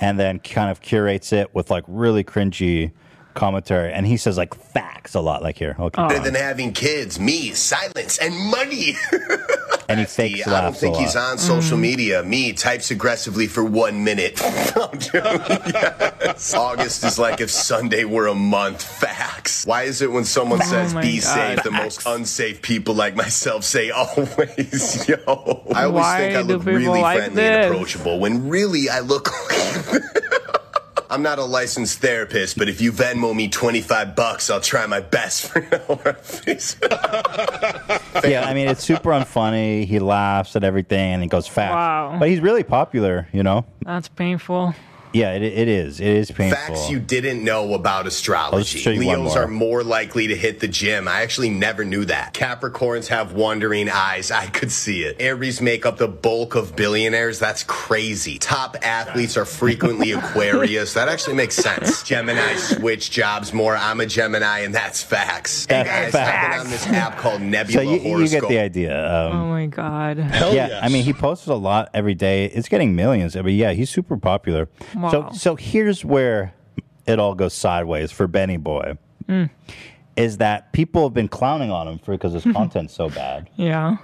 S2: and then kind of curates it with like really cringy commentary. And he says like facts a lot, like here. Okay,
S25: Oh.
S23: Better than having kids, me, silence, and money.
S2: and he fakes
S23: <laughs> I don't
S2: laughs a
S23: think
S2: lot.
S23: he's on
S25: Mm.
S23: social media. Me types aggressively for one minute. <laughs> I'm joking. Yes. August is like if Sunday were a month. Facts. Why is it when someone
S25: Oh
S23: says
S25: my
S23: be
S25: God.
S23: safe, the most unsafe people like myself say always, <laughs> yo? I always
S25: Why
S23: think I
S25: do
S23: look
S25: people
S23: really
S25: like
S23: friendly and
S25: this?
S23: approachable when really I look. <laughs> I'm not a licensed therapist, but if you Venmo me 25 bucks, I'll try my best <laughs> for an hour on Facebook.
S2: yeah, I mean it's super unfunny. He laughs at everything and he goes facts.
S4: Wow.
S2: But he's really popular, you know.
S4: That's painful.
S2: Yeah, it, it is. It is painful.
S23: Facts you didn't know about astrology.
S2: show you one
S23: Leos
S2: more.
S23: are more likely to hit the gym. I actually never knew that. Capricorns have wandering eyes. I could see it. Aries make up the bulk of billionaires. That's crazy. Top athletes are
S2: <laughs>
S23: frequently Aquarius. That actually makes sense. Gemini switch jobs more. I'm a Gemini, and that's facts. Hey guys,
S2: That's
S23: I've been on this app called
S2: <laughs> so
S23: Nebula
S2: you, you
S23: Horoscope.
S2: get the idea. Um,
S4: oh my god.
S2: yeah, I mean, he posted a lot every day. It's getting millions. I mean, yeah, he's super popular. So,
S4: Wow.
S2: so here's where it all goes sideways for Benny Boy.
S4: Mm.
S2: Is that people have been clowning on him for because
S4: <laughs>
S2: his content's so bad,
S4: Yeah.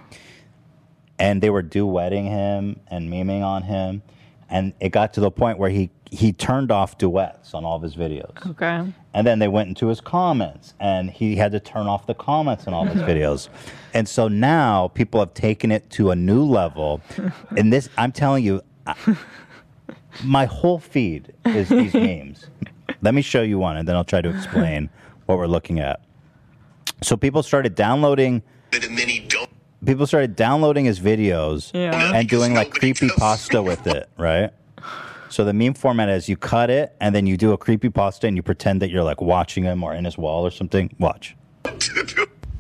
S2: and they were duetting him and memeing on him, and it got to the point where he he turned off duets on all of his videos.
S4: Okay.
S2: Mm-hmm. And then they went into his comments, and he had to turn off the comments in all his videos. And so now people have taken it to a new level. And this, I'm telling you, I- my whole feed is
S4: <laughs>
S2: these
S5: <laughs>
S2: memes. Let me show you one, and then I'll try to explain what we're looking at. So people started downloading. People started downloading his videos
S4: Yeah.
S2: and doing like creepy pasta with it, right? So the meme format is you cut it and then you do a creepy pasta and you pretend that you're like watching him or in his wall or something. Watch.
S23: <laughs>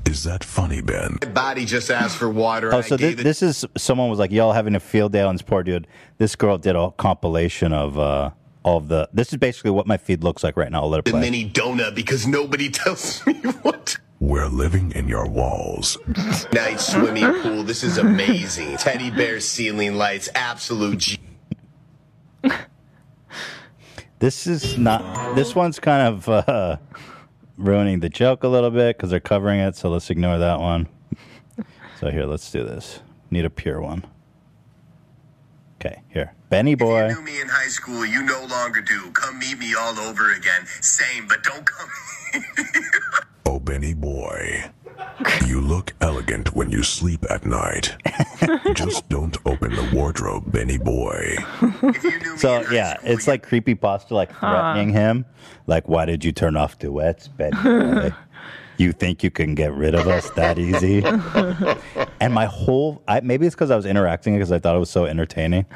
S23: Is that funny, Ben? My body just asked for water.
S2: Oh,
S23: and I
S2: so
S23: gave
S2: this, this is someone was like, "Y'all having a field day on this poor dude." This girl did a compilation of uh, all of the. This is basically what my feed looks like right now. I'll let it
S23: the
S2: play.
S23: mini donut because nobody <laughs> tells me what. to- We're living in your <laughs> walls. Night swimming pool. This is amazing. Teddy bear ceiling lights. Absolute. G-
S2: This is not. This one's kind of uh, ruining the joke a little bit because they're covering it. So let's ignore that one. So here, let's do this. Need a pure one. Okay, here, Benny boy.
S23: me in high school, you no longer do. Come meet me all over again. Same, but don't come.
S8: Oh, Benny boy. You look elegant when you sleep at
S4: <laughs>
S8: night. Just don't open the wardrobe, Benny boy.
S2: <laughs> So yeah, it's like creepy pasta, like threatening him. Like, why did you turn off duets, Benny boy? You think you can get rid of us that
S5: <laughs>
S2: easy? and my whole, I, maybe it's because I was interacting because I thought it was so entertaining.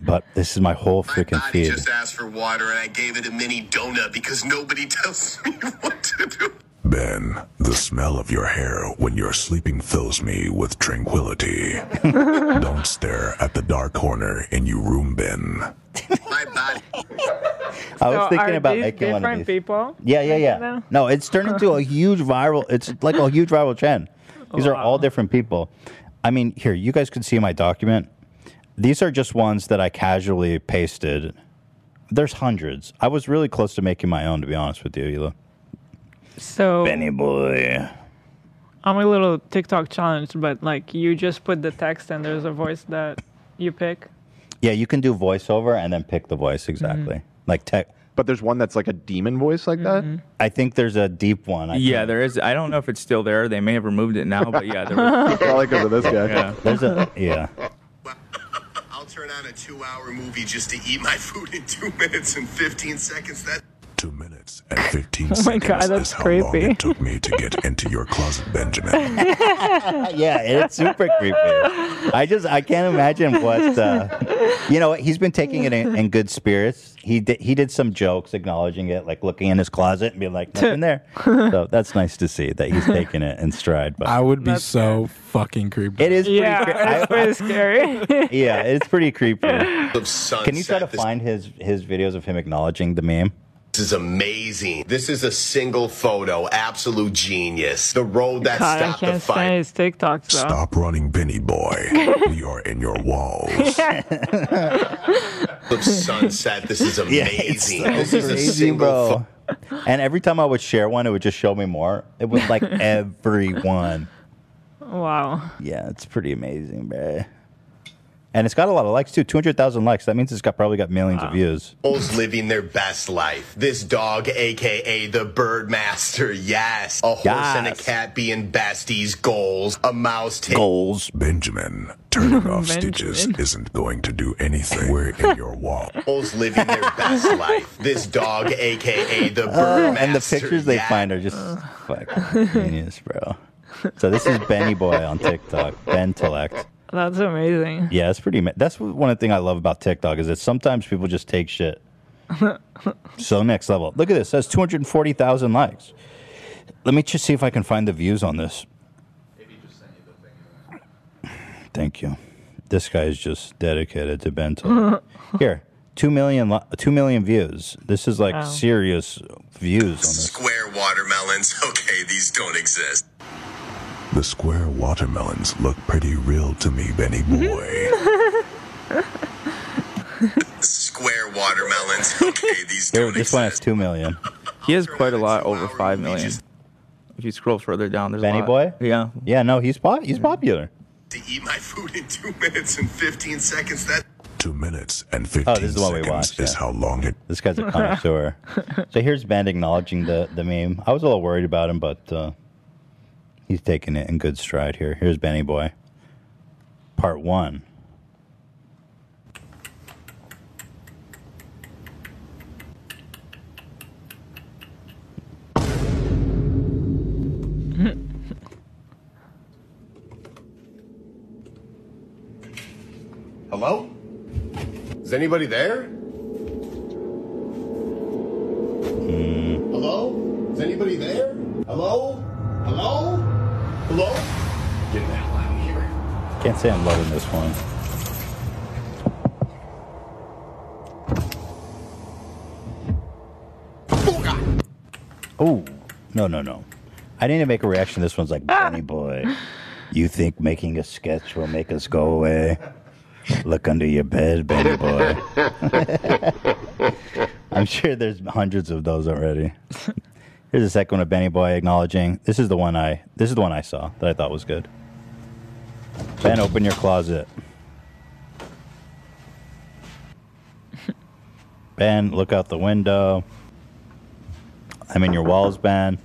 S2: But this is my whole freaking
S23: Body
S2: feed.
S23: just asked for water, and I gave it a mini donut because nobody <laughs> tells me what to do.
S8: Ben, the smell of your hair when you're sleeping fills me with tranquility.
S4: <laughs>
S8: Don't stare at the dark corner in your room, Ben.
S2: I was
S4: So
S2: thinking
S4: are
S2: about
S4: these
S2: making one
S4: different
S2: of these.
S4: people.
S2: Yeah, yeah, yeah.
S4: <laughs> know?
S2: No, it's turned into a huge viral. It's like a huge viral trend. These are all different people. I mean, here you guys can see my document. These are just ones that I casually pasted. There's hundreds. I was really close to making my own, to be honest with you, Hila.
S4: So
S2: Benny boy.
S4: I'm a little TikTok challenged, but like you just put the text and there's a voice that you pick.
S2: Yeah, you can do voiceover and then pick the voice exactly,
S4: Mm-hmm.
S2: like tech.
S3: But there's one that's like a demon voice like that.
S2: I think there's a deep one. I
S7: yeah, there is. I don't know if it's still there. They may have removed it now, but yeah, there
S2: <laughs>
S7: was.
S3: <laughs> Probably 'cause of this guy.
S7: Yeah.
S2: There's a yeah.
S23: I'll turn on a two-hour movie just to eat my food in two minutes and fifteen seconds. That.
S8: Two minutes and
S4: <laughs>
S8: 15
S4: Oh my
S8: seconds
S4: God, that's
S8: is how long
S4: creepy.
S8: it took me to get into your closet, Benjamin.
S4: <laughs>
S2: yeah, it's super creepy. I just I can't imagine what uh, you know. what, He's been taking it in, in good spirits. He did he did some jokes acknowledging it, like looking in his closet and being like nothing there. So that's nice to see that he's taking it in stride. But
S6: I would be so fucking creepy.
S2: It is pretty
S4: Yeah,
S2: cre-
S4: it's pretty scary. <laughs>
S2: yeah, it's pretty creepy.
S23: Can
S2: you try to find his his videos of him acknowledging the meme?
S23: This is amazing. This is a single photo. Absolute genius. The road that
S4: God, I
S23: stopped the
S4: can't
S23: fight.
S4: stand his TikToks though.
S8: Stop running, Benny boy.
S4: <laughs>
S8: We are in your walls.
S23: of sunset. This
S8: <laughs>
S23: is
S2: Yeah, it's
S23: amazing.
S2: so
S23: this is a
S2: crazy,
S23: single
S2: bro. and every time I would share one, it would just show me more. It was like everyone.
S4: Wow.
S2: Yeah, it's pretty amazing, bro. And it's got a lot of likes too. Two hundred thousand likes. That means it's got probably got millions of views.
S23: Bulls living their best life. This dog, aka the bird master, yes. A horse and a
S8: Yes.
S23: cat being besties, goals. A mouse taking
S2: goals.
S8: Benjamin,
S23: <laughs>
S4: <laughs>
S8: turning off
S23: Benjamin.
S8: stitches isn't going to do anything. We're in your wall.
S23: Bulls living their
S8: <laughs>
S23: best life. This dog, aka the bird
S2: Uh,
S23: master.
S2: and the pictures they find are just fucking genius, bro. So this is Benny Boy on TikTok. Ben Telect.
S4: That's amazing.
S2: Yeah, it's pretty. Ma- that's one of the thing I love about TikTok is that sometimes people just take shit
S4: <laughs> Oh,
S2: so next level. Look at this. That's 240,000 likes. Let me just see if I can find the views on this. Thank you. This guy is just dedicated to bento. <laughs> Here, 2 million li- 2 million views. This is like
S23: Wow.
S2: serious views on this.
S23: Square watermelons. <laughs> Okay, these don't exist.
S8: The square watermelons look pretty real to me, Benny boy.
S23: <laughs> Square watermelons. Okay, these
S2: Here, this one has 2 million.
S7: <laughs> He has quite a lot over 5 million. If you scroll further down, there's
S2: Benny
S7: a lot.
S2: boy?
S7: Yeah.
S2: Yeah, no, he's pop- he's popular.
S23: to eat my food in two minutes and 15 seconds. That
S8: Two minutes and 15
S2: Oh, this is the one we
S8: seconds
S2: watched,
S8: is
S2: yeah.
S8: how long it.
S2: This guy's a
S8: <laughs>
S2: connoisseur. so here's Ben acknowledging the, the meme. I was a little worried about him, but uh, he's taking it in good stride here. Here's Benny Boy. Part one.
S23: Hello? Is anybody there? Hello? Is anybody there? Hello? Hello? Hello? Get the hell out of here.
S2: Can't say I'm loving this one. Oh, no, no, no. I need to make a reaction. This one's like, Benny Boy, you think making a sketch will make us go away? Look under your bed, Benny Boy. I'm sure there's hundreds of those already. Here's a second one of Benny Boy acknowledging. This is the one I this is the one I saw that I thought was good. Ben, open your closet. Ben, look out the window. I'm in your walls, Ben.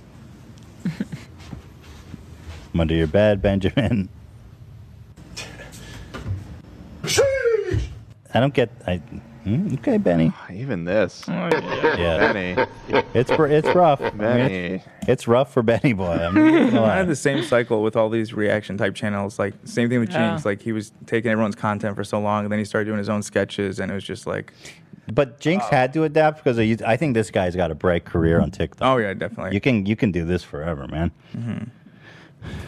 S2: I'm under your bed, Benjamin. I don't get. I mm, okay, Benny.
S3: Even this.
S6: Oh,
S2: yeah,
S3: Benny.
S2: It's pr- it's rough. I mean,
S3: Benny.
S2: it's, it's rough for Benny boy. I'm not gonna
S7: <laughs> I
S2: lie.
S7: had the same cycle with all these reaction type channels. Like same thing with
S2: Yeah.
S7: Jinx. Like he was taking everyone's content for so long, and then he started doing his own sketches, and it was just like,
S2: But Jinx had to adapt because I, used- I think this guy's got a bright career on TikTok.
S7: Oh yeah, definitely.
S2: You can you can do this forever, man.
S23: Mm-hmm.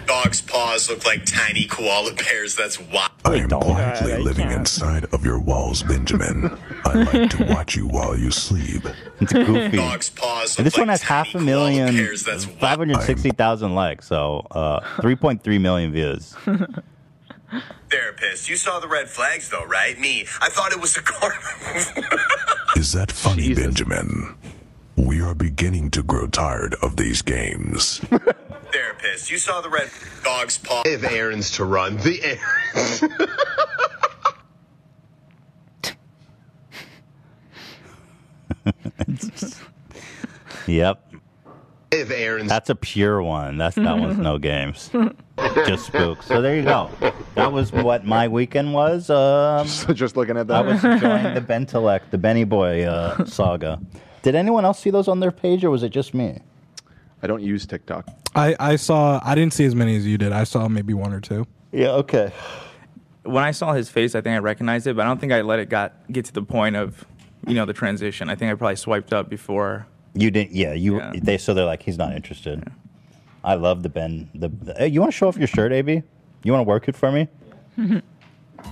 S23: Dog's paws look like tiny koala bears. That's why.
S8: I am quietly living inside of your walls, Benjamin. I like to watch you while you sleep.
S2: It's goofy.
S8: <laughs> Dog's
S23: paws
S2: And this one has half a million, five hundred sixty thousand likes, so uh, three point three million views. <laughs>
S23: Therapist, you saw the red flags though, right? Me. I thought it <laughs> was a car.
S8: Is that funny, Benjamin? We are beginning to grow tired of these games.
S23: Therapist, you saw the red dog's paw. If errands to run, the errands. <laughs>
S2: Yep,
S23: if errands.
S2: that's a pure one. That's that one's no games, just spooks. So there you go. That was what my weekend was.
S3: <laughs>
S2: Um,
S3: just looking at that.
S2: I was enjoying the Bentelec, the Benny Boy uh, saga. Did anyone else see those on their page, or was it just me?
S3: I don't use TikTok.
S6: I, I saw, I didn't see as many as you did. I saw maybe one or two.
S2: Yeah. Okay.
S7: When I saw his face, I think I recognized it, but I don't think I let it got get to the point of, you know, the transition. I think I probably swiped up before.
S2: You didn't. Yeah. You. They. So they're like, he's not interested. I love the Ben. The, the- hey, you want to show off your shirt, AB? You want to work it for me?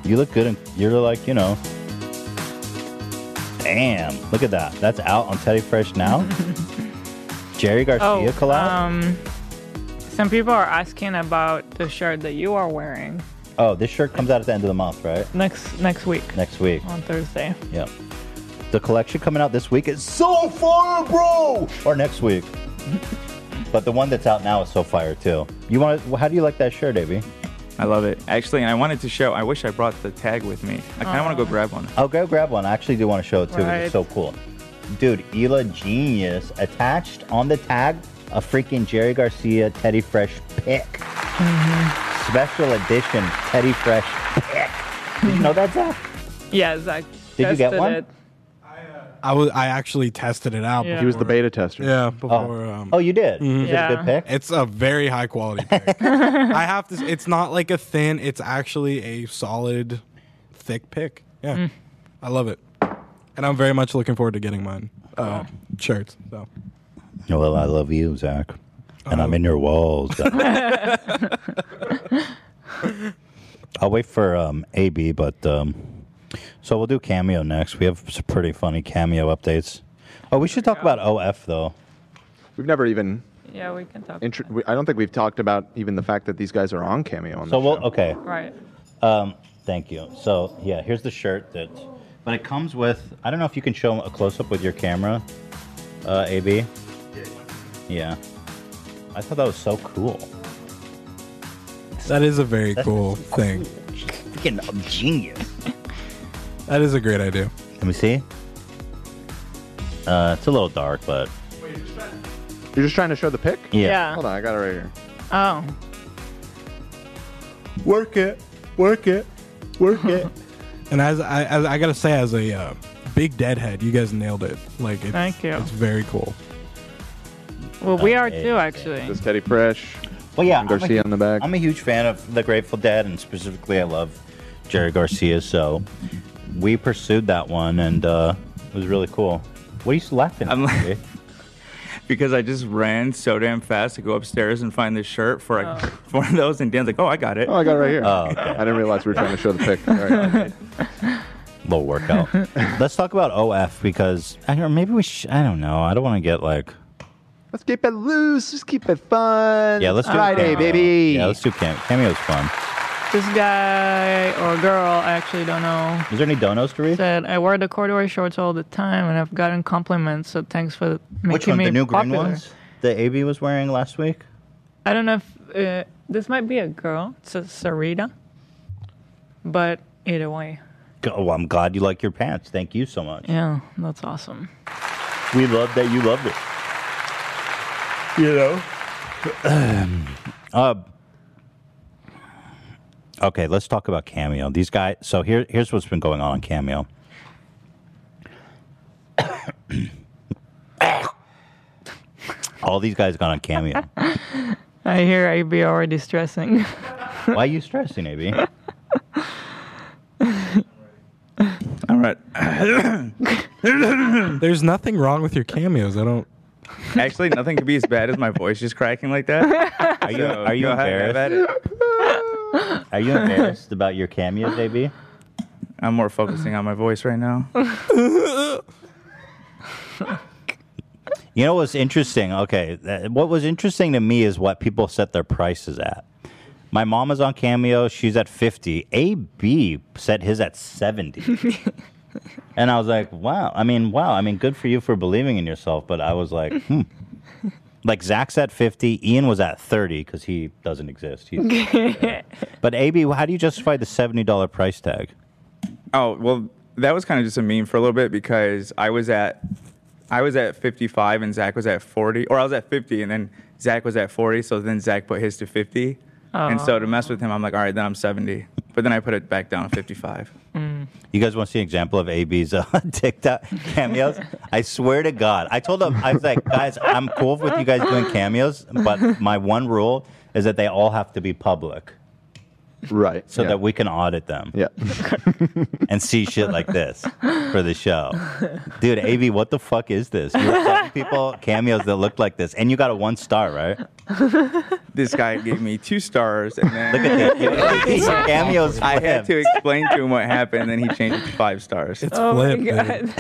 S2: You look good, and you're like, you know. Damn! Look at that. That's out on Teddy Fresh now. Jerry Garcia
S4: Oh,
S2: collab.
S4: um, some people are asking about the shirt that you are wearing
S2: oh, this shirt comes out at the end of the month, right?
S4: next next week
S2: Next week.
S4: on Thursday.
S2: Yep. The collection coming out this week is so far, bro. Or
S7: <laughs>
S2: next week. but the one that's out now is so fire too. You want? to How do you like that shirt, AB?
S7: I love it actually, and I wanted to show. I wish I brought the tag with me. I kind of want to go grab one.
S2: Oh, go grab one. I actually do want to show it too.
S7: Right.
S2: It's so cool. Dude, Ela Genius attached on the tag a freaking Jerry Garcia Teddy Fresh pick.
S7: Mm-hmm.
S2: Special edition Teddy Fresh pick. Did you know that, Zach?
S4: Yeah, Zach.
S2: Did you get
S4: tested
S2: one?
S4: it.
S6: I was, I actually tested it out.
S4: Yeah.
S6: Before,
S4: He was
S3: the beta tester.
S6: Yeah. Before. Um,
S2: oh, you did.
S6: Mhm.
S4: Is it a good Yeah.
S6: It's a very high quality
S4: <laughs>
S6: pick. I have to. s- It's not like a thin.
S4: Mm.
S6: It's actually a solid, thick pick. Yeah, I love it. and I'm very much looking forward to getting mine uh, shirts. So
S2: Well, I love you, Zach. And I'm in your walls. <laughs> I'll wait for um, AB, but um, so we'll do cameo next. We have some pretty funny cameo updates. Oh, we should talk about OF though.
S3: We've never even.
S4: Yeah, we can talk.
S3: Intro- we- I don't think we've talked about even the fact that these guys are on Cameo. On
S2: So
S3: the
S2: we'll
S3: show.
S2: okay.
S4: Right.
S2: Um, thank you. So yeah, here's the shirt that, but it comes with. I don't know if you can show a close up with your camera, uh, AB. Yeah. I thought that was so cool.
S6: that is a very cool thing.
S2: Freaking genius.
S6: That is a great idea.
S2: Let me see. Uh, it's a little dark, but
S3: You're just trying to show the pic.
S2: Yeah. Yeah.
S3: Hold on, I got it right here.
S4: Oh.
S6: Work it, work it, work
S4: <laughs>
S6: it. <laughs> and as I, as I gotta say, as a uh, big deadhead, you guys nailed it. Like, it's,
S4: Thank you.
S6: It's very cool.
S4: Well, we are
S2: Okay.
S4: too, actually.
S3: This Teddy Fresh.
S2: Uh, Well, yeah, I'm a
S3: Garcia
S2: hu-
S3: on the back.
S2: I'm a huge fan of the Grateful Dead, and specifically, I love Jerry Garcia. So we pursued that one, and uh, it was really cool. What are you laughing at? Jay?
S7: because I just ran so damn fast to go upstairs and find this shirt <laughs> for
S2: Oh.
S7: like one of those, and Dan's like, "Oh, I got it."
S3: Oh, I got it right here.
S7: Oh,
S3: I didn't realize we were <laughs> trying to show the pic. All right.
S2: <laughs> little
S3: <laughs>
S2: workout. Let's talk about OF because I don't. Maybe we. Sh- I don't know. I don't want to get like.
S3: Let's keep it loose. Let's keep it fun.
S2: Yeah, let's do
S3: Friday,
S2: cameo.
S3: baby.
S2: Yeah, let's do cameo. Cameo's fun.
S4: This guy or girl, I actually don't know,
S2: Is there any donos to read?
S4: said I wear the corduroy shorts all the time and I've gotten compliments. So thanks for making
S2: Which one?
S4: me
S2: The new
S4: popular.
S2: green ones that AB was wearing last week.
S4: I don't know if uh, this might be a girl. It's a Sarita, but either way,
S2: Go- Oh, I'm glad you like your pants. Thank you so much.
S4: yeah, that's awesome.
S2: We love that you loved it. You know? <clears throat> uh, okay, let's talk about Cameo. These guys, so here, here's what's been going on on Cameo. <coughs> All these guys got on Cameo.
S4: <laughs> I hear AB already stressing.
S2: <laughs> Why are you stressing, AB?
S7: All right.
S6: <coughs> There's nothing wrong with your cameos. I don't.
S7: <laughs> Actually, nothing could be as bad as my voice just cracking like
S2: <laughs>
S7: that.
S2: Are you- are you
S7: go ahead, have at it.
S3: <laughs>
S2: Are you embarrassed about your cameos, AB?
S7: I'm more focusing on my voice right now.
S2: You know what's interesting? Okay, that- what was interesting to me is what people set their prices at. My mom is on Cameo; she's at fifty. AB set his at seventy, and I was like, "Wow!" I mean, wow! I mean, good for you for believing in yourself, but I was like, "Hmm." Like Zach's at fifty, Ian was at thirty because he doesn't exist. He's, but AB, how do you justify the seventy dollar price tag?
S7: Oh well, that was kind of just a meme for a little bit because I was at I was at 55 and Zach was at 40, or I was at 50 and then Zach was at 40. So then Zach put his to 50, and so to mess with him, I'm like, all right, then I'm 70. But then I put it back down to 55.
S2: You guys want to see an example of AB's uh, <laughs> TikTok cameos? I swear to God. I told them, I was like, guys, I'm cool with you guys doing cameos, but my one rule is that they all have to be public.
S3: Right.
S2: So
S3: yeah.
S2: that we can audit them.
S3: Yeah.
S2: <laughs> and see shit like this for the show. Dude, AB, what the fuck is this? You were telling people cameos that looked like this, and you got a one star, right?
S7: This guy gave me two stars, and then
S2: Look
S7: <laughs>
S2: at that. These cameos
S7: I had to explain to him what happened, and then he changed it to five stars. It's
S4: oh my god.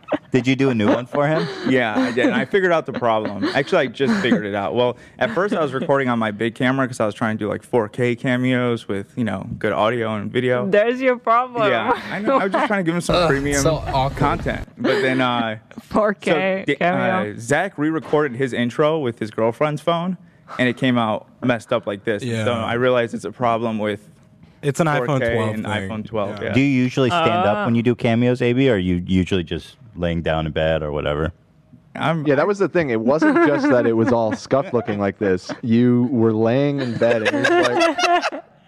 S2: <laughs>
S4: <laughs>
S2: Did you do a new one for him?
S7: Yeah, I did. And I figured out the problem. Actually, I just figured it out. Well, at first I was recording on my big camera because I was trying to do like 4K cameos with, you know, good audio and video.
S4: <laughs> There's your problem.
S7: Yeah, I know. I was just trying to give him some
S4: <laughs> Ugh,
S7: premium
S4: so
S7: content. But then uh,
S4: 4K
S7: da-
S4: cameo.
S7: uh, Zach re-recorded his intro with his girlfriend's phone, and it came out messed up like this.
S6: Yeah.
S7: So I realized it's a problem with
S6: It's an iPhone
S7: 4K
S6: 12
S7: and
S6: thing.
S7: iPhone 12. Yeah.
S2: Do you usually stand
S7: Ah.
S2: up when you do cameos, AB, or are you usually just laying down in bed or whatever?
S3: yeah, that was the thing. It wasn't just that it was all scuffed looking like this. You were laying in bed and it was like,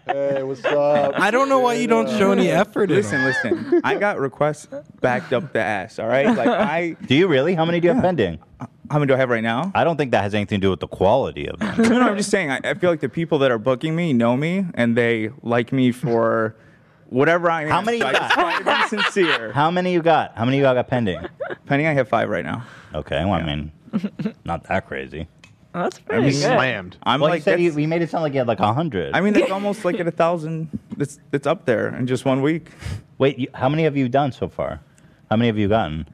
S3: hey, what's up?
S6: I don't know why you don't show
S7: <laughs>
S6: any effort.
S7: Listen, listen. I got requests backed up the ass. All right, like I.
S2: Do you really? How many do you have pending?
S7: How many do I have right now?
S2: I don't think that has anything to do with the quality of them.
S7: <laughs> no, no, I'm just saying. I, I feel like the people that are booking me know me, and they like me for
S5: whatever I am.
S2: How many
S5: so
S2: you
S5: I just
S2: got?
S5: try to be sincere.
S2: <laughs> How many you got? How many you got pending?
S5: Pending, I have five right now.
S2: Okay, well, I mean, not that crazy.
S4: That's
S5: pretty good. I'm
S2: well,
S5: like,
S2: you said you,
S5: that's-
S2: you made it sound like you had like a hundred.
S5: I mean, that's almost like at a thousand. That's that's up there in just one week.
S2: Wait, you, how many have you done so far? How many have you gotten?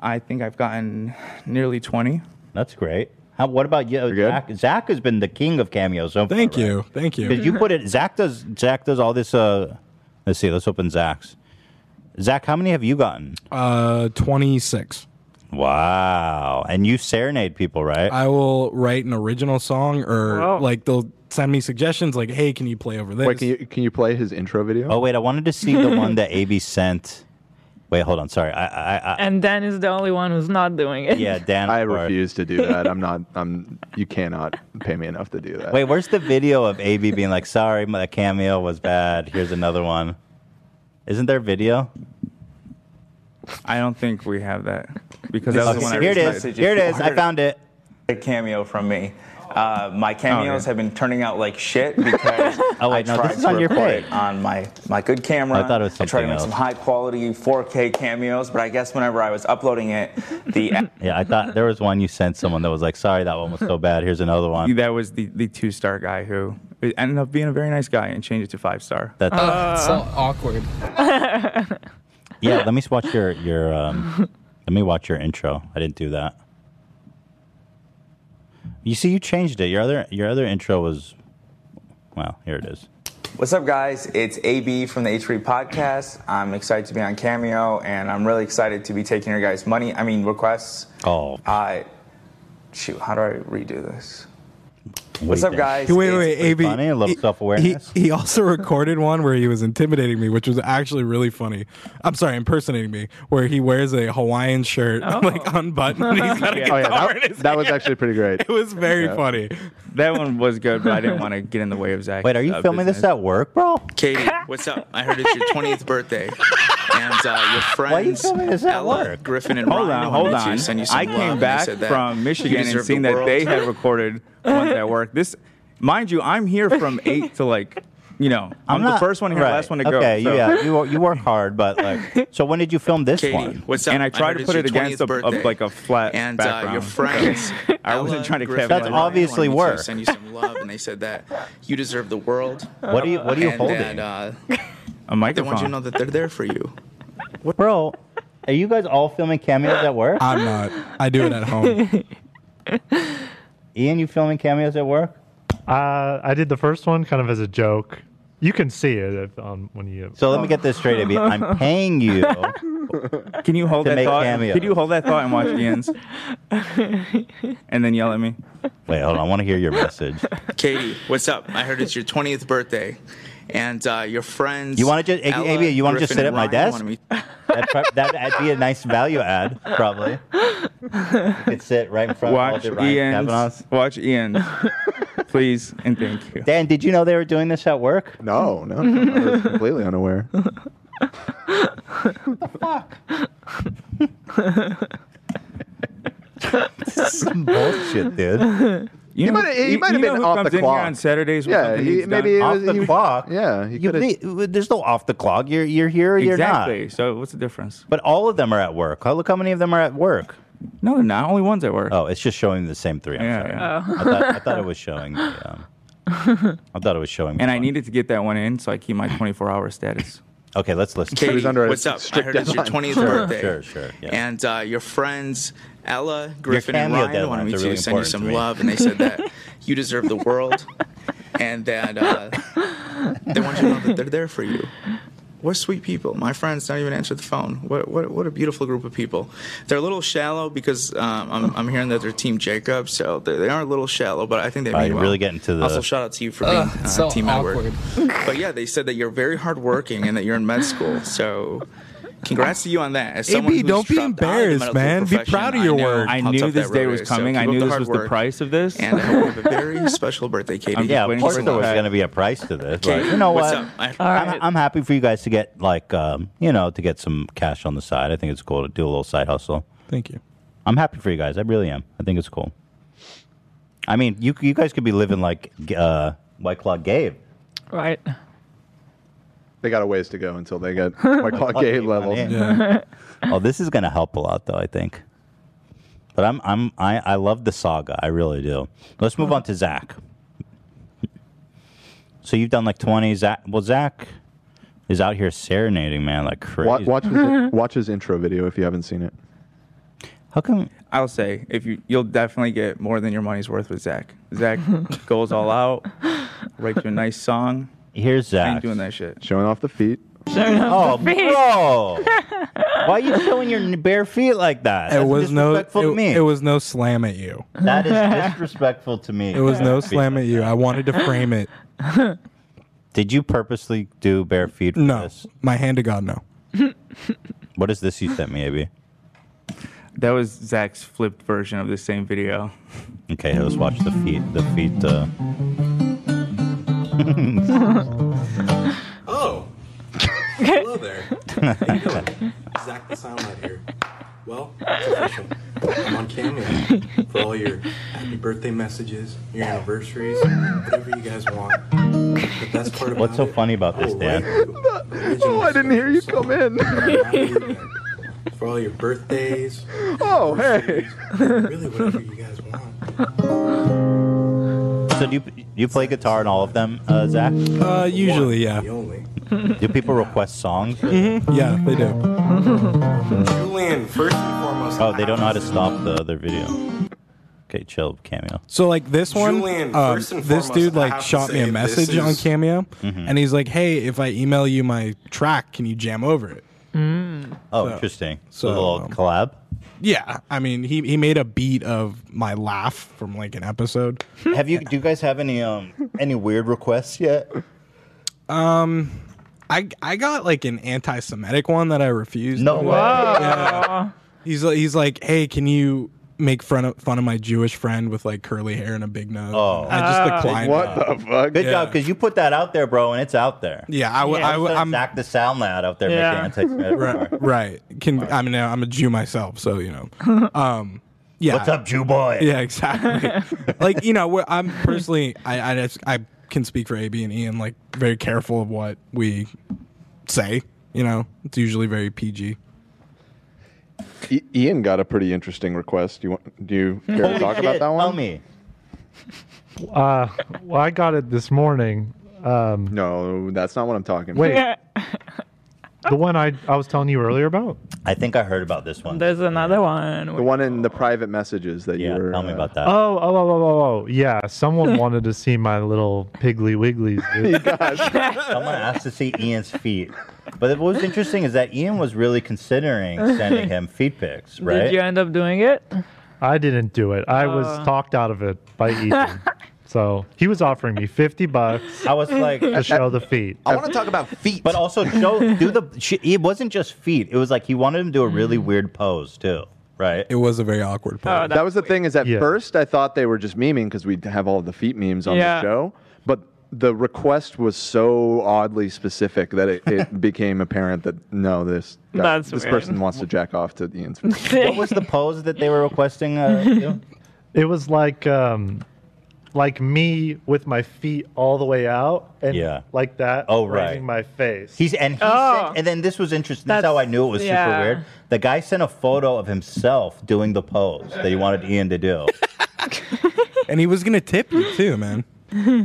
S5: I think I've gotten nearly twenty.
S2: That's great. How, what about you, Zach? Zach has been the king of cameos. So
S6: Thank you. Thank you.
S2: Because you put it, Zach does. Zach does all this. Uh, let's see. Let's open Zach's. Zach, how many have you gotten?
S6: Uh, 26.
S2: Wow. And you serenade people, right?
S6: I will write an original song, or
S2: Wow.
S6: like they'll send me suggestions, like, "Hey, can you play over this?"
S3: Wait, can you can you play his intro video?
S2: oh wait, I wanted to see the
S3: <laughs>
S2: one that AB sent. Wait, hold on. Sorry. I.
S7: uh,
S2: I, I
S4: And Dan is the only one who's not doing
S3: <laughs>
S4: it.
S2: yeah, Dan.
S3: I refuse to do that. I'm not. I'm. You cannot pay me enough to do that.
S2: Wait, where's the video of AB being like, "Sorry, my cameo was bad. Here's another one." Isn't there video?
S5: I don't think we have that because that
S2: Okay,
S5: was the one I
S2: here it is.
S5: messaged
S2: Here it
S5: you.
S2: is. I found it.
S7: A cameo from me. Uh,
S5: Oh,
S7: my cameos have been turning out like shit because
S2: <laughs> oh, wait,
S7: I
S2: no,
S7: tried
S2: this is
S7: to
S2: on your
S7: record
S2: page.
S7: it on my, my good camera.
S2: I thought it was
S7: tried to
S2: something
S7: make some
S2: else.
S7: high quality 4K cameos, but I guess whenever I was uploading it,
S2: <laughs>
S7: the app
S2: Yeah, I thought there was one you sent someone that was like, "Sorry, that one was so bad. Here's another one."
S5: That was the, the two star guy who ended up being a very nice guy and changed it to five star.
S2: That's-
S4: Uh,
S2: Oh, it's so
S5: awkward.
S4: <laughs>
S2: Yeah, let me s- watch your your. Um, let me watch your intro. I didn't do that. You see, you changed it. Your other your other intro was, well, here it is.
S7: What's up, guys? It's AB from the H3 Podcast. I'm excited to be on Cameo, and I'm really excited to be taking your guys' money. I mean, requests.
S2: Oh.
S7: I shoot. How do I redo this?
S2: What do
S7: What's
S2: you
S7: up,
S2: think?
S7: guys?
S6: Hey, wait, wait, wait, AB.
S2: funny, a little
S6: he-
S2: self-awareness.
S6: He, he also recorded one where he was intimidating me, which was actually really funny. I'm sorry, impersonating me, where he wears a Hawaiian shirt, <laughs> like unbuttoned, and <laughs>
S7: <laughs>
S6: he's got a
S3: Oh, yeah,
S6: guitar
S3: that-
S6: in his
S3: that was actually pretty
S6: <laughs>
S3: great.
S6: It was very funny.
S5: That one was good, but I didn't want to get in the way of uh, Zach.
S2: Wait, are you filming this at work, bro?
S7: Katie, what's up? I heard it's
S2: <laughs>
S7: your 20th birthday. And uh, your
S2: Why you
S7: friends,
S2: filming this at
S7: Ella,
S2: work?
S7: Griffin, and
S5: Hold
S7: Ryan
S5: on,
S7: wanted
S5: hold
S7: to
S5: on.
S7: send you some
S5: I
S7: love, and
S5: came
S7: they
S5: back
S7: said that
S5: from
S7: you
S5: Michigan
S7: deserve
S5: and seen
S7: the
S5: that they
S7: world. <laughs>
S5: had recorded ones that worked. This, mind you, I'm here from eight to like, you know, I'm, the first one here,
S2: right.
S5: last one to
S2: okay,
S5: go. so-
S2: yeah, you wor- you work hard, but
S5: <laughs>
S2: like, so when did you film this
S5: Katie,
S2: one?
S5: what's up? And I tried to put it against a, a, like a flat
S7: And uh,
S5: background.
S7: your friends,
S5: <laughs> I wasn't trying to
S7: Griffin,
S5: capitalize.
S7: and Ryan wanted me to Send you some love, and they said that you deserve the
S2: <laughs>
S7: world.
S5: What are you- what are you
S7: and
S5: holding?
S7: That, uh,
S5: a
S7: they want you to
S5: microphone.
S7: know that they're there for you.
S2: <laughs> Bro, are you guys all filming cameos at work?
S6: I'm not. I do it at home.
S2: Ian, you filming cameos at work?
S17: Uh, I did the first one kind of as a joke. You can see it if, um, when you.
S2: So let me get this straight, Abby. I'm
S17: <laughs>
S2: paying
S4: <laughs>
S2: you.
S5: Can you hold
S2: to
S5: that
S2: make
S5: thought?
S2: cameos.
S5: Could you hold that thought and watch the
S2: <laughs>
S5: ends, and then yell at me?
S2: Wait, hold on. <laughs> I want to hear your message.
S7: Katie, what's up? I heard it's your 20th birthday, and uh, your friends.
S2: You want to just,
S7: Ella,
S2: Abby, you want to just
S7: Griffin,
S2: sit at
S7: and
S2: my
S7: Ryan
S2: desk?
S7: wanted me-
S2: <laughs> That pro- that- that'd be a nice value add, probably. You could sit right in front
S5: Watch
S2: of all the Ryan
S5: Ian.
S2: Kavanaughs.
S5: Watch Ian, please and thank you.
S2: Dan, did you know they were doing this at work?
S3: No, no, no, I
S5: <laughs>
S3: was completely unaware.
S2: Some
S3: <laughs>
S2: bullshit, dude.
S3: He might have- he
S5: you-
S3: might have
S5: you know
S3: been
S5: who
S3: off
S5: comes
S3: the
S5: in here
S3: clock.
S5: on Saturdays. when
S3: Yeah,
S5: something
S3: he-
S5: needs
S3: maybe
S5: done?
S3: it
S2: off
S3: was-
S2: the
S3: he-
S2: clock.
S3: yeah, he
S2: You
S3: could've-
S2: le- there's no off the clock. You're you're here. Or
S5: exactly.
S2: You're not.
S5: So what's the difference?
S2: But all of them are at work. Oh, Look how many of them are at work.
S5: No, they're not. Only one's at work.
S2: Oh, it's just showing the same three. I'm
S5: Yeah,
S2: sorry.
S5: yeah. Oh.
S2: I, thought, I thought it
S5: <laughs>
S2: was showing. The, um, I thought it was showing.
S5: And I needed to get that one in so I keep my 24-hour status.
S2: Okay, let's listen.
S5: Katie,
S7: what's up? I heard it's your 20th
S5: Sure,
S7: birthday.
S5: sure,
S2: sure, yeah.
S7: And uh, your friends, Ella, Griffin, and
S2: cameo
S7: Ryan wanted me
S2: deadlines are
S7: to
S2: really
S7: send you
S2: important
S7: some
S2: to me.
S7: love, and they said that you deserve the
S2: <laughs>
S7: world, and that uh, they want you to know that they're there for you. We're sweet people. My friends don't even answer the phone. What, what, what a beautiful group of people. They're a little shallow because um, I'm, I'm hearing that they're Team Jacob, so they, they are a little shallow, but I think they
S2: Oh,
S7: mean
S2: you're
S7: well.
S2: really getting to the-
S7: Also, shout out to you for being
S2: Ugh,
S7: uh,
S2: it's so
S7: Team
S2: awkward.
S7: Edward. <laughs> But yeah, they said that you're very hardworking and that you're in med school, so Congrats to you on that. As someone
S6: AB,
S7: who's
S6: don't be
S7: dropped out of the
S6: embarrassed,
S7: medical
S6: man. Be
S7: profession,
S6: proud of your
S7: I know
S6: work.
S7: how
S5: I
S7: tough
S5: knew
S7: that
S5: this day
S7: road
S5: was
S7: is, so
S5: coming. I
S7: keep up
S5: knew
S7: the
S5: this
S7: hard
S5: was the
S7: work.
S5: price of this. Um,
S7: And I hope
S5: <laughs>
S7: you have a very special birthday, Katie.
S2: yeah, of
S7: Waiting
S2: course
S7: for
S2: there was
S7: that.
S2: going to be a price to this.
S7: Okay,
S2: Like, you know
S7: what's
S2: what?
S7: up? I-
S2: I'm, I'm happy for you guys to get like um, you know to get some cash on the side. I think it's cool to do a little side hustle.
S6: Thank you.
S2: I'm happy for you guys. I really am. I think it's cool. I mean, you you guys could be living like uh, White Claw Gabe.
S4: Right.
S3: They got a ways to go until they get White Claw Gay levels.
S2: oh, this is going to help a lot, though. I think. But I'm I'm I, I love the saga. I really do. Let's move on to Zach. So you've done like 20. Zach. Well, Zach is out here serenading, man, like crazy.
S3: Wa- watch, <laughs>
S4: <laughs>
S3: his, watch his intro video if you haven't seen it.
S2: How come?
S7: I'll say if you you'll definitely get more than your money's worth with Zach.
S2: <laughs>
S7: Zach goes all out, writes you a nice song.
S2: Here's Zach.
S7: I ain't doing that shit.
S3: Showing off the feet.
S2: oh,
S4: <laughs>
S2: bro! Why are you showing your n- bare feet like that?
S6: It
S2: That's
S6: was no. It,
S2: disrespectful to me.
S6: it was no slam at you.
S2: that is disrespectful to me.
S6: It was no slam at you. I wanted to frame it.
S2: Did you purposely do bare feet? For
S6: No,
S2: This?
S6: my hand to God, no.
S2: What is this you sent me, AB?
S7: That was Zach's flipped version of the same video.
S2: Okay, let's watch the feet. The feet. Uh...
S5: Oh.
S2: <laughs>
S5: Hello there. How you doing? Zach the Sound Lad here. Well, it's official. I'm on Cameo for all your happy birthday messages, your anniversaries, whatever you guys want. The best part about
S2: What's so
S5: it,
S2: funny about this, Dan?
S3: oh, I didn't hear you come in.
S2: <laughs>
S5: for all your birthdays,
S3: oh, hey.
S5: really whatever you guys want.
S2: So do you, you play guitar in all of them, uh, Zach?
S6: Uh, usually, yeah.
S2: Do people request songs?
S6: Mhm. Yeah, they do.
S5: Julian, first and foremost.
S2: Oh, they don't know how to stop the other video. Okay, chill, cameo.
S6: So like this one,
S5: Julian,
S6: um,
S5: first and
S6: this
S5: foremost,
S6: dude
S5: I
S6: like
S5: have to
S6: shot me
S5: say
S6: a
S5: this
S6: message on
S5: is-
S6: Cameo,
S2: Mhm.
S6: and he's like, "Hey, if I email you my track, can you jam over it?"
S2: Oh,
S6: So-
S2: interesting.
S6: so,
S2: So a little
S6: um,
S2: collab.
S6: Yeah, I mean, he he made a beat of my laugh from like an episode.
S2: <laughs> Have you? Do you guys have any um any weird requests yet?
S6: Um, I I got like an anti-Semitic one that I refused.
S2: No way. <laughs>
S4: Oh.
S6: Yeah. He's like he's like, hey, can you make fun of fun of my Jewish friend with like curly hair and a big nose?
S2: Oh,
S6: I just declined. that.
S2: Good
S6: Yeah.
S2: job, because you put that out there, bro, and it's out there.
S6: Yeah, I w- I w-
S2: am Zach the Sound Lad out there
S6: Yeah. <laughs>
S2: making anti-Semitic remarks.
S6: Right, right. Can I mean I'm a Jew myself, so you know. Um, yeah.
S2: What's up, Jew boy?
S6: Yeah, exactly. like you know, we're- I'm personally, I I, just, I can speak for AB and Ian. Like very careful of what we say. You know, it's usually very PG.
S3: I- Ian got a pretty interesting request. Do you, want, do you care to
S17: Holy
S3: talk about
S17: shit,
S3: that one?
S17: tell
S2: me.
S17: Uh, well, I got it this morning. Um,
S3: no, that's not what I'm talking
S17: Wait. the one I, I was telling you earlier about?
S2: <laughs> I think I heard about this one.
S4: There's another one.
S3: The one in the private messages that you were. uh, Tell me
S2: about
S17: Oh, oh, oh, oh, oh, oh. Yeah, <laughs> someone wanted to see my little piggly <laughs> wigglies.
S2: <laughs> Someone asked to see Ian's feet. But what was interesting is that Ian was really <laughs> considering sending him feet pics, right?
S4: Did you end up doing it?
S17: I didn't do it. I
S4: Uh.
S17: was talked out of it <laughs> by Ethan. so he was offering me 50 bucks.
S2: <laughs> I was like-
S17: to show the feet.
S2: I want to talk about feet, but also <laughs> show do the. Sh- it wasn't just feet. It was like he wanted him to do a really weird pose too, right?
S6: It was a very
S2: Oh,
S6: awkward
S4: Oh,
S6: pose.
S3: that was the thing is at first I thought they were just memeing because we have all the feet memes on
S4: Yeah.
S3: the show, but the request was so oddly specific that it,
S4: <laughs>
S3: it became apparent that no, this guy-
S4: That's
S3: this
S4: weird.
S3: person wants to jack off to
S4: <laughs>
S2: <laughs>
S3: Ian's.
S2: what was the pose that they were requesting? <laughs> Uh, do?
S17: It was like um like me with my feet all the way out and
S2: Yeah.
S17: like that
S2: Oh,
S17: raising my face.
S2: He's and he sent, and then this was interesting. This is how I knew it was super
S17: yeah.
S2: weird. The guy sent a photo of himself doing the pose that he wanted Ian to do.
S6: and he was gonna tip you too, man.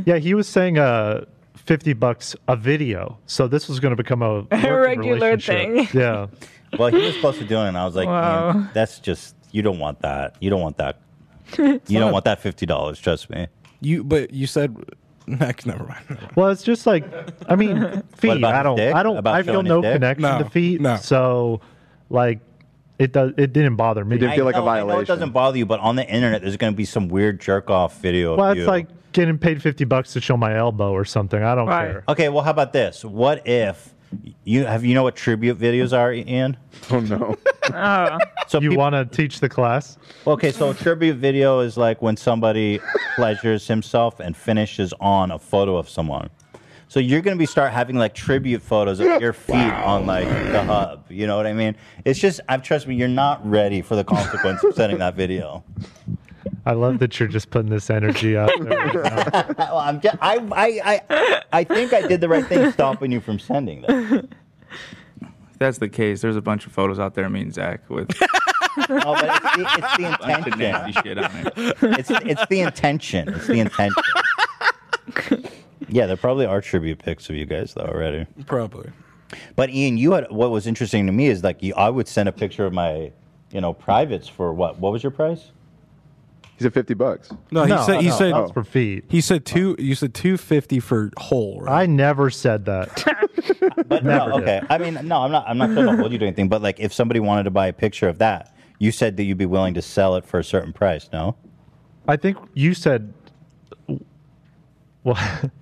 S17: yeah, he was saying uh 50 bucks a video. So this was going to become
S2: <laughs>
S17: a working
S4: regular
S17: relationship.
S4: thing. <laughs>
S17: Yeah.
S2: Well, he was supposed to do it, and I was like,
S4: Wow.
S2: "Ian, that's just you don't want that. You don't want that. you don't want that fifty dollars. Trust me.
S6: You but you said <laughs> next. Never mind.
S17: Well, it's just like I mean, feet.
S2: about
S17: I
S2: his
S17: don't.
S2: dick?
S17: I don't.
S2: About
S17: I feel
S2: showing his
S17: no
S2: dick?
S17: connection
S2: No,
S17: to feet. So, like, it does. It didn't bother me.
S2: I know- I know it doesn't bother you, but on the internet, there's going to be some weird jerk off video.
S17: Well,
S2: of
S17: it's
S2: you.
S17: like getting paid fifty bucks to show my elbow or something. I don't care.
S2: Okay, well, how about this? What if you have you know what tribute videos
S17: <laughs>
S2: are, Ian? <laughs>
S3: Oh no.
S4: Oh.
S2: So
S17: you want to teach the class?
S2: Okay, so a tribute video is like when somebody pleasures himself and finishes on a photo of someone. So you're going to be start having like tribute photos of your feet on like the hub. You know what I mean? It's just, I trust me, you're not ready for the consequence of sending that video.
S17: I love that you're just putting this energy
S2: <laughs>
S17: out there.
S2: well, I'm just, I, I, I, I think I did the right thing stopping you from sending that.
S7: If that's the case, there's a bunch of photos out there of me and Zach with
S2: Oh, but it's the, it's the
S7: bunch of nasty
S2: intention.
S7: shit on there.
S2: It's, it's the intention. It's the intention. Yeah, there probably are tribute pics of you guys though already.
S6: Probably.
S2: But Ian, you had what was interesting to me is like you, I would send a picture of my, you know, privates for what? What was your price?
S3: He said fifty bucks. Oh.
S6: No, he said he said
S17: that's for feet.
S6: He said two. You said two fifty for whole. Right?
S17: I never said that.
S2: But no, okay. I mean, no, I'm not. I'm not trying to hold you to anything. But like, if somebody wanted to buy a picture of that, you said that you'd be willing to sell it for a certain price. No.
S17: I think you said. Well,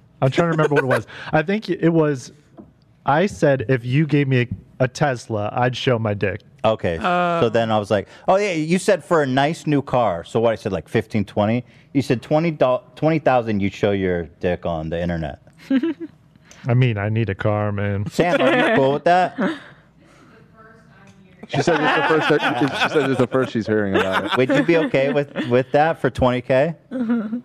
S17: <laughs> I'm trying to remember what it was. I think it was. I said if you gave me a, a Tesla, I'd show my dick.
S2: Okay. so then I was like, oh, yeah, you said for a nice new car. So what I said, like 15, 20? You said 20,000 20, you'd show your dick on the internet.
S17: <laughs> I mean, I need a car, man.
S2: Sam, are
S17: <laughs>
S2: you cool with
S4: <laughs>
S2: that?
S3: She said it's the first. That, she said it's the first she's hearing about it.
S2: Would you be okay with, with that for 20K?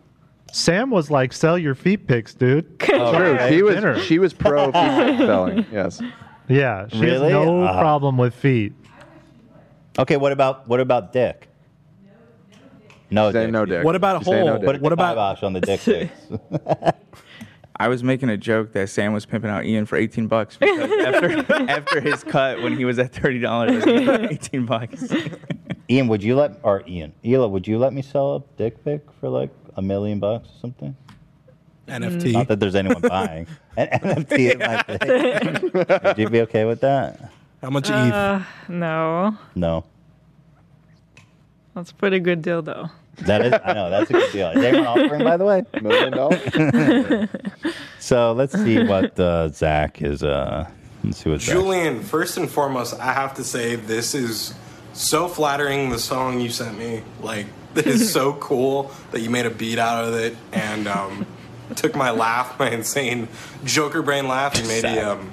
S17: Sam was like, "Sell your feet pics,
S2: <laughs>
S17: dude."
S3: True. She was. She was
S4: <laughs>
S3: pro feet selling. Yes.
S17: Yeah, she has
S2: Really?
S17: no
S2: Uh,
S17: problem with feet.
S2: Okay, what about what about dick? <laughs> No,
S3: Say
S2: dick.
S3: no dick. What about Say no hole? dick.
S2: Put
S3: What
S2: what
S3: about-
S2: about on the
S3: <laughs>
S2: dick pics?
S7: I was making a joke that Sam was pimping out Ian for 18 bucks because
S3: <laughs>
S7: after after his cut when he was at $30, it was like 18 bucks.
S2: Ian, would you let or Ian, Ela, would you let me sell a dick pic for like a million bucks or something?
S6: NFT.
S2: Not that there's anyone buying an NFT. of my dick. Would you be okay with that?
S6: How much
S4: Uh, no,
S2: No,
S4: that's a pretty good deal though.
S2: that is. I know that's a good deal. Is anyone offering, by the way?
S3: Million
S2: dollars. <laughs> so let's see what uh, Zach is. Uh, let's see what Zach-
S5: Julian, first and foremost, I have to say this is so flattering. The song you sent me, like, <laughs> it is so cool that you made a beat out of it and um, took my laugh, my insane Joker brain laugh, and made a um,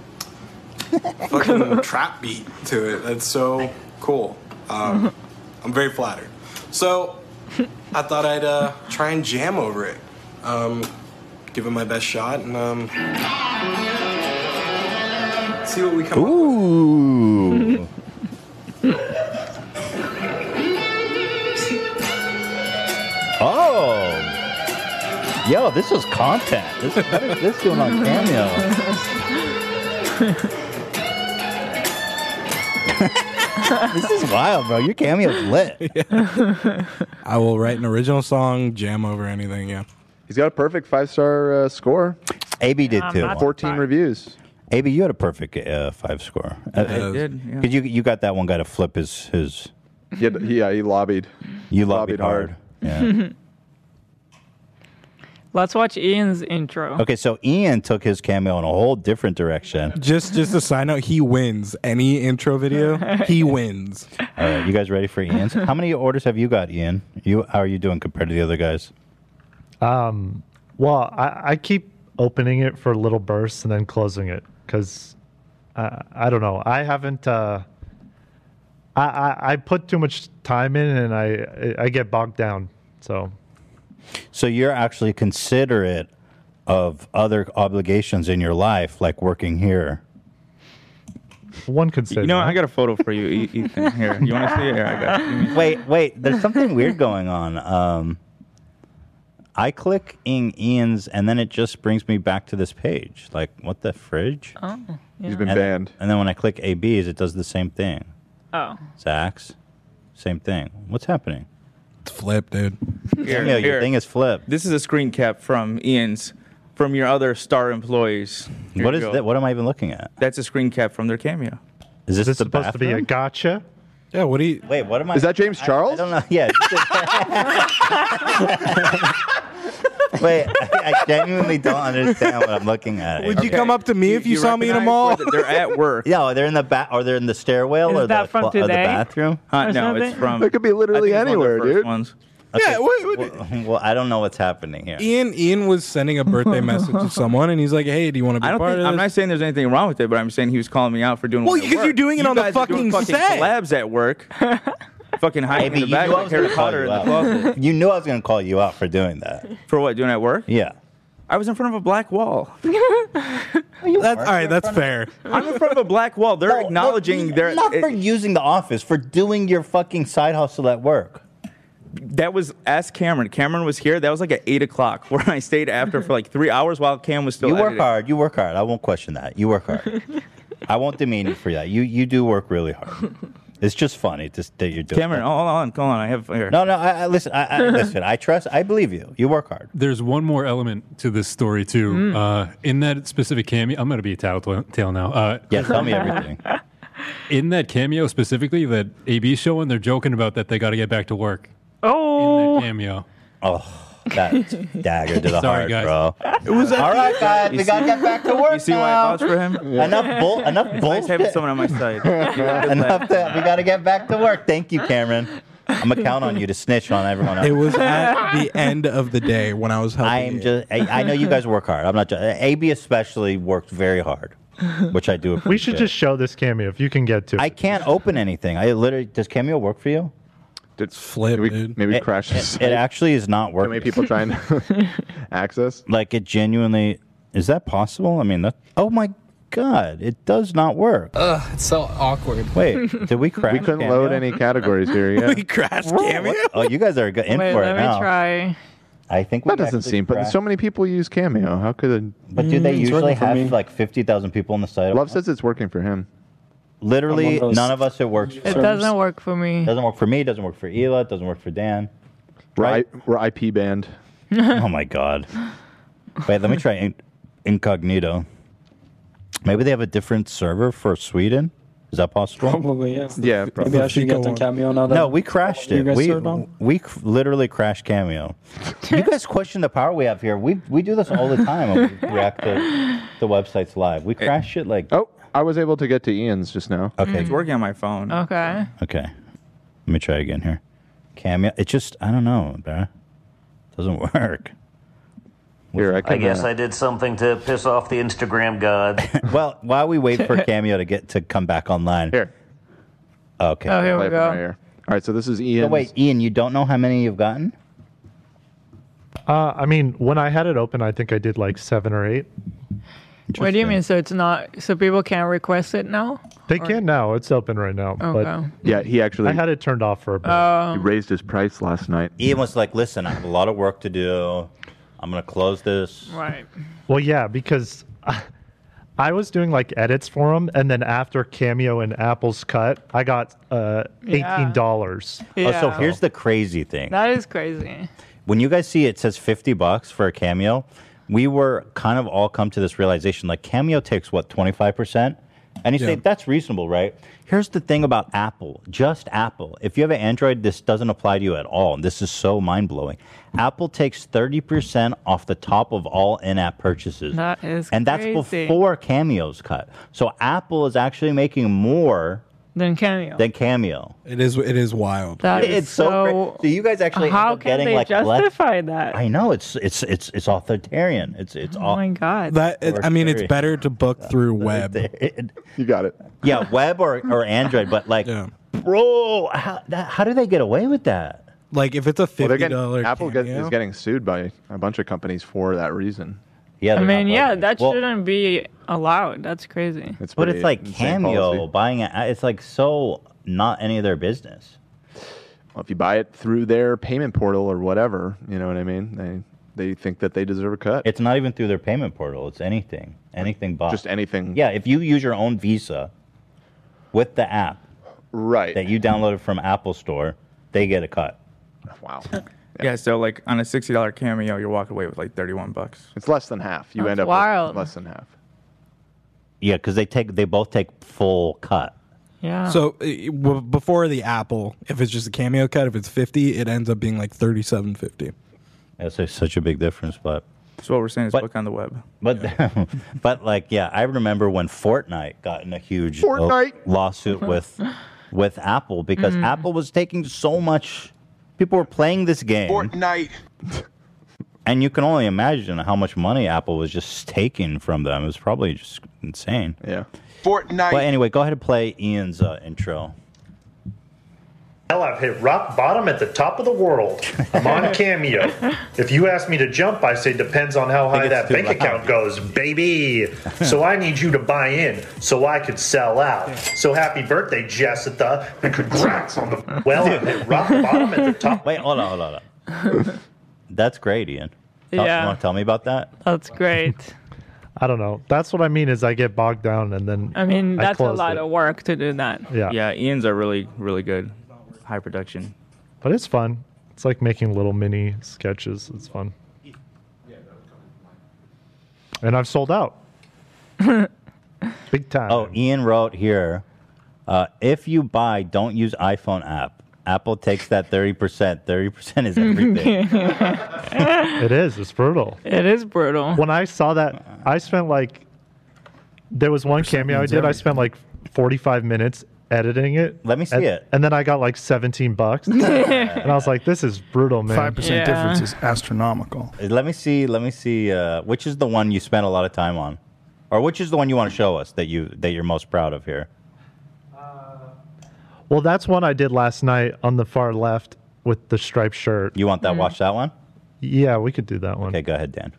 S2: <laughs>
S5: <laughs> fucking trap beat to it. That's so cool. Um, I'm very flattered. So I thought I'd uh, try and jam over it, um, give it my best shot, and um, see what we come.
S2: Ooh. oh. Yo, this is content. This what is this doing on <laughs>
S5: <laughs>
S2: Cameo? <laughs> this is wild, bro. Your cameo's
S6: <laughs>
S2: lit.
S6: I will write an original song, jam over anything. Yeah.
S3: He's got a perfect five star uh, score.
S2: AB did
S3: Um,
S6: Yeah, I'm
S2: too.
S6: not
S3: 14 reviews.
S2: AB, you had a perfect uh, five score.
S3: I
S2: Uh,
S3: did, yeah.
S2: 'cause you you got that one guy to flip his his.
S3: Yeah, yeah, he lobbied.
S2: You lobbied, hard.
S4: <laughs> Let's watch Ian's intro.
S2: Okay, so Ian took his cameo in a whole different direction.
S3: <laughs>
S6: Just just a side note, he wins any intro video. He
S7: <laughs>
S6: wins.
S2: All right, you guys ready for Ian's? How many orders have you got, Ian? You how are you doing compared to the other guys?
S17: Um, well, I, I keep opening it for little bursts and then closing it because uh, I don't know. I haven't. Uh, I, I I put too much time in and I I get bogged down. So
S2: So you're actually considerate of other obligations in your life, like working here.
S17: one could say
S7: You know, what? I got a photo for you, E- Ethan. Here, you want to see it? Here, I got it.
S2: Wait, wait. There's something weird going on. Um, I click in Ian's, and then it just brings me back to this page. Like, what the fridge?
S4: Oh,
S3: He's
S4: yeah.
S3: been
S2: And-
S3: banned.
S2: And then when I click AB's, it does the same thing.
S4: Oh.
S2: Zach's, same thing. What's happening?
S6: It's flipped, dude.
S7: Here,
S2: Samuel, your
S7: here.
S2: thing is flipped.
S7: This is a screen cap from Ian's, from your other star employees. Here
S2: What
S7: you
S2: is
S7: go.
S2: that? What am I even looking at?
S7: That's a screen cap from their cameo.
S2: Is this, the
S7: supposed to be a
S2: bathroom?
S17: gotcha?
S6: Yeah. What do you?
S2: Wait. What am I?
S3: Is that James
S2: I-
S3: Charles?
S2: I, don't know. Yeah. <laughs> Wait. I, I genuinely don't understand what I'm looking at.
S6: Would you come up to me if you, saw me in a mall?
S7: They're at work.
S2: Yeah, they're in the ba- or they're in the stairwell
S6: Is
S2: or,
S6: that
S2: the,
S6: from
S2: or the
S6: today?
S2: bathroom.
S7: Huh, Or no, it's something? from-
S3: It could be literally anywhere, dude.
S2: Yeah, well, well, I don't know what's happening here.
S6: Ian Ian was sending a birthday message to someone, and he's like, "Hey, do you want to be
S7: I don't
S6: part
S7: think,
S6: of
S7: I'm
S6: this?"
S7: not saying there's anything wrong with it, but I'm saying he was calling me out for doing.
S6: Well,
S7: one at
S6: because
S7: work.
S6: you're doing it
S7: You
S6: on the
S7: guys are doing
S6: fucking set.
S7: collabs at work. fucking hiding in the back like Harry Potter in the closet. <laughs>
S2: you knew I was going to call you out for doing that.
S7: For what? Doing it at work?
S2: Yeah.
S7: I was in front of a black wall.
S6: That's, all right, that's fair.
S7: I'm in front of a black wall. They're acknowledging their.
S2: Not for using the office, for doing your fucking side hustle at work.
S7: that was ask Cameron. Cameron was here. That was like at eight o'clock, <laughs> where I stayed after for like three hours while Cam was still.
S2: you work
S7: editing.
S2: hard. You work hard. I won't question that. You work hard. I won't demean you for that. You you do work really hard. It's just funny just that you're doing.
S7: Cameron, oh, hold on, hold on. I have here.
S2: No, no. I, I listen. I, I listen.
S7: <laughs>
S2: I trust. I believe you. You work hard.
S19: There's one more element to this story too.
S2: Mm.
S19: Uh, in that specific cameo, I'm going to be a tattletale now. Uh,
S2: Yeah, tell me everything.
S19: <laughs> In that cameo specifically, that AB's showing, they're joking about that they got to get back to work.
S4: Oh.
S19: Cameo.
S2: <laughs> Oh,
S19: <laughs>
S2: that dagger to the heart,
S19: Sorry, guys.
S2: bro.
S7: It was
S2: All right, guys.
S7: You
S2: <laughs> We gotta
S7: see-
S2: get back to work.
S7: You see why
S2: now.
S7: I vouched
S6: <laughs>
S7: for him?
S2: <laughs> Enough bull. Enough
S7: It's
S2: bullshit.
S7: Nice having someone on my
S2: <laughs>
S7: side.
S2: Enough that <laughs> we got to get back to work. Thank you, Cameron. I'm gonna count on you to snitch on everyone else.
S6: It was at the end of the day when I was helping.
S2: I'm
S6: you.
S2: just. I, I know you guys work hard. I'm not. Just, AB especially worked very hard, which I do. Appreciate.
S17: We should just show this cameo if you can get to.
S2: I can't open anything. I literally. Does Cameo work for you?
S3: It's
S6: flip, dude.
S3: Maybe
S2: It-
S3: crash.
S2: it- it actually is not
S3: working. How many people
S2: <laughs>
S3: trying to <laughs> access?
S2: Like it genuinely. Is that possible? I mean, that. Oh my god! It does not work.
S12: Ugh, it's so awkward. <laughs>
S2: Wait, did
S3: <laughs>
S2: we crash?
S3: We couldn't load any categories here. Yeah.
S2: <laughs> We crashed Cameo. Oh, you guys are good in
S4: Wait,
S2: for it
S4: let me
S2: now.
S4: try.
S2: I think we
S3: That doesn't
S2: actually
S3: seem. But
S2: crashed.
S3: so many people use Cameo. How could? Mm, It,
S2: But do they usually have like fifty thousand people on the site?
S3: Love says it's working for him.
S2: Literally,
S3: I'm one of those
S2: none of us it works.
S4: It doesn't work for me.
S2: Doesn't work for me. Doesn't work for Ela. Doesn't work for Dan.
S3: We're, I, we're IP banned.
S2: <laughs> oh my god. Wait, let me try in- incognito. Maybe they have a different server for Sweden. Is that possible?
S24: Probably, yes.
S3: Yeah,
S24: Maybe I should get on Cameo now that
S2: No, we crashed
S24: you
S2: it.
S24: guys
S2: We
S24: are done.
S2: we c- literally crashed Cameo. you guys question the power we have here. We we do this all the time. when
S7: <laughs>
S2: we react to the websites live. We crash shit like.
S3: Oh, I was able to get to Ian's just now.
S2: Okay,
S7: It's working on my phone.
S4: Okay.
S2: Oh, Okay. Let me try again here. Cameo. It just, I don't know, bruh. Doesn't <laughs> work.
S3: Here, I
S13: <laughs> I guess I did something to piss off the Instagram gods.
S2: well, while we wait
S3: <laughs>
S2: for Cameo to get to come back online.
S3: Here.
S2: Okay.
S3: Oh, here we Play it from go. right here. All right, so this is Ian.
S2: So wait, Ian, you don't know how many you've gotten?
S17: Uh, I mean, when I had it open, I think I did like seven or eight.
S4: What do you mean? So it's not. So people can't request it now.
S17: They can now. It's open right now.
S4: Okay.
S17: But
S3: Yeah, he actually.
S17: I had it turned off for a bit.
S4: Oh. He
S3: raised his price last night.
S2: Ian was like, listen, I have a lot of work to do. I'm going to close this.
S4: Right.
S17: Well, yeah, because <laughs> I, I was doing like edits for him, and then after Cameo and Apple's cut, I got uh,
S4: Yeah.
S17: eighteen dollars.
S2: Oh, so
S4: Yeah.
S2: here's the crazy thing.
S4: That is crazy.
S2: when you guys see it says 50 bucks for a cameo we were kind of all come to this realization like cameo takes what 25% and you say
S6: Yeah.
S2: that's reasonable right here's the thing about apple just apple if you have an android this doesn't apply to you at all this is so mind-blowing apple takes 30% off the top of all in-app purchases
S4: That is.
S2: and that's
S4: crazy.
S2: before cameos cut so apple is actually making more
S4: Then cameo.
S2: than cameo
S6: It is. It is wild.
S4: That is
S2: it's so,
S4: so.
S2: cra- so you guys actually end
S4: How
S2: up
S4: can
S2: getting
S4: they
S2: like less
S4: justify that?
S2: I know it's it's it's it's authoritarian. It's it's
S4: Oh my god.
S6: That it, I mean, it's better to book through web.
S3: You got it.
S2: yeah, web or or Android, but like, bro, how that, how do they get away with
S4: <laughs>
S2: that?
S6: Like if it's a
S3: Well, they're
S6: fifty
S3: getting-
S6: dollar
S3: Apple get, is getting sued by a bunch of companies for that reason.
S2: Yeah,
S4: I mean, yeah, that shouldn't be allowed. That's crazy.
S3: It's
S2: But it's
S3: pretty
S2: like
S3: insane
S2: Cameo
S3: policy.
S2: buying it. It's like so not any of their business.
S3: Well, if you buy it through their payment portal or whatever, you know what I mean. They they think that they deserve a cut.
S2: It's not even through their payment portal. It's anything, anything bought.
S3: Just anything.
S2: Yeah, if you use your own Visa with the app,
S3: right,
S2: that you downloaded from Apple Store, they get a cut.
S3: Wow.
S7: Yeah, so like on a sixty dollar cameo, you're walking away with like thirty one bucks.
S3: It's less than half. You
S4: That's
S3: end up with
S4: wild.
S3: less than half.
S2: Yeah, because they take they both take full cut.
S4: Yeah.
S6: So uh, w- before the Apple, if it's just a cameo cut, if it's fifty, it ends up being like thirty-seven fifty.
S2: That's a- such a big difference, but
S7: So what we're saying is book on the web.
S2: But <laughs> but like yeah, I remember when Fortnite got in a huge uh,
S7: Fortnite.
S26: <laughs>
S2: lawsuit with with Apple because
S7: Mm.
S2: Apple was taking so much. People were playing this game,
S5: Fortnite.
S2: and you can only imagine how much money Apple was just taking from them. It was probably just insane.
S3: Yeah.
S26: <laughs>
S5: Fortnite.
S2: But anyway, go ahead and play Ian's uh, intro.
S26: Hell, I've hit rock bottom at the top of the world. I'm on Cameo. If you ask me to jump, I say depends on how high that
S27: too
S26: bank
S27: loud.
S26: account goes, baby. so I need you to buy in so I could sell out. So happy birthday, Jessica, and congrats on the well. I've hit rock bottom at the top.
S2: Wait, hold on, hold on. Hold on. That's great, Ian. Tell,
S5: Yeah.
S2: You want to tell me about that?
S5: That's great.
S20: I don't know. That's what I mean is I get bogged down and then
S5: I mean, that's a
S20: closed
S5: lot
S20: it.
S5: of work to do that.
S20: Yeah.
S7: Yeah, Ian's are really, really good. High
S20: <laughs>
S7: production.
S20: But it's fun. It's like making little mini sketches. It's fun. And I've
S5: <laughs>
S20: sold out. Big time.
S2: Oh, Ian wrote here uh, if you buy, don't use iPhone app. Apple takes that 30%. 30% is
S5: <laughs>
S2: everything.
S20: it is. It's brutal.
S5: It is brutal.
S20: When I saw that, I spent like there was one cameo I
S2: means
S20: did. I
S2: everything.
S20: spent like 45 minutes editing it.
S2: Let me see
S20: and,
S2: it.
S20: And then I got like
S5: <laughs>
S20: 17 bucks. and I was like, this is brutal, man.
S26: 5% difference is astronomical.
S2: Uh, let me see. Let me see. Uh, which is the one you spent a lot of time on? Or which is the one you want to show us that, you, that you're most proud of here?
S20: Well, that's one I did last night on the far left with the striped shirt.
S2: You want
S5: Mm.
S2: that? Watch that one?
S20: Yeah, we could do that one.
S2: Okay, go ahead, Dan.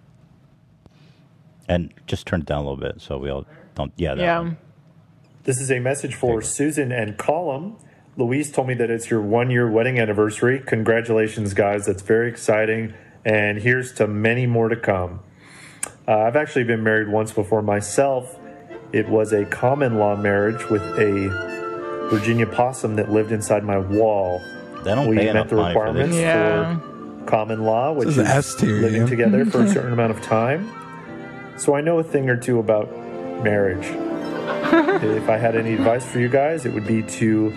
S2: And just turn it down a little bit so we all don't. Yeah, that one.
S17: This is a message for Susan and Colum. Louise told me that it's your one year wedding anniversary. Congratulations, guys. That's very exciting. And here's to many more to come. Uh, I've actually been married once before myself. It was a common law marriage with a Virginia possum that lived inside my wall.
S2: They don't
S17: we
S2: pay
S17: met
S2: enough
S17: the
S2: money for
S17: requirements
S2: this.
S5: Yeah.
S17: for common law, which
S6: This
S17: is,
S6: is S tier,
S17: living
S6: yeah.
S17: together
S6: <laughs>
S17: for a certain amount of time. So I know a thing or two about
S2: <laughs>
S17: marriage. if I had any advice for you guys, it would be to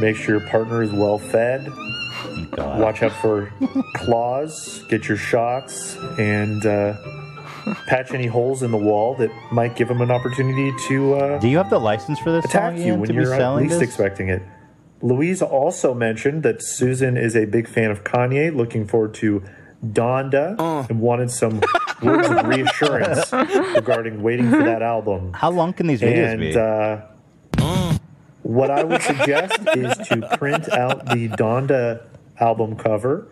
S17: make sure your partner is well fed, watch out
S2: <laughs>
S17: for claws, get your shots, and uh, patch any holes in the wall that might give them an opportunity to. Uh,
S2: Do you have the license for this?
S17: Attack
S2: song,
S17: you
S2: Ian,
S17: when
S2: to be
S17: you're uh,
S2: selling
S17: least
S2: this?
S17: expecting it. Louise also mentioned that Susan is a big fan of Kanye, looking forward to Donda,
S2: Uh.
S17: and wanted some words of
S2: <laughs>
S17: reassurance regarding waiting for that album.
S2: How long can these videos
S17: and,
S2: be?
S17: Uh, what I would suggest is to print out the Donda album cover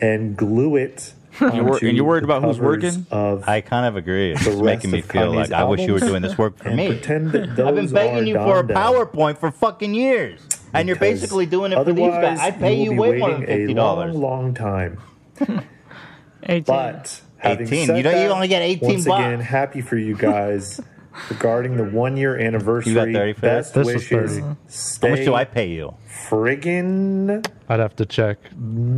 S17: and glue it.
S2: You wor-
S17: onto
S2: and you're
S17: the
S2: worried about who's
S17: covers
S2: working?
S17: Of
S2: I kind of agree. It's
S17: the
S2: just making
S17: rest
S2: me
S17: of
S2: feel
S17: Kanye's
S2: like I wish you were
S17: albums
S2: doing this work
S17: <laughs>
S2: for
S17: and
S2: me.
S17: Pretend that
S2: I've been
S17: those are
S2: begging you for a
S17: Donda.
S2: PowerPoint for fucking years, and you're
S17: because
S2: basically doing it for these guys.
S17: otherwise
S2: I pay
S17: will
S2: you
S17: be
S2: way more than
S17: waiting a
S2: fifty dollars.
S17: Long, long time. But having
S2: 18.
S17: said
S2: You don't- you
S17: that,
S2: only get 18
S17: Once
S2: bucks.
S17: again, happy for you
S2: <laughs>
S17: guys regarding the one year anniversary.
S2: You got thirty for
S17: Best
S2: that?
S17: wishes.
S2: How much
S17: Stay
S2: do I pay you?
S17: Friggin'
S20: I'd have to check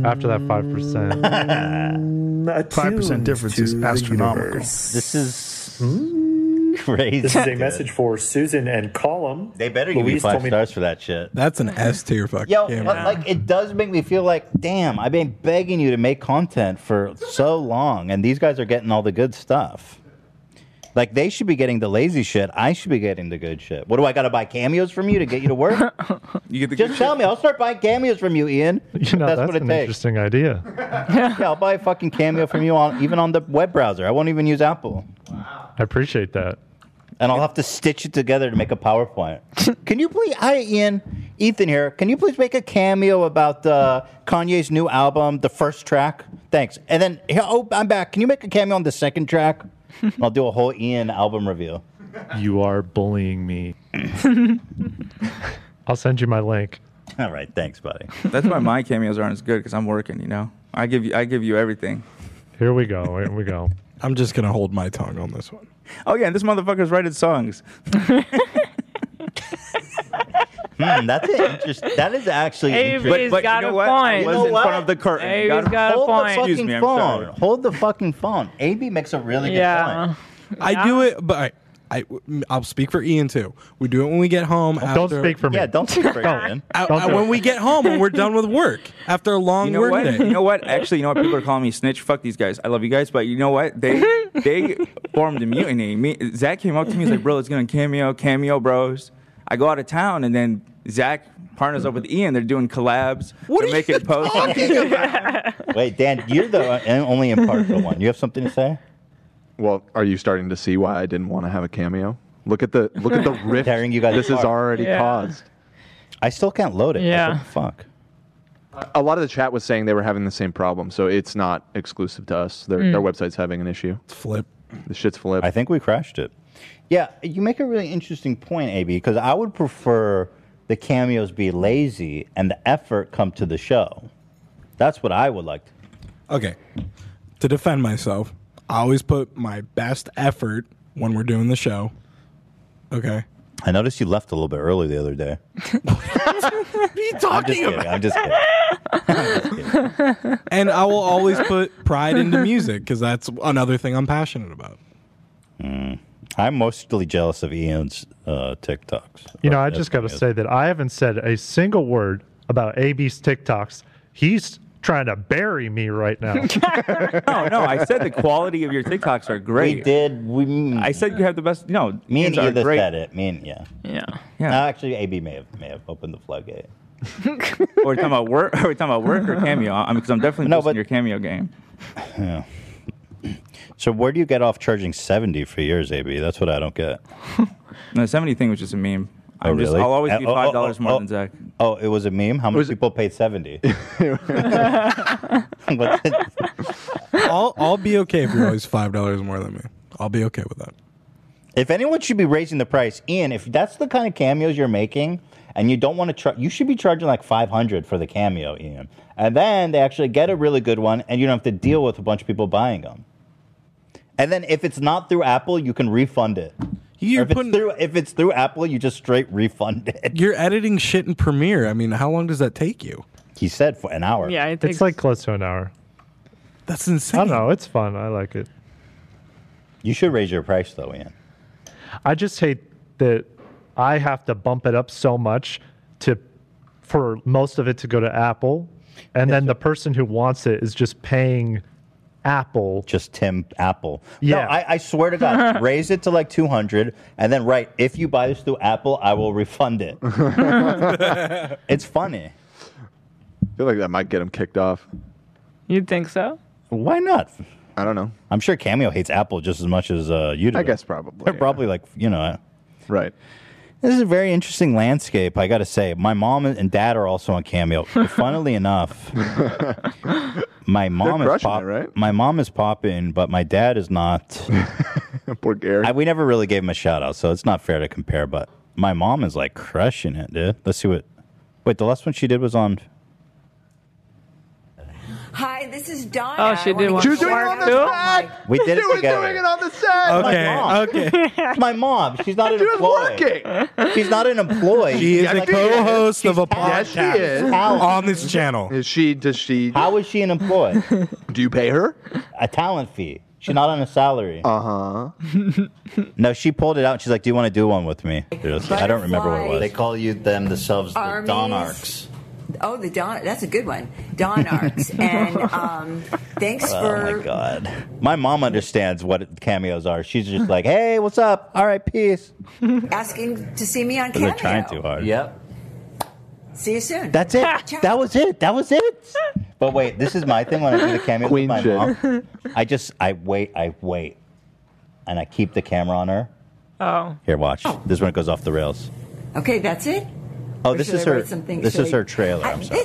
S20: after that
S17: Mm.
S2: <laughs>
S20: 5%.
S17: Five percent
S26: difference is astronomical.
S2: This is <laughs> crazy.
S17: This is a
S2: dude.
S17: message for Susan and Colum.
S2: They better give you
S17: Louise
S2: five
S17: told me-
S2: stars for that shit.
S6: That's an S tier fucking
S2: Yo,
S6: camera.
S2: but like it does make me feel like, damn, I've been begging you to make content for so long, and these guys are getting all the good stuff. Like they should be getting the lazy shit. I should be getting the good shit. What do I got to buy cameos from you to get you to <laughs> work?
S7: you get the
S2: just tell me. I'll start buying cameos from
S17: <laughs>
S2: you, Ian.
S20: You know,
S2: that's,
S20: that's,
S2: what it
S20: an
S2: takes.
S20: interesting idea.
S2: <laughs> yeah, I'll buy a fucking cameo from you on even on the web browser. I won't even use Apple,
S20: I appreciate that.
S2: and I'll have to stitch it together to make a PowerPoint. can you please? Hi, Ian. Ethan here. Can you please make a cameo about uh, Kanye's new album, the first track? Thanks. And then, here- oh, I'm back. Can you make a cameo on the second
S20: <laughs>
S2: track? I'll do a whole Ian album review.
S20: You are
S2: <laughs>
S20: bullying me. I'll send you my link.
S2: All right, thanks, buddy.
S7: That's why my cameos aren't as good because I'm working. You know, I give you, I give you everything.
S20: Here we go. Here we go.
S6: I'm just gonna hold my tongue on this one.
S7: <laughs> Oh yeah, and this motherfucker's writing songs.
S2: Hmm, that's it. Interest- that is actually
S5: Hey,
S2: interesting.
S5: he's got a point.
S2: You know
S5: He's in
S2: what?
S5: front of the curtain. Hey, Got he's a- got a
S2: Hold
S5: point.
S2: The
S5: Excuse
S2: fucking
S5: me, I'm
S2: phone. <laughs>
S5: sorry.
S2: Hold the fucking phone. AB makes a really good
S5: Yeah.
S2: point.
S6: I do it, but I, I, will speak for Ian too. We do it when we get home. Don't after,
S2: speak for me. Yeah, don't <laughs> speak for Don't. Ian.
S6: I-
S2: Don't
S6: I-
S2: do
S6: when
S2: it.
S6: we get home and we're done with work after a long
S7: You know
S6: work
S7: what?
S6: day.
S7: You know what? Actually, you know what? People are calling me a snitch. Fuck these guys. I love you guys, but you know what?
S5: <laughs>
S7: They they formed a mutiny. Me, Zach came up to me. He's like, "Bro, it's gonna cameo, cameo, bros." I go out of town, and then Zach partners up with Ian. They're doing collabs. What They're making posts.
S2: Wait, Dan,
S17: <laughs>
S2: you're the only impartial one. You have something to say?
S3: Well, are you starting to see
S2: <laughs>
S3: why I didn't want to have a cameo? Look at the look at the rift.
S2: Tearing you guys
S3: this has
S2: apart.
S3: already
S2: Yeah.
S3: caused.
S2: I still can't load it. That's
S4: Yeah.
S2: what the fuck.
S3: A lot of the chat was saying they were having the same problem, so it's not exclusive to us. Their,
S2: Mm.
S3: their website's having an issue. It's
S6: flip.
S3: The shit's flip.
S2: I think we crashed it. Yeah, you make a really interesting point, AB, because I would prefer the cameos be lazy and the effort come to the show. That's what I would like.
S6: Okay. To defend myself, I always put my best effort when we're doing the show. Okay.
S2: I noticed you left a little bit early the other day.
S6: what are you
S2: talking about? I'm just kidding.
S6: and I will always put pride into music because that's another thing I'm passionate about.
S2: Mm. I'm mostly jealous of Ian's uh, TikToks.
S17: You know, I just got to say that I haven't said a single word about AB's TikToks. He's trying to bury me right now. <laughs>
S7: no, no. I said the quality of your TikToks are great.
S2: We did. We.
S7: I said you have the best. No,
S2: Me and
S7: Ian's are
S2: Edith
S7: great.
S2: said it. Me and yeah.
S4: Yeah.
S2: Yeah. No, actually, AB may have may have opened the floodgate.
S7: Or we're talking about work. <laughs> Or we're talking about work or cameo. I mean, because I'm definitely no, your cameo game.
S2: Yeah. <clears throat> So where do you get off charging seventy for yours, AB? That's what I don't
S7: <laughs>
S2: get.
S7: The seventy thing was just a meme.
S2: Oh,
S7: I'm just-
S2: really?
S7: I'll always
S2: Uh,
S7: be
S2: oh, oh,
S7: five dollars
S2: oh,
S7: more
S2: oh.
S7: than Zach.
S2: Oh, it was a meme. How many people paid seventy? <laughs>
S7: <laughs>
S6: I'll I'll be okay if you're always five dollars more than me. I'll be okay with that.
S2: If anyone should be raising the price, Ian, if that's the kind of cameos you're making and you don't want to charge, you should be charging like 500 for the cameo, Ian. And then they actually get a really good one and you don't have to deal with a bunch of people buying them. And then if it's not through Apple, you can refund it. Or if, it's through, if it's through Apple, you just straight refund it.
S6: You're editing shit in Premiere. I mean, how long does that take you?
S2: He said for an hour.
S4: Yeah, it
S17: it's
S4: takes-
S17: like close to an hour.
S6: That's insane.
S17: I don't know. It's fun. I like it.
S2: You should raise your price though, Ian.
S17: I just hate that I have to bump it up so much to for most of it to go to Apple, and then the person who wants it is just paying Apple.
S2: Just Tim Apple.
S17: Yeah.
S2: No, I, I swear to God, raise it to like 200 and then write, if you buy this through Apple, I will refund it. it's funny.
S3: I feel like that might get him kicked off.
S4: You think so?
S2: Why not?
S3: I don't know.
S2: I'm sure Cameo hates Apple just as much as uh, you do.
S3: I guess probably.
S2: They're probably like, you know.
S3: Right.
S2: This is a very interesting landscape, I got to say. My mom and dad are also on
S3: <laughs>
S2: Cameo. Funnily enough, my mom is
S3: crushing it,
S2: pop- my mom is popping, but my dad is not.
S3: <laughs> Poor Gary.
S2: we never really gave him a shout out, so it's not fair to compare. But my mom is like crushing it, dude. Let's see what. Wait, the last one she did was on
S12: Hi, this is Donna.
S4: Oh, she
S12: I wanna
S4: did one.
S12: give you
S4: for
S12: a
S4: work, too?
S2: We did it together.
S3: on the set.
S2: My mom. <laughs> It's my mom. She's not an employee. She's not an employee.
S6: She is
S2: She's
S6: a
S2: like-
S6: co-host of a
S3: Yes,
S6: podcast
S3: she is.
S6: on this channel.
S3: Is she? Does
S2: <laughs>
S3: she?
S2: How is she an employee?
S3: Do you pay her
S2: a talent fee? She's not on a salary.
S3: Uh
S2: huh. <laughs> no, she pulled it out. And she's like, "Do you want to do one with me?" I don't remember what it was.
S12: They
S2: call you them themselves
S12: the Armies. Donarchs. Oh, the Don. That's a good one.
S2: <laughs>
S12: Don Arts. and um, thanks
S2: Oh
S12: for
S2: my god. My mom understands what cameos are. She's just like, "Hey, what's up? All right, peace."
S12: asking to see me on
S2: They're
S12: camera.
S2: trying too hard. Yep.
S12: See you soon.
S2: That's it. that was it. That was it. But wait, this is my thing when I do the cameo with my
S12: shit.
S2: mom. I just I wait, I wait, and I keep the camera on her.
S4: <laughs> Oh.
S2: Here, watch. This one goes off the rails.
S12: Okay, that's it.
S2: Oh,
S12: Or
S2: this
S12: should
S2: is
S12: I
S2: her.
S12: write something?
S2: This
S12: Should
S2: is
S12: I-
S2: her trailer. I'm sorry.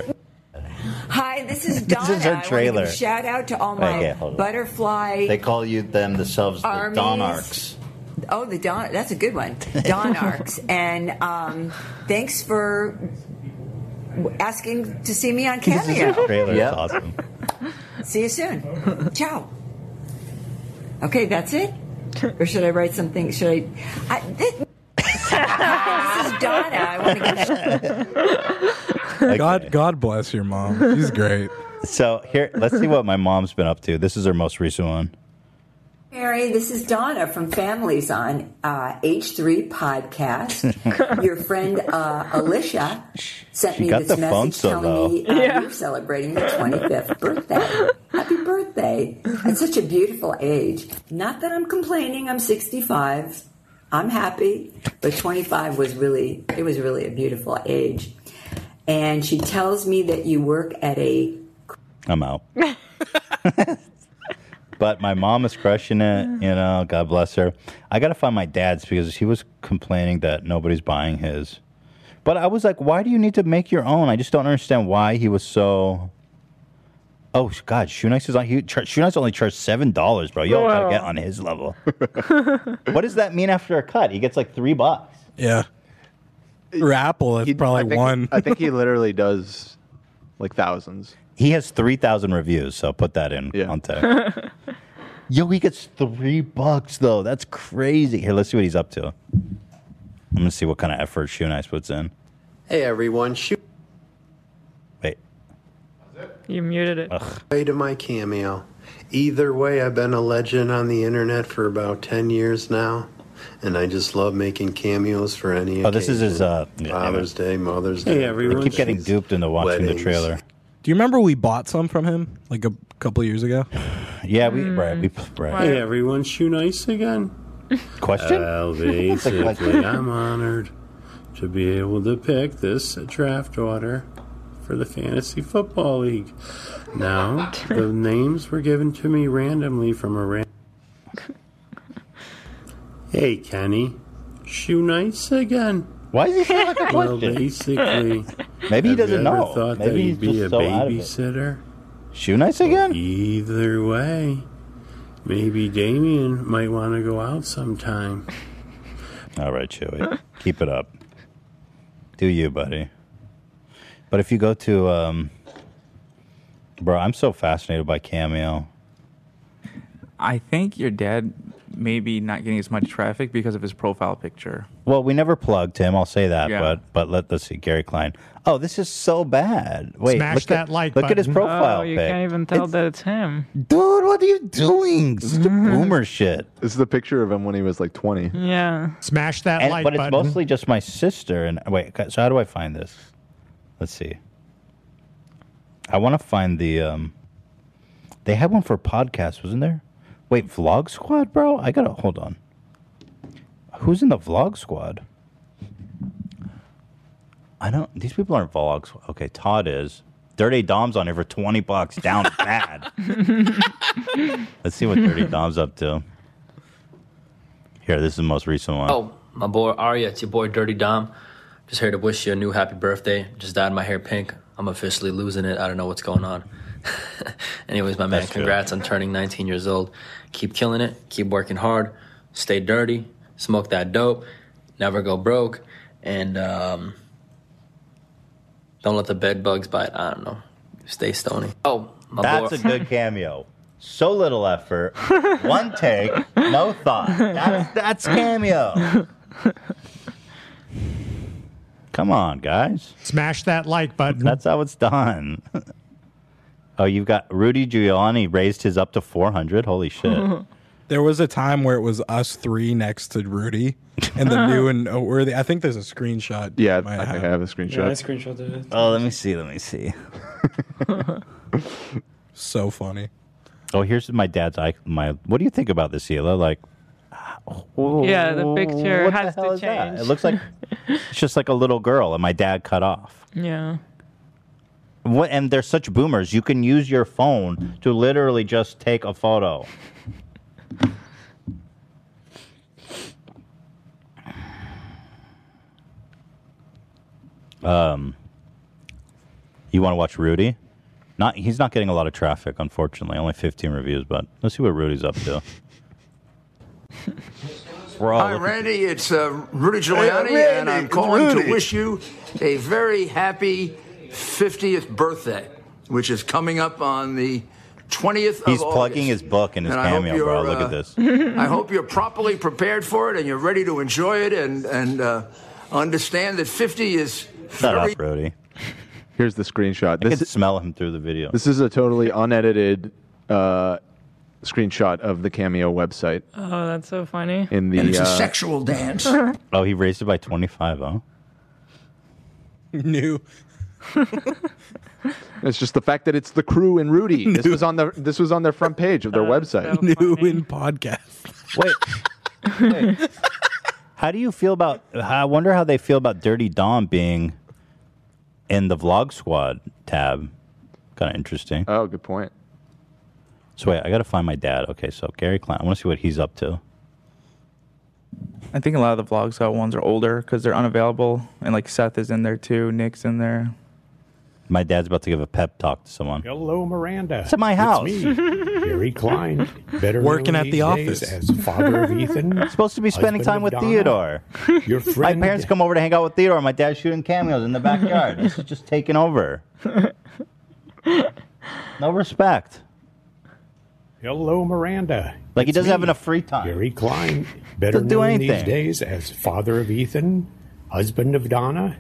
S12: Hi,
S2: <laughs>
S12: this is Donna.
S2: is her
S12: I wanna give a
S2: trailer.
S12: shout out to all my
S2: Okay, hold on.
S12: butterfly.
S2: call you them themselves
S12: the Armies. Donarchs. Oh, the Don. That's a good one.
S2: <laughs>
S12: Don Arcs. and um, thanks for w- asking to see me
S2: <laughs>
S12: on
S2: This is her
S12: Cameo.
S2: trailer. It's awesome.
S12: See you soon. Ciao. Okay, that's it. Or should I write something? Should I? I this, <laughs> this is Donna. I want
S2: <laughs>
S12: to give.
S6: God, God bless your mom. She's great.
S2: So here, let's see what my mom's been up to. This is her most recent one. <laughs>
S12: Mary, this is Donna from Families on uh, H3 Podcast. <laughs> Your friend uh, Alicia sent
S2: She
S12: me
S2: got
S12: this
S2: the
S12: message
S2: phone so
S12: telling
S2: low.
S12: me uh, you're celebrating your 25th birthday. Happy birthday. At such a beautiful age. Not that I'm complaining, I'm 65. I'm happy, but 25 was really, it was really a beautiful age. And she tells me that you work at a
S2: I'm out. <laughs> but my mom is crushing it. You know, God bless her. I got to find my dad's because he was complaining that nobody's buying his. But I was like, why do you need to make your own? I just don't understand why he was so. Oh God, Shoe Nice is on. He char- Shoe Nice only charged seven dollars, bro. You all gotta
S14: Wow.
S2: get on his level. <laughs> what does that mean after a cut? He gets like three bucks.
S6: Yeah. Or Apple, it's probably
S3: I think,
S6: one.
S3: I think he literally does like thousands.
S2: He has three thousand reviews, so put that in context. <laughs> Yo, he gets three bucks though. That's crazy. Here, let's see what he's up to. I'm gonna see what kind of effort Shoe Nice puts in.
S16: <laughs> Hey everyone, shoot
S4: You muted it.
S16: way to my cameo. Either way, I've been a legend on the internet for about 10 years now, and I just love making cameos for any
S2: Oh, this is his,
S16: occasion.
S2: uh,
S16: Father's Day, Mother's
S2: Hey,
S16: Day.
S2: everyone. We keep getting
S16: birthdays,
S2: duped into watching the
S16: weddings.
S2: trailer.
S6: Do you remember we bought some from him like a couple years ago?
S2: Yeah, we right, we
S4: Mm-hmm.
S2: right.
S16: Hey everyone, shoe nice again.
S2: Question? <laughs>
S16: Well,
S2: That's a
S16: basically,
S2: question.
S16: I'm honored to be able to pick this draft order for the Fantasy Football League. Now,
S2: <laughs>
S16: the names were given to me randomly from a random. Hey, Kenny, shoe nice again.
S2: Why is he sound like a
S16: Well,
S2: question?
S16: basically,
S2: <laughs> Maybe he
S16: have
S2: doesn't
S16: you ever
S2: know.
S16: Thought
S2: Maybe
S16: that
S2: he's
S16: he'd be
S2: just
S16: a
S2: so out of it.
S16: babysitter.
S2: Shoe nice again?
S16: Either way, maybe Damien might want to go out sometime.
S2: All right, Chewy. Keep it up. Do you, buddy. But if you go to um Bro, I'm so fascinated by Cameo.
S7: I think your dad maybe not getting as much traffic because of his profile picture.
S2: Well, we never plugged him, I'll say that,
S7: Yeah.
S2: but but let, let's see, Gary Klein. Oh, this is so bad. Wait,
S4: Smash
S2: look
S4: that
S2: at,
S4: like
S2: Look at his
S4: button.
S2: profile
S4: Oh, you
S2: pic.
S4: can't even tell that it's him.
S2: Dude, what are you <laughs>
S4: <laughs>
S2: doing? This is boomer shit.
S3: This is the picture of him when he was like 20.
S4: Yeah.
S2: Smash
S4: that
S2: and,
S4: like
S2: But it's
S4: button.
S2: mostly just my sister. And wait, okay, so how do I find this? Let's see. I want to find the. um They had one for podcasts, wasn't there? Wait, Vlog Squad, bro. I gotta hold on. Who's in the Vlog Squad? I don't. These people aren't Vlog Squad. Okay, Todd is. Dirty Dom's on here for twenty bucks.
S4: <laughs>
S2: Down bad. Let's see what Dirty Dom's up to. Here, this is the most recent one.
S15: Oh, my boy Arya, it's your boy Dirty Dom. Just here to wish you a new happy birthday. Just dyed my hair pink. I'm officially losing it. I don't know what's going on. <laughs> Anyways, my man,
S16: That's good.
S15: congrats on turning 19 years old. Keep killing it. Keep working hard. Stay dirty. Smoke that dope. Never go broke. And um, don't let the bed bugs bite. I don't know. Stay stony. Oh, my
S2: That's
S15: boy.
S2: a <laughs> good cameo. So little
S15: <laughs>
S2: effort, one take, no thought. That's, that's cameo. Come on, guys. Smash that like button. That's how it's done. <laughs> oh, you've got Rudy Giuliani raised his up to 400. Holy
S15: <laughs>
S2: shit.
S6: There was a time where it was us three next to Rudy and the new and noteworthy. I think there's a screenshot.
S3: Yeah,
S6: you might
S3: I think I have a screenshot.
S24: Yeah, I screenshotted it.
S2: Oh, let me see. Let me
S15: <laughs>
S2: see.
S6: so funny.
S2: Oh, here's my dad's eye. My, what do you think about this, Hila? Like, oh,
S4: Yeah, the picture
S2: what
S4: has to
S2: that?
S4: change.
S2: It looks like
S15: <laughs>
S2: it's just like a little girl, and my dad cut off.
S4: <laughs> yeah.
S2: What, and they're such boomers. You can use your phone to literally just take a photo. Um, you want to watch Rudy? Not he's not getting a lot of traffic, unfortunately. Only 15 reviews, but let's see what Rudy's up to. We're all
S25: Hi,
S2: looking-
S25: Randy. It's uh, Rudy Giuliani,
S28: Hey, Randy,
S25: and I'm
S28: it's
S25: calling
S28: Rudy.
S25: to wish you a very happy 50th birthday, which is coming up on the 20th
S2: he's
S25: of August.
S2: plugging his book in his
S25: And I hope
S2: cameo, bro.
S25: you're,
S2: Look
S25: uh,
S2: at this.
S25: I hope you're properly prepared for it and you're ready to enjoy it and, and uh, understand that 50 is
S2: Shut
S25: very
S2: up, Rudy.
S3: Here's the screenshot. This
S2: I can smell him through the video.
S3: This is a totally unedited uh, screenshot of the Cameo website.
S4: Oh, that's so funny.
S3: In the uh,
S4: <laughs>
S2: oh, he raised it by 25, huh?
S6: New.
S3: It's just the fact that it's the crew and Rudy.
S6: <laughs>
S3: This was on the this was on their front page of their website.
S6: New in podcast.
S2: Wait. How do you feel about? I wonder how they feel about Dirty Dom being in the Vlog Squad tab. Kind of interesting.
S3: Oh, good point.
S2: So wait, I gotta find my dad. Okay, so Gary Klein. I want to see what he's up to.
S7: I think a lot of the vlogs out ones are older because they're unavailable, and like Seth is in there too, Nick's in there.
S2: My dad's about to give a pep talk to someone.
S20: Hello, Miranda.
S2: It's at my house.
S20: It's me,
S2: <laughs>
S20: Gary Klein. Better
S2: Working
S20: known
S2: at the
S20: these days
S2: office.
S20: as father of Ethan.
S2: <laughs> Supposed to be spending time with Theodore.
S20: Your
S2: <laughs> My
S20: friend.
S2: parents come over to hang out with Theodore. My dad's shooting cameos in the backyard. this is just taking
S3: <laughs>
S2: over. No respect.
S20: Hello, Miranda.
S2: Like he
S20: It's
S2: doesn't have
S20: me,
S2: enough free time. <laughs>
S20: Gary Klein. Better
S2: Doesn't do
S20: known these
S2: anything.
S20: days as father of Ethan, husband of Donna.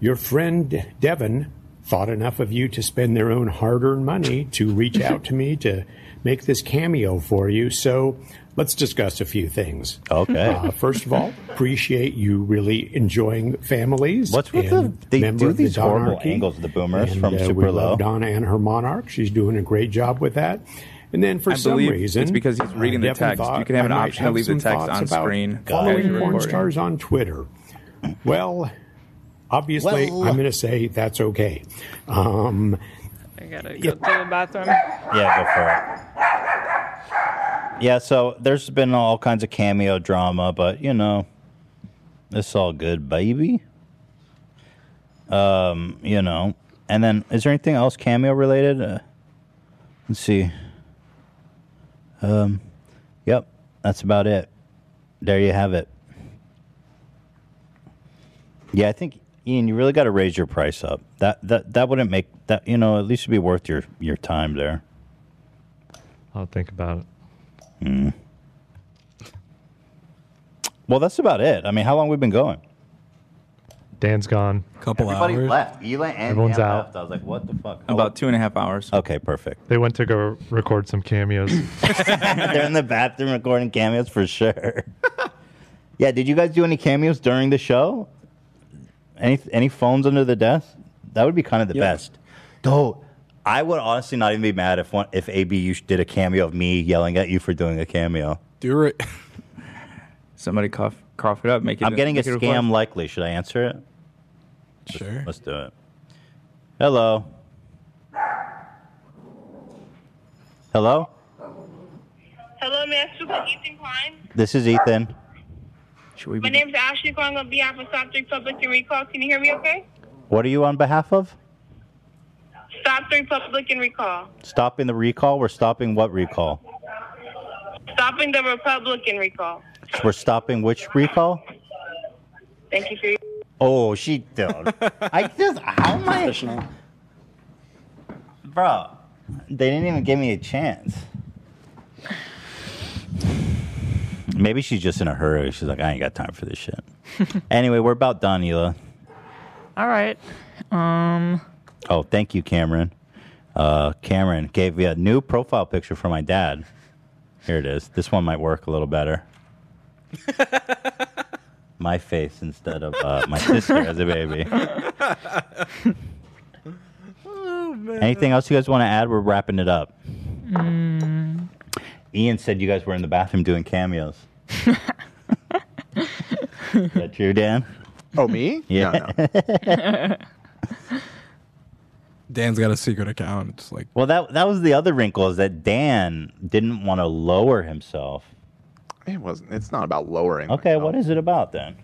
S20: Your friend Devin thought enough of you to spend their own hard-earned money to reach out to me to make this cameo for you. So let's discuss a few things.
S2: Okay.
S20: Uh, first of all, appreciate you really enjoying families.
S2: What's with
S20: and
S2: the- they
S20: member
S2: do
S20: of the
S2: these horrible
S20: Donarchy.
S2: angles, the boomers
S20: And,
S2: from
S20: uh, we
S2: Super
S20: love
S2: Low.
S20: Donna and her monarch. She's doing a great job with that. And then for
S7: I
S20: some
S7: believe
S20: reason,
S7: it's because he's reading the
S20: Devin
S7: text. You
S20: thought
S7: can have
S20: I
S7: an
S20: might
S7: option to leave the
S20: some
S7: text
S20: thoughts
S7: on
S20: about
S7: screen as
S20: Following
S7: you're
S20: porn
S7: recording.
S20: stars on Twitter. Well, obviously,
S4: Well-
S20: I'm going to say that's okay. Um,
S4: I gotta go to the bathroom.
S2: Yeah, go for it. Yeah, so there's been all kinds of cameo drama, but you know, it's all good, baby. Um, you know, and then is there anything else cameo related? Uh, let's see. Um, yep, that's about it. There you have it. Yeah, I think Ian, you really got to raise your price up. That that that wouldn't make that you know at least it'd be worth your your time there.
S17: I'll think about it.
S2: Mm. Well, that's about it. I mean, how long we've been going?
S17: Dan's gone.
S6: Couple
S2: Everybody left. Eli and
S17: Everyone's
S2: Dan
S17: out.
S2: left. I was like, what the fuck?
S7: About two and a half hours. <laughs>
S2: Okay, perfect.
S17: They went to go record some cameos.
S2: They're in the bathroom recording cameos for sure. <laughs> yeah, did you guys do any cameos during the show? Any any phones under the desk? That would be kind of the best. Though I would honestly not even be mad if one if ABU sh- did a cameo of me yelling at you for doing a cameo.
S6: Do it.
S7: <laughs> Somebody cough cough it up. Make it.
S2: I'm getting a
S7: make it record.
S2: scam likely. Should I answer it? Let's-
S6: <coughs> Sure.
S2: Let's, do it. Hello. Hello.
S9: Hello, may I speak with Ethan Klein?
S2: This is Ethan. Should we
S9: My name's Ashley calling on behalf of Stop 3 Public and Recall. Can you hear me okay?
S2: What are you on behalf of?
S9: Stop 3 Public and Recall.
S2: Stopping the recall. We're stopping what recall?
S9: Stopping the Republican recall.
S2: We're stopping which recall?
S9: Thank you for your...
S2: Oh, she
S5: <laughs>
S2: don't. I just how am I? Bro, they didn't even give me a chance. Maybe she's just in a hurry. She's like, I ain't got time for this shit. <laughs> anyway, we're about done, Hila.
S4: All right. Um.
S2: Oh, thank you, Cameron. Uh, Cameron gave me a new profile picture for my dad. Here it is. This one might work a little better. my face instead of uh, my sister as a baby. <laughs> Anything else you guys want to add? We're wrapping it up.
S4: mm,
S2: Ian said you guys were in the bathroom doing cameos. Is that true, Dan?
S3: Oh, me?
S2: Yeah. <laughs>
S6: Dan's got a secret account. It's
S3: <laughs>
S6: like
S2: Well, that that was the other wrinkle is that Dan didn't want to lower himself.
S3: It wasn't. It's not about lowering.
S2: Okay, what is it about then?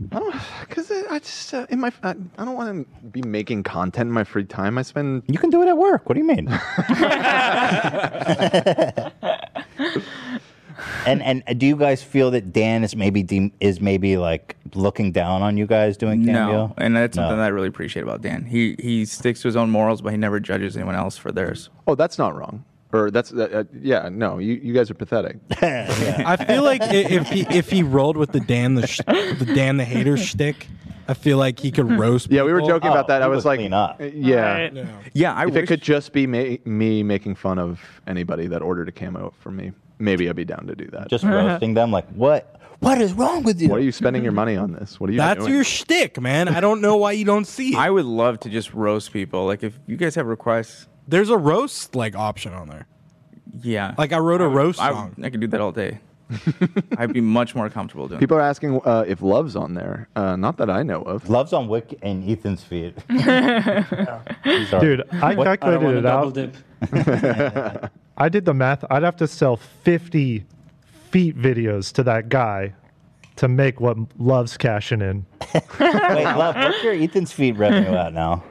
S3: Because I just uh, in my I, I don't want to be making content in my free time. I spend.
S2: You can do it at work. What do you mean? and and do you guys feel that Dan is maybe de- is maybe like looking down on you guys doing cameo?
S7: <laughs> No, and that's
S2: No.
S7: something that I really appreciate about Dan. He he sticks to his own morals, but he never judges anyone else for theirs.
S3: <laughs> Oh, that's not wrong. Or that's uh, uh, yeah. No, you, you guys are pathetic.
S6: I feel like i- if he if he rolled with the Dan the sh- the Dan the hater shtick, I feel like he could roast.
S3: Yeah, we were
S6: people.
S3: joking about
S7: Oh,
S2: Oh,
S3: that. I was like, uh, yeah,
S6: Right. Yeah.
S7: yeah. I
S3: if it
S7: wish-
S3: could just be ma- me making fun of anybody that ordered a camo for me, maybe I'd be down to do
S6: <laughs>
S3: that.
S2: Just roasting them, like what? What is wrong with you?
S3: What are you spending your money on this? What are you?
S6: That's
S3: doing?
S6: your shtick, man. I don't know why you don't see it.
S7: I would love to just roast people. Like if you guys have requests,
S6: there's a roast like option on there.
S7: Yeah,
S6: Like I wrote a roast
S7: I,
S6: song.
S7: I could do that all day. I'd be much more comfortable doing.
S3: People are asking uh, if Love's on there. Uh, not that I know of.
S2: Love's on Wick and Ethan's
S4: <laughs>
S2: feed.
S17: Dude, I
S3: What? I don't
S17: calculated
S3: wanna
S17: it
S3: double
S17: out.
S3: dip.
S17: I did the math. I'd have to sell 50 feet videos to that guy to make what love's cashing in.
S2: Wait, love, what's your Ethan's feed revenue at now?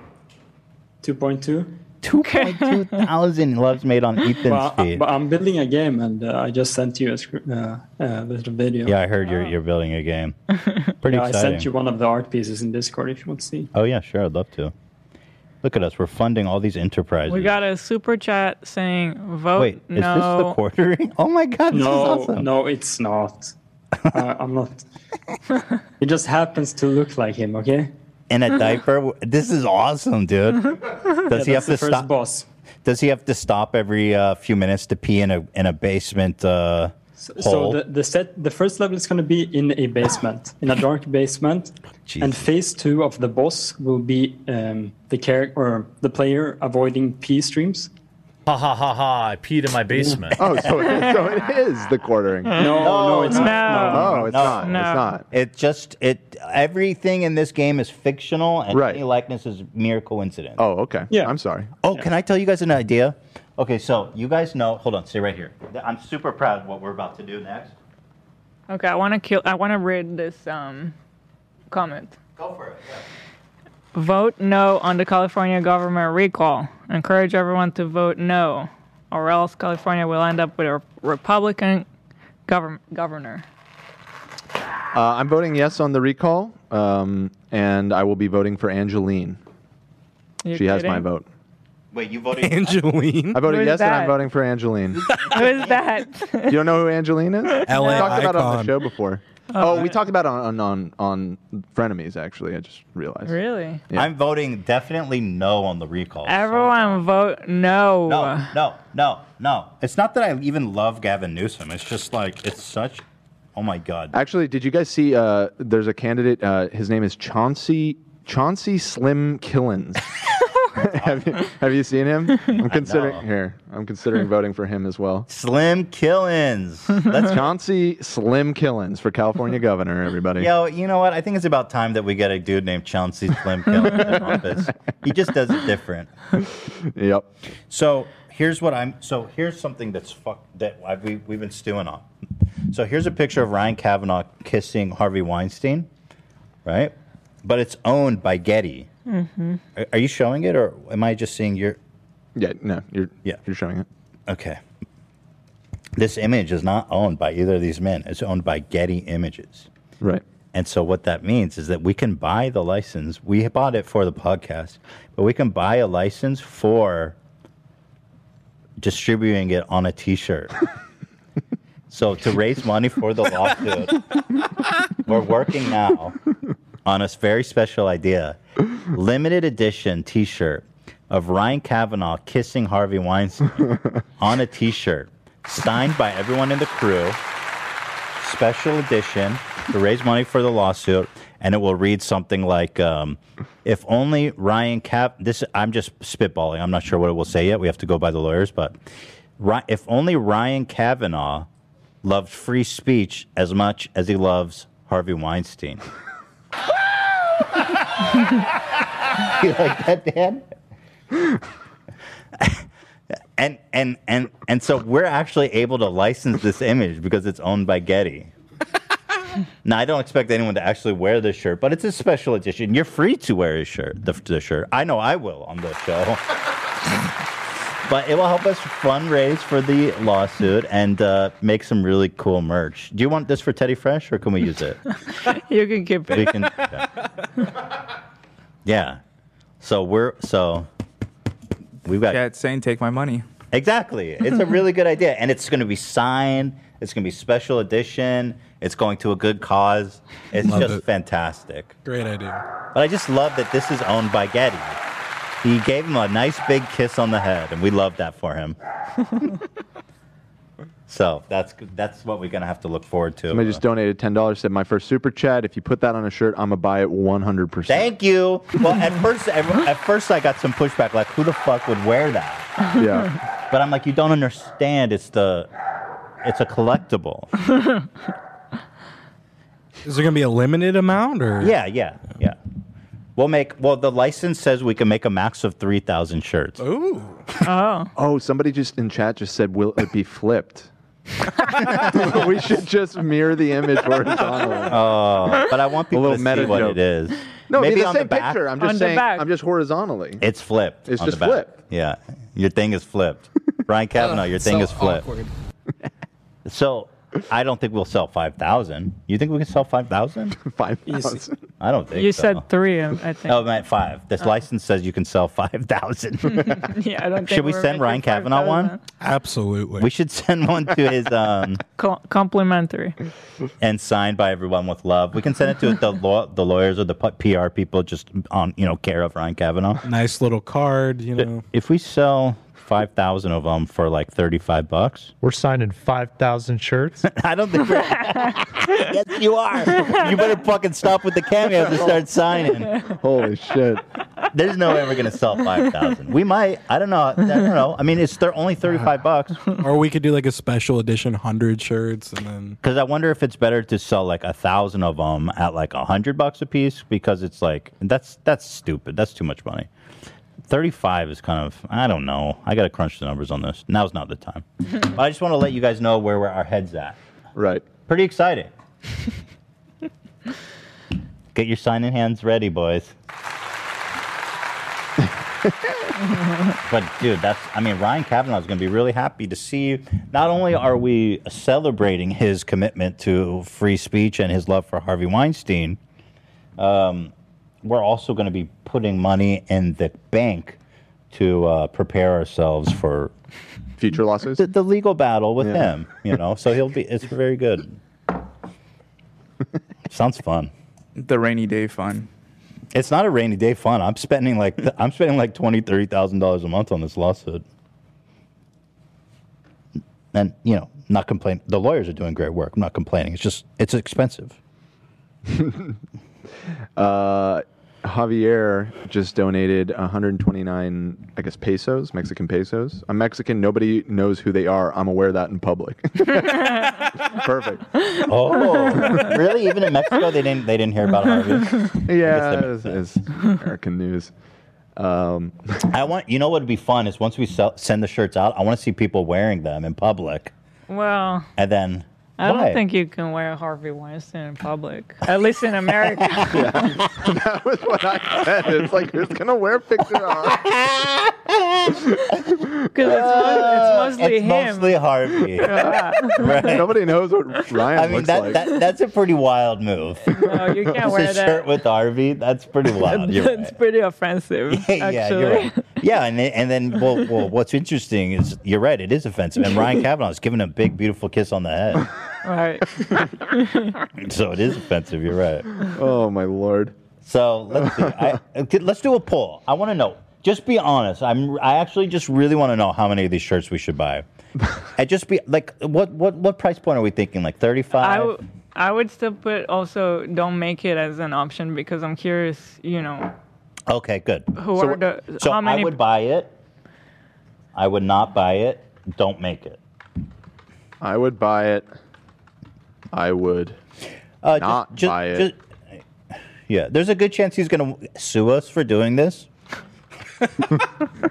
S24: 2.2.
S2: 2.2 thousand loves made on Ethan's
S24: But, I,
S2: feed.
S24: but I'm building a game, and uh, I just sent you a script, uh, uh, little video.
S2: Yeah, I heard you're you're building a game. Pretty
S24: Yeah, I
S2: exciting.
S24: sent you one of the art pieces in Discord if you want to see.
S2: Oh yeah, sure, I'd love to. Look at us, we're funding all these enterprises.
S4: We got a super chat saying vote
S2: Wait, is
S4: no.
S2: this the quartering? <laughs> Oh my god, this
S24: no,
S2: is awesome.
S24: no,
S2: <laughs>
S24: it's not. uh, I'm not. It just happens to look like him, okay?
S2: In a diaper? This is awesome, <laughs> dude.
S24: <laughs>
S2: Does he
S24: Yeah,
S2: have
S24: that's the
S2: to
S24: first
S2: stop?
S24: Boss.
S2: Does he have to stop every uh, few minutes to pee in a in a basement uh,
S24: So
S2: hole?
S24: the, the set, the first level is going to be in a basement, in a dark basement, and phase two of the boss will be um, the character or the player avoiding
S2: <laughs>
S24: P streams.
S21: Ha ha ha ha! I peed in my basement.
S3: Oh, so it, so it <laughs> is the
S4: <laughs>
S3: quartering. Uh, Oh, it's not. It's not.
S2: It just it everything in this game is fictional, and
S3: Right.
S2: any likeness is mere coincidence.
S3: Oh, okay. Yeah. I'm sorry.
S2: Oh, can I tell you guys an idea? Okay, so you guys know. Hold on, stay right here. I'm super proud of what we're about to do next.
S4: Okay, I want to kill. I want to read this um, comment.
S2: Go for it.
S4: Vote no on the California government recall. Encourage everyone to vote no, or else California will end up with a Republican govern- governor. <laughs>
S3: Uh, I'm voting yes on the recall, um, and I will be voting for Angeline.
S4: You
S3: she has my
S4: kidding?
S3: vote.
S2: Wait, you voted
S3: Angeline? I voted
S4: Who's
S3: yes, and
S4: that?
S3: I'm voting for Angeline.
S4: Who is that?
S3: you don't know who Angeline is?
S4: LA
S3: we talked about it on the
S4: icon.
S3: show before.
S4: Oh,
S3: Oh, we talked about it on on on frenemies. Actually, I just realized.
S4: Really?
S2: I'm voting definitely no on the recall.
S4: Everyone vote no.
S2: No, no, no, no. It's not that I even love Gavin Newsom. It's just like it's such. Oh my god.
S3: Actually, did you guys see? Uh, there's a candidate. Uh, his name is Chauncey Chauncey Slim Killens. <laughs> have, you,
S2: <laughs>
S3: have you seen him? I'm considering here. I'm considering voting for him as well.
S2: <laughs> Slim Killens. Let's
S3: <laughs> Chauncey Slim Killens
S2: <laughs>
S3: for California governor. Everybody.
S2: Yo, you know what? I think it's about time that we get a dude named Chauncey
S4: <laughs>
S2: Slim Kellen in office. He just does it different.
S3: Yep.
S2: So here's what I'm. So here's something that's fuck that I, we we've been stewing on. So here's a picture of Ryan Kavanaugh kissing Harvey Weinstein, right? But it's owned by Getty.
S21: Mm-hmm.
S2: Are- Are you showing it, or am I just seeing your?
S3: Yeah, no, you're
S2: yeah,
S3: you're showing it.
S2: Okay. This image is not owned by either of these men. It's owned by Getty Images.
S3: Right.
S2: And so what that means is that we can buy the license. We bought it for the podcast, but we can buy a license for distributing it on a
S3: <laughs>
S2: T-shirt. so to raise money for the lawsuit, we're working now on a very special idea: limited edition T-shirt of Ryan Kavanaugh kissing Harvey Weinstein on a T-shirt, signed by everyone in the crew special edition to raise money for the lawsuit, and it will read something like, um, "If only Ryan Cap." This I'm just spitballing. I'm not sure what it will say yet. We have to go by the lawyers, but Ri- if only Ryan Kavanaugh loved free speech as much as he loves Harvey Weinstein. <laughs> you like that, Dan? and and and and so we're actually able to license this image because it's owned by Getty. now I don't expect anyone to actually wear this shirt, but it's a special edition. You're free to wear his shirt, the, the shirt. I know I will on the show. But it will help us fundraise for the lawsuit and uh, make some really cool merch. Do you want this for Teddy Fresh, or can we use it?
S4: you can keep
S2: We
S4: it.
S2: can- Yeah. So we're so we've got
S7: Chat saying take my money.
S2: Exactly.
S7: <laughs>
S2: It's a really good idea. And it's gonna be signed, it's gonna be special edition, it's going to a good cause. It's
S6: Love
S2: just
S6: it.
S2: fantastic.
S6: Great idea.
S2: But I just love that this is owned by Getty. He gave him a nice big kiss on the head, and we love that
S7: <laughs>
S2: for him. so that's that's what we're gonna have to look forward to.
S3: Somebody just donated ten dollars. Said my first super chat. If you put that on a shirt, I'm gonna buy it 100. percent
S2: Thank you. Well,
S4: <laughs>
S2: at first, at, at first, I got some pushback. Like, who the fuck would wear that?
S3: Yeah.
S2: But I'm like, you don't understand. It's the, it's a collectible.
S6: Is there gonna be a limited amount or?
S2: Yeah, yeah, yeah. We'll make. Well, the license says we can make a max of three thousand shirts. Uh,
S6: Ooh.
S4: Oh.
S3: Oh, somebody just in chat just said, "Will it be flipped?" <laughs> we should just mirror
S2: <laughs>
S3: the image horizontally.
S2: Oh, but I want
S3: A
S2: people
S3: little
S2: to
S3: meta
S2: see what
S3: joke.
S2: it is.
S3: No, it'd
S2: Maybe
S3: be the
S2: on
S3: same
S2: the back.
S3: picture. I'm just
S2: On the
S3: saying.
S2: back.
S3: I'm just horizontally.
S2: It's flipped.
S3: It's
S2: on the
S3: just
S2: back.
S3: flipped.
S2: Yeah, your thing is
S3: <laughs>
S2: flipped. Brian Kavanaugh, your thing
S3: so
S2: is flipped.
S3: awkward.
S2: so I don't think we'll sell five thousand. You think we can sell five thousand?
S3: <laughs> five
S2: thousand. I don't think
S4: <laughs> You
S2: so.
S4: said three, um, I I think.
S2: Oh, man, five. This
S4: Oh.
S2: license says you can sell five thousand.
S4: <laughs>
S2: <laughs>
S4: yeah, I don't think
S2: should we
S4: we're
S2: send
S4: making
S2: Ryan Kavanaugh one?
S4: 5,000.
S2: Absolutely. We should send one to his
S4: <laughs>
S2: um,
S4: Co- complimentary.
S2: and signed by everyone with love. We can send it to the law, the lawyers or the p- PR people just on you know care of Ryan Kavanaugh.
S6: Nice little card, you know.
S2: If we sell five thousand of them for like thirty-five bucks,
S17: We're signing five thousand shirts.
S2: <laughs> I don't
S4: <laughs>
S2: think. <laughs> yes, you are. <laughs> You better fucking stop with the cameos and start signing.
S4: <laughs>
S3: Holy shit!
S2: There's no way we're gonna sell five thousand. We might. I don't know. I don't know. I mean, it's they're only thirty-five bucks.
S6: <laughs> or we could do like a special edition hundred shirts, and then
S2: Because I wonder if it's better to sell like a thousand of them at like a hundred bucks a piece because it's like that's that's stupid. That's too much money. Thirty-five is kind of I don't know. I got to crunch the numbers on this. Now's not the time. But I just want to let you guys know where we're, our heads at.
S3: Right.
S2: Pretty exciting. Get your signing hands ready, boys. <laughs> But dude, that's I mean Ryan Kavanaugh is going to be really happy to see. Not only are we celebrating his commitment to free speech and his love for Harvey Weinstein, um, we're also going to be putting money in the bank to uh, prepare ourselves for
S3: future lawsuits.
S2: The, the legal battle with
S3: Yeah.
S2: him, you know. So he'll be. It's very
S3: <laughs>
S2: good. Sounds fun.
S7: The rainy day fun.
S2: It's not a rainy day fun. I'm spending like <laughs> I'm spending like twenty, thirty thousand dollars a month on this lawsuit. And you know, not complain. The lawyers are doing great work. I'm not complaining. It's just it's expensive.
S3: Uh, Javier just donated 129, I guess, pesos, Mexican pesos. I'm Mexican. Nobody knows who they are. I'm aware of that in public. <laughs> Perfect.
S2: Oh, <laughs> really? Even in Mexico, they didn't they didn't hear
S7: <laughs>
S2: about Harvey.
S3: Yeah, it's, it's American news. <laughs>
S2: Um, I want you know what would be fun is once we sell, send the shirts out, I want to see people wearing them in public,
S4: Well,
S2: and then
S4: I
S2: why?
S4: don't think you can wear Harvey Weinstein in public, at least
S3: <laughs>
S4: in America.
S3: that was what I said. It's like who's gonna wear picture art?
S4: Because it's, mostly
S2: it's
S4: him.
S2: mostly Harvey.
S4: <laughs> Yeah.
S2: Right.
S3: Nobody knows what Ryan
S2: I mean,
S3: looks
S2: that,
S3: like.
S2: that that's a pretty wild move.
S4: <laughs> No, you can't
S2: Just
S4: wear
S2: a
S4: that.
S2: shirt with Harvey. That's
S3: <laughs>
S2: pretty wild. You're
S4: That's
S2: right.
S4: pretty offensive,
S2: <laughs>
S4: actually.
S2: Yeah, you're right. Yeah, and then, and then well, well, what's interesting is you're right. It is offensive, and Ryan Kavanaugh's giving a big, beautiful kiss on the head, <laughs>
S4: right.
S2: so it is offensive. You're right.
S3: Oh my lord.
S2: So let's see.
S3: <laughs>
S2: I, okay, let's do a poll. I want to know. Just be honest. I'm. I actually just really want to know how many of these shirts we should
S3: <laughs>
S2: buy. And just be like, what what what price point are we thinking? Like thirty
S4: I,
S2: five.
S4: w- I would still put also don't make it as an option because I'm curious, you
S2: <laughs>
S4: know,
S2: Okay, good.
S4: Who
S2: so
S4: are the-
S2: so
S4: how
S2: I
S4: many-
S2: would buy it. I would not buy it. Don't make it.
S3: I would buy it. I would
S2: Uh, just-
S3: not
S2: just-
S3: buy it.
S2: just- yeah, there's a good chance he's going to sue us for doing
S3: <laughs>
S2: this.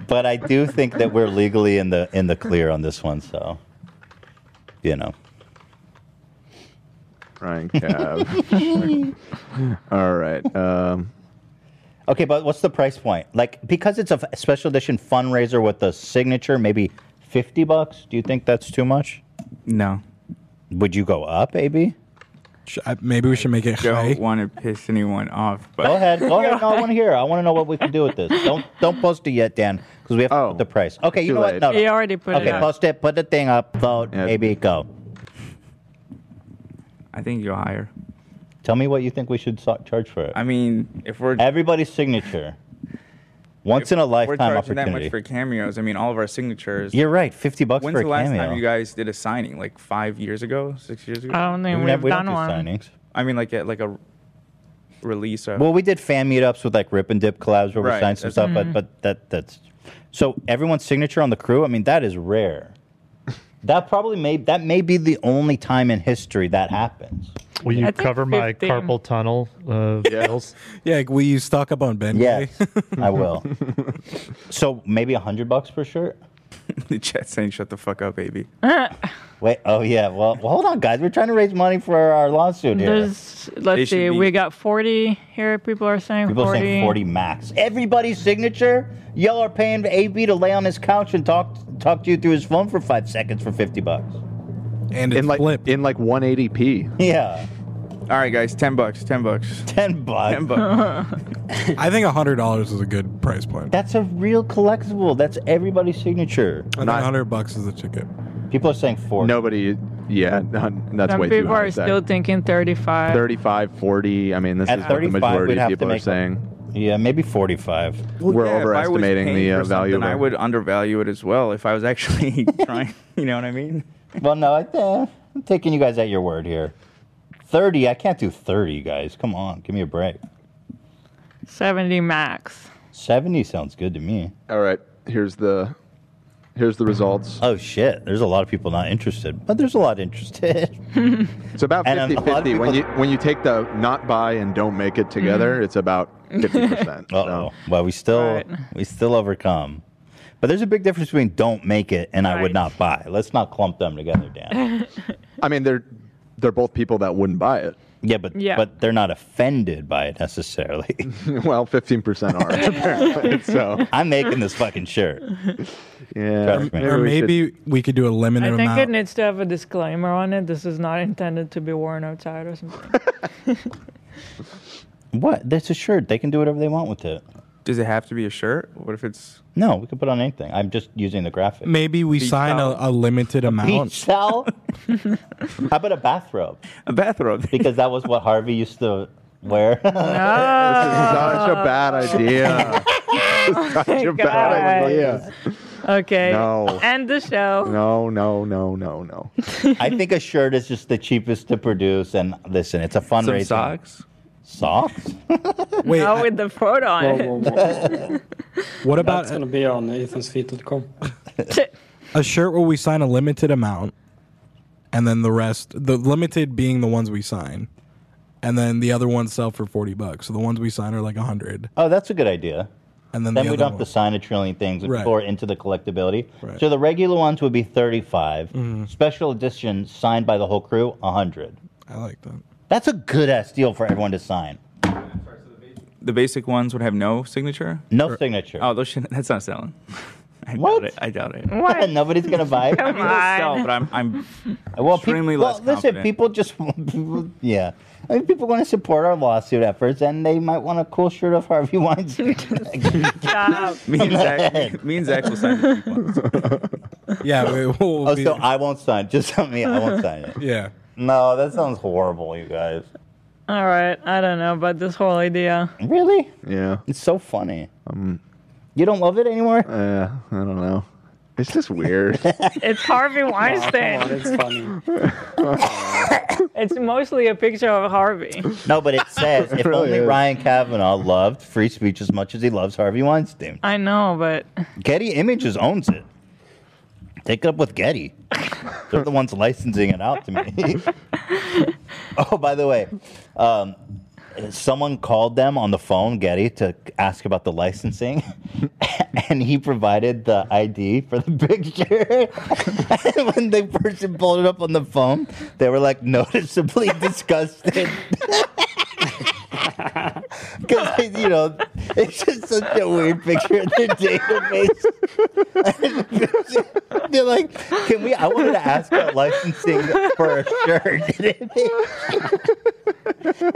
S2: but I do think that we're legally in the in the clear on this one, so you know.
S3: Ryan
S2: <laughs>
S3: Cav. <laughs> All right. Um,
S2: Okay, but what's the price point? Like because it's a f- special edition fundraiser with a signature, maybe 50 bucks. Do you think that's too much?
S7: No.
S2: Would you go up, AB?
S6: maybe we should make it
S7: don't want to piss anyone off. But
S2: Go ahead. Go ahead. No, I want
S7: <laughs>
S2: to hear. I want to know what we can do with this. Don't don't post it yet, Dan, because we have to
S3: Oh,
S2: put the price. Okay, you
S4: Too
S2: know
S4: late.
S2: what? No, no.
S4: He already put it
S2: Okay,
S4: up.
S2: post it. Put the thing up. Vote. Maybe go.
S7: I think you're higher.
S2: Tell me what you think we should so- charge for it. I
S7: mean, if we're
S2: everybody's signature, once in a
S7: We're
S2: lifetime
S7: charging that
S2: opportunity.
S7: much for cameos. I mean, all of our signatures.
S2: You're right. Fifty bucks
S7: When's
S2: for a
S7: the last
S2: cameo.
S7: time you guys did a signing? Like five years ago, six years ago.
S4: I don't think We've we've never- we don't done do one.
S2: signings.
S7: I mean, like a, like a release. Or,
S2: Well, we did fan meetups with like Rip and Dip collabs where we
S7: Right,
S2: signed some
S7: that's-
S2: stuff,
S7: Mhm.
S2: but but that that's so everyone's signature on the crew. I mean, that
S7: <laughs>
S2: is rare. That probably may that may be the only time in history that happens.
S17: Will you cover my
S2: 15.
S17: carpal tunnel
S7: <laughs>
S17: uh, bills?
S6: Yeah, like, will you stock up on Ben?
S2: Yes,
S6: <laughs>
S2: I will. So maybe a hundred buchat bucks per shirt.
S7: the chat saying, "Shut the fuck up, baby."
S2: Wait. Oh yeah. Well, well, hold on, guys. We're trying to raise money for our lawsuit here.
S4: There's, let's see, we got 40 here. People are saying
S2: People
S4: 40.
S2: are saying 40 max. Everybody's signature. Y'all are paying AB to lay on his couch and talk talk to you through his phone for five seconds for 50 bucks.
S3: And in like in like 180p.
S2: Yeah.
S7: All right, guys. Ten bucks. Ten bucks.
S2: Ten bucks.
S7: Ten bucks.
S6: I think hundred dollars is a good price point.
S2: That's a real collectible. That's everybody's signature.
S6: I think hundred bucks is a ticket.
S2: People are saying four.
S3: Nobody. Yeah, not, that's
S4: Some
S3: way too
S4: people
S3: high.
S4: are still thinking 35.
S3: 35, 40 I mean, this
S2: At
S3: is what the
S2: 35,
S3: majority
S2: we'd
S3: of
S2: have
S3: people
S2: to
S3: are
S2: make-
S3: saying.
S2: Yeah, maybe 45.
S3: We're overestimating the uh,
S7: for
S3: value of
S7: something, I
S3: our-
S7: would undervalue it as well if I was actually <laughs> trying. You know what I mean?
S2: Well, no, I, uh, I'm taking you guys at your word here. 30. I can't do 30, guys. Come on. Give me a break.
S4: 70 max.
S2: 70 sounds good to me.
S3: All right. Here's the here's the results.
S2: Oh shit. There's a lot of people not interested, but there's a lot interested.
S3: It's about
S2: And a lot
S3: 50
S2: of
S3: 50. When
S2: people- Mm-hmm.
S3: you, when you take the not buy and don't make it together, it's <laughs> about 50%.
S2: Uh-oh. Well, we still we still overcome. But there's a big difference between don't make it and I would not buy. Let's not clump them together, Dan.
S3: I mean, they're they're both people that wouldn't buy it.
S2: Yeah, but
S3: Yeah.
S2: but they're not offended by it necessarily.
S3: <laughs> well,
S2: <laughs>
S3: 15% are apparently. So
S2: I'm making this fucking shirt.
S3: <laughs> Yeah.
S2: Trust me.
S6: Or maybe we, could do a
S4: I
S6: limited
S4: think
S6: amount.
S4: it needs to have a disclaimer on it. This is not intended to be worn outside or something.
S2: What? That's a shirt. They can do whatever they want with it.
S7: Does it have to be a shirt? What if it's
S2: No, we could put on anything. I'm just using the graphic.
S6: Maybe we sign a, a limited amount.
S2: Beach towel? <laughs> How about a bathrobe?
S7: A bathrobe.
S2: because that was what Harvey used to wear.
S4: <laughs>
S3: Such a
S2: <laughs>
S3: bad idea.
S4: <laughs>
S3: Such a bad idea.
S4: okay.
S3: No.
S4: End the show.
S3: No, no, no, no, no.
S2: I think a shirt is just the cheapest to produce. And listen, it's a fundraiser.
S7: socks?
S2: Socks?
S6: Wait,
S4: Not with the photo on
S24: Whoa,
S4: it.
S24: whoa, whoa.
S6: What about-
S24: That's gonna be on ethansfeet.com.
S6: a shirt where we sign a limited amount, and then the rest, the limited being the ones we sign, and then the other ones sell for forty bucks. So the ones we sign are like a hundred.
S2: Oh, that's a good idea.
S6: And then
S2: then
S6: the
S2: we
S6: other
S2: don't have to sign a trillion things
S6: Right.
S2: or into the collectability. So the regular ones would be 35.
S7: Mm-hmm.
S6: Mhm.
S2: Special edition signed by the whole crew, 100.
S6: I like that.
S2: That's a good ass deal for everyone to sign.
S7: the basic ones would have no signature?
S2: No signature.
S7: Oh, those shouldn't that's not selling. <laughs> I what? doubt it. I doubt it.
S2: What? <laughs> Nobody's gonna buy it.
S7: I mean, it'll sell, but I'm
S2: <laughs>
S7: I'm
S2: well, peop-
S7: extremely
S2: well,
S7: less
S2: listen,
S7: confident.
S2: people just <laughs> people, yeah. I mean, people want to support our lawsuit efforts, and they might want a cool shirt of Harvey <laughs>
S7: <laughs>
S2: Weinstein.
S7: me and Zach me and Zach
S2: <laughs>
S7: will sign the cheap ones.
S6: <laughs> Yeah.
S2: oh, so I won't sign. Just tell me I won't sign
S6: <laughs>
S2: it.
S6: Yeah.
S2: No, that sounds horrible, you guys.
S4: All right. I don't know about this whole idea.
S2: Really?
S3: Yeah.
S2: It's so funny. You don't love it anymore?
S3: Um, Uh, I don't know. It's
S2: <laughs>
S3: just weird.
S4: It's Harvey Weinstein.
S3: on, it's
S4: <laughs> It's mostly a picture of Harvey.
S2: No, but it says if
S4: <laughs> It really
S2: only
S4: is.
S2: Ryan Kavanaugh loved free speech as much as he loves Harvey Weinstein.
S4: I know, but
S2: Getty Images owns it. Take it up with Getty. They're the ones licensing it out to me. <laughs> oh, by the way, um, someone called them on the phone, Getty, to ask about the licensing, <laughs> and he provided the ID for the <laughs> picture. and when the person pulled it up on the phone, they were like noticeably <laughs> disgusted. Because you know, it's just such a weird picture in their database. <laughs> They're like, "Can we?" I wanted to ask about licensing for a shirt,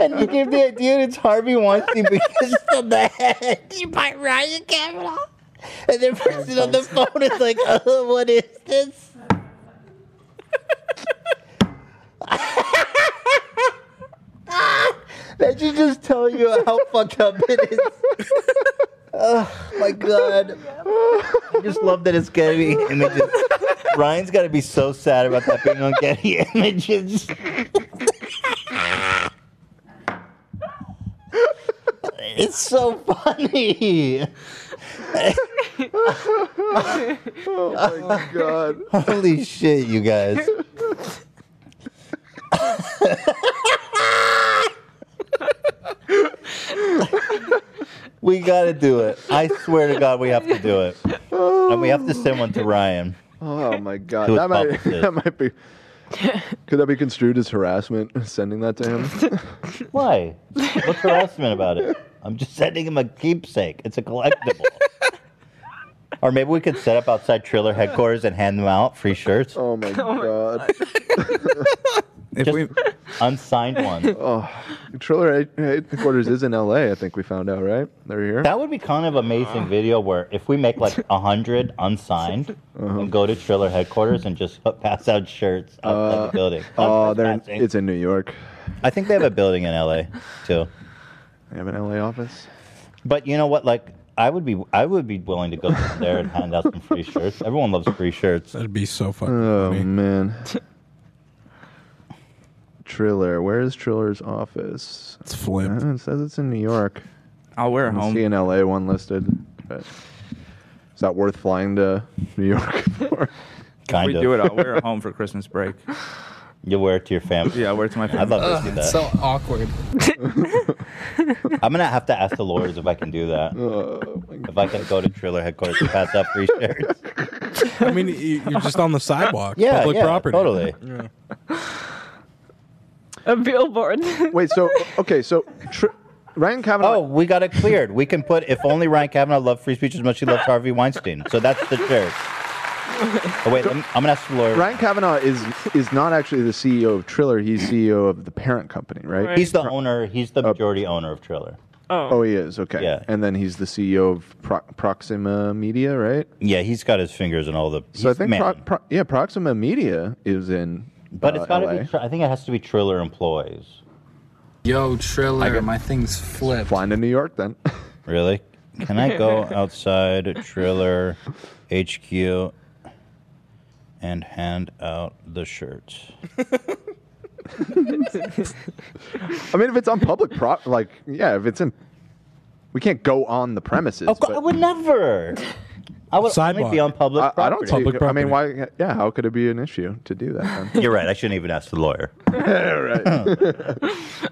S2: and you give the idea, and it's Harvey Weinstein because of the head. You buy Ryan Kavanaugh, and the person on the phone is like, "Oh, what is this?" <laughs> That should just tell you how fucked up it is. oh my god. I just love that it's Getty Images. Ryan's got to be so sad about that being on Getty Images. it's so funny.
S3: oh my god.
S2: Holy shit, you guys. we gotta do it. I swear to God, we have to do it. And we have to send one to Ryan.
S3: Oh Oh my god,
S2: To his
S3: that might,
S2: publicist.
S3: <laughs> that might be. Could that be construed as harassment? Sending that to him?
S2: Why? What's harassment about it? I'm just sending him a keepsake. It's a collectible. or maybe we could set up outside Triller headquarters and hand them out free shirts.
S3: <laughs> <laughs> Oh my god.
S2: Just unsigned one.
S3: <laughs> Oh, Triller Head- headquarters is in L.A. I think we found out, right? They're here.
S2: That would be kind of amazing video where if we make like a hundred unsigned
S3: Uh-huh.
S2: and go to Triller headquarters and just pass out shirts outside
S3: Uh,
S2: the building.
S3: oh, they're in-
S2: Trespassing.
S3: it's in New York.
S2: I think they have a building in LA too.
S3: They have an LA office.
S2: But you know what? Like, I would be, I would be willing to go down there and hand out some free shirts. Everyone loves free shirts.
S6: That'd be so fucking
S3: Oh
S6: funny.
S2: <laughs>
S3: man. Triller, where is Triller's office? It's
S6: flipped.
S3: it says it's in New York.
S7: I'll wear
S3: I
S7: home.
S3: See an LA one listed. But is that worth flying to New York <laughs> for?
S7: if we do it, I'll wear it home for Christmas break.
S2: You wear it to your family.
S7: Yeah, I wear it to my family.
S2: I'd love to see that.
S6: awkward.
S2: I'm gonna have to ask the lawyers if I can do that.
S3: Oh,
S2: if I can go to Triller headquarters and pass out free shirts.
S6: I mean, you- you're just on the sidewalk.
S2: <laughs> Yeah,
S6: public
S2: yeah,
S6: property. <laughs>
S2: totally.
S6: Yeah.
S4: <laughs> A billboard. <laughs>
S3: Wait, so okay, so tri- Ryan Kavanaugh.
S2: Oh, we got it cleared. We can put if only Ryan Kavanaugh loved free speech as much as
S3: <laughs>
S2: he loved Harvey Weinstein. So that's the shirt. Oh, wait, let me- I'm gonna ask the lawyer.
S3: Ryan Kavanaugh is is not actually the CEO of Triller. He's CEO of the parent company, right?
S2: He's the owner. He's the majority owner of Triller.
S3: Oh, he is. Okay. Yeah. And then he's the CEO of Pro- Proxima Media, right?
S2: Yeah, he's got his fingers in all the.
S3: So I
S2: he's-
S3: think
S2: man.
S3: Pro- Pro- yeah, Proxima Media is in.
S2: But
S3: uh,
S2: it's got to
S3: LA.
S2: be. Tr- I think it has to be Triller employees.
S15: Yo, Triller,
S2: I got-
S15: my thing's flipped.
S3: Flying to New York then. <laughs>
S2: Really? Can I go
S15: <laughs>
S2: outside Triller HQ and hand out the shirts?
S3: I mean, if it's on public pro, like yeah, if it's in, we can't go on the premises.
S2: Of course, Oh, I would never. I would only be on public
S3: I-
S2: property.
S3: I, don't. see, I mean, why? Yeah, how could it be an issue to do that?
S2: <laughs>
S3: Then?
S2: You're right. I shouldn't even ask the lawyer.
S3: Yeah,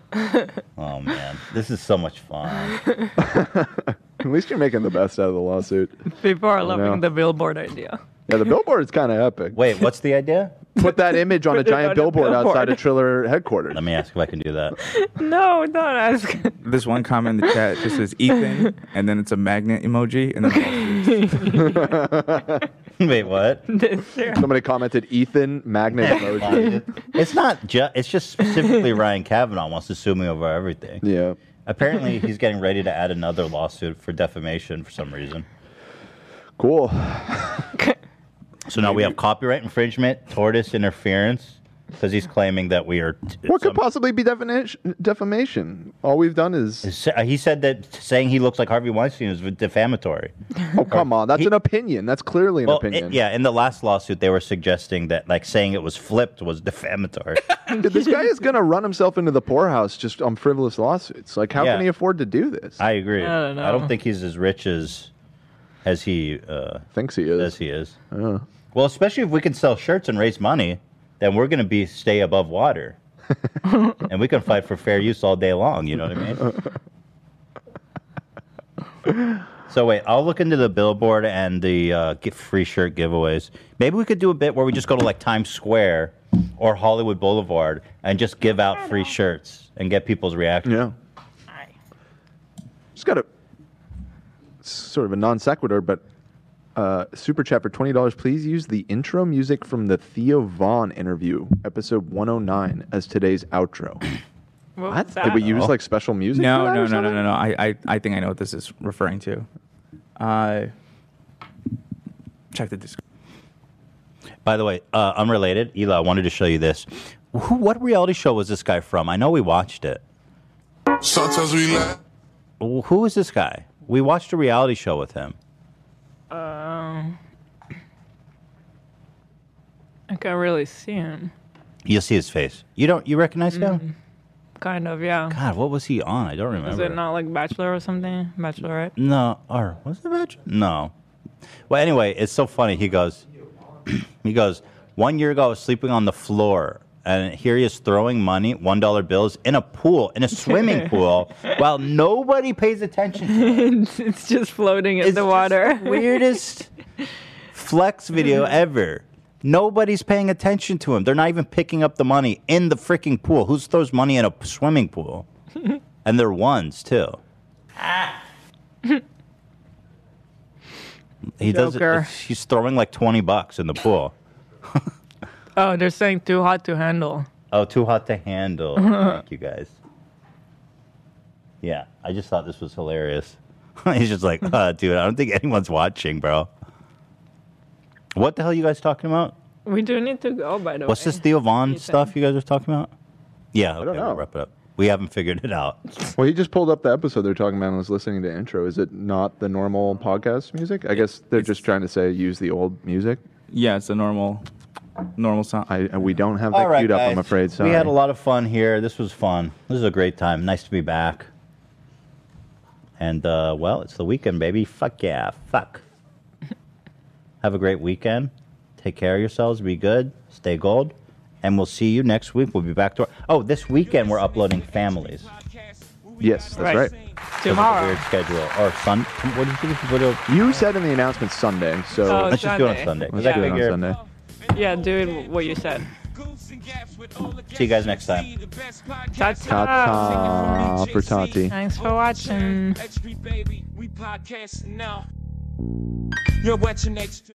S3: <laughs> right.
S2: <laughs> oh man, this is so much fun.
S3: <laughs> At least you're making the best out of the lawsuit.
S4: People are
S3: I
S4: loving
S3: know.
S4: the billboard idea. <laughs>
S3: Yeah, the billboard's kind of epic.
S2: Wait, what's the idea?
S3: Put that image on a
S4: Put it on
S3: giant
S4: a
S3: billboard, outside
S4: billboard.
S3: of Triller headquarters.
S2: Let me ask if I can do that.
S4: No, don't ask.
S7: <laughs> This one comment in the chat just says Ethan, and then it's a magnet emoji, and then.
S2: <laughs> Wait, what?
S3: <laughs> Somebody commented Ethan Magnet emoji.
S2: <laughs> It's not just. It's just specifically Ryan Kavanaugh wants to sue me over everything.
S3: Yeah.
S2: Apparently, he's getting ready to add another lawsuit for defamation for some reason.
S3: Cool.
S2: so now we have copyright infringement, tortoise interference, because he's claiming that we are. t-
S3: What could possibly be definition, defamation? All we've done is.
S2: sa- he said that saying he looks like Harvey Weinstein is defamatory.
S3: <laughs> Oh come on, that's an opinion. That's clearly an
S2: Well, it-
S3: opinion.
S2: yeah, in the last lawsuit, they were suggesting that like saying it was flipped was defamatory.
S3: Dude, this guy is gonna run himself into the poorhouse just on frivolous lawsuits. Like, how
S2: Yeah.
S3: can he afford to do this?
S2: I agree.
S3: I don't know.
S2: think he's as rich as as he uh,
S3: thinks he is.
S2: As he is. Well, especially if we can sell shirts and raise money, then we're going to be stay above
S3: <laughs>
S2: water, and we can fight for fair use all day long. You know what I mean? So wait, I'll look into the billboard and the uh, get free shirt giveaways. Maybe we could do a bit where we just go to like Times Square or Hollywood Boulevard and just give out free shirts and get people's reaction.
S3: Yeah. Just got a sort of a non sequitur, but uh, super chat for twenty dollars. Please use the intro music from the Theo Vaughn interview, episode one hundred and nine, as today's outro.
S4: What?
S3: Did we
S2: Oh.
S3: use like special music? for
S7: No,
S3: that
S7: no,
S3: or
S7: no, no,
S3: something?
S7: no, no. I, I, I think I know what this is referring to. Uh, check the Discord.
S2: By the way, uh, unrelated, Eli, I wanted to show you this. Who, what reality show was this guy from? I know we watched it.
S8: Sometimes we laugh.
S2: Who was this guy? We watched a reality show with him.
S4: Um, I can't really see him.
S2: You'll see his face. You don't. You recognize him?
S4: Kind of, yeah.
S2: God, what was he on? I don't
S4: Is
S2: remember.
S4: it not like Bachelor or something? Bachelorette?
S2: No, or was it Bachelor? No. Well, anyway, it's so funny. He goes, <clears throat> he goes. One year ago, I was sleeping on the floor, and here he is throwing money, one dollar bills, in a pool, in a swimming pool, while nobody pays attention. To
S4: it. It's
S5: <laughs>
S4: just floating in the water.
S2: weirdest flex video ever. Nobody's paying attention to him. They're not even picking up the money in the freaking pool. Who throws money in a p- swimming pool? and they're ones too. he does
S4: Joker.
S2: it. He's throwing like twenty bucks in the pool.
S4: Oh, they're saying too hot to handle.
S2: Oh, too hot to handle. Thank you guys. Yeah, I just thought this was hilarious. <laughs> He's just like, uh, dude, I don't think anyone's watching, bro. What the hell are you guys talking about?
S4: We do need to go, by the
S2: What's
S4: way.
S2: this Theo Vaughn stuff you guys are talking about? <clears throat> Yeah,
S3: I
S2: okay,
S3: don't know.
S2: we'll wrap it up. We haven't figured it out.
S3: Well, he just pulled up the episode they're talking about and was listening to intro. Is it not the normal podcast music? I guess they're just trying to say use the old music.
S7: Yeah, it's a normal, normal sound.
S3: I, and we don't have that
S2: All right,
S3: queued up. I'm
S2: guys.
S3: afraid. Sorry.
S2: We had a lot of fun here. This was fun. This is a great time. Nice to be back. And uh, well, it's the weekend, baby. Fuck yeah. Fuck. <laughs> Have a great weekend. Take care of yourselves. Be good. Stay gold. And we'll see you next week. We'll be back to our. Oh, this weekend we're uploading families.
S3: Yes, that's right.
S2: Tomorrow. Weird schedule or sun. What do you think if we put up?
S3: You said in the announcement Sunday, so
S4: Oh, Let's just do it on Sunday. Sunday, 'cause
S3: Let's
S4: I
S3: do it on
S4: figure-
S3: Sunday.
S4: Yeah, do what you said.
S2: See you guys next time.
S3: Ta-ta for Tati.
S4: Thanks for watching.
S10: Baby, we podcasting now. You're watching next.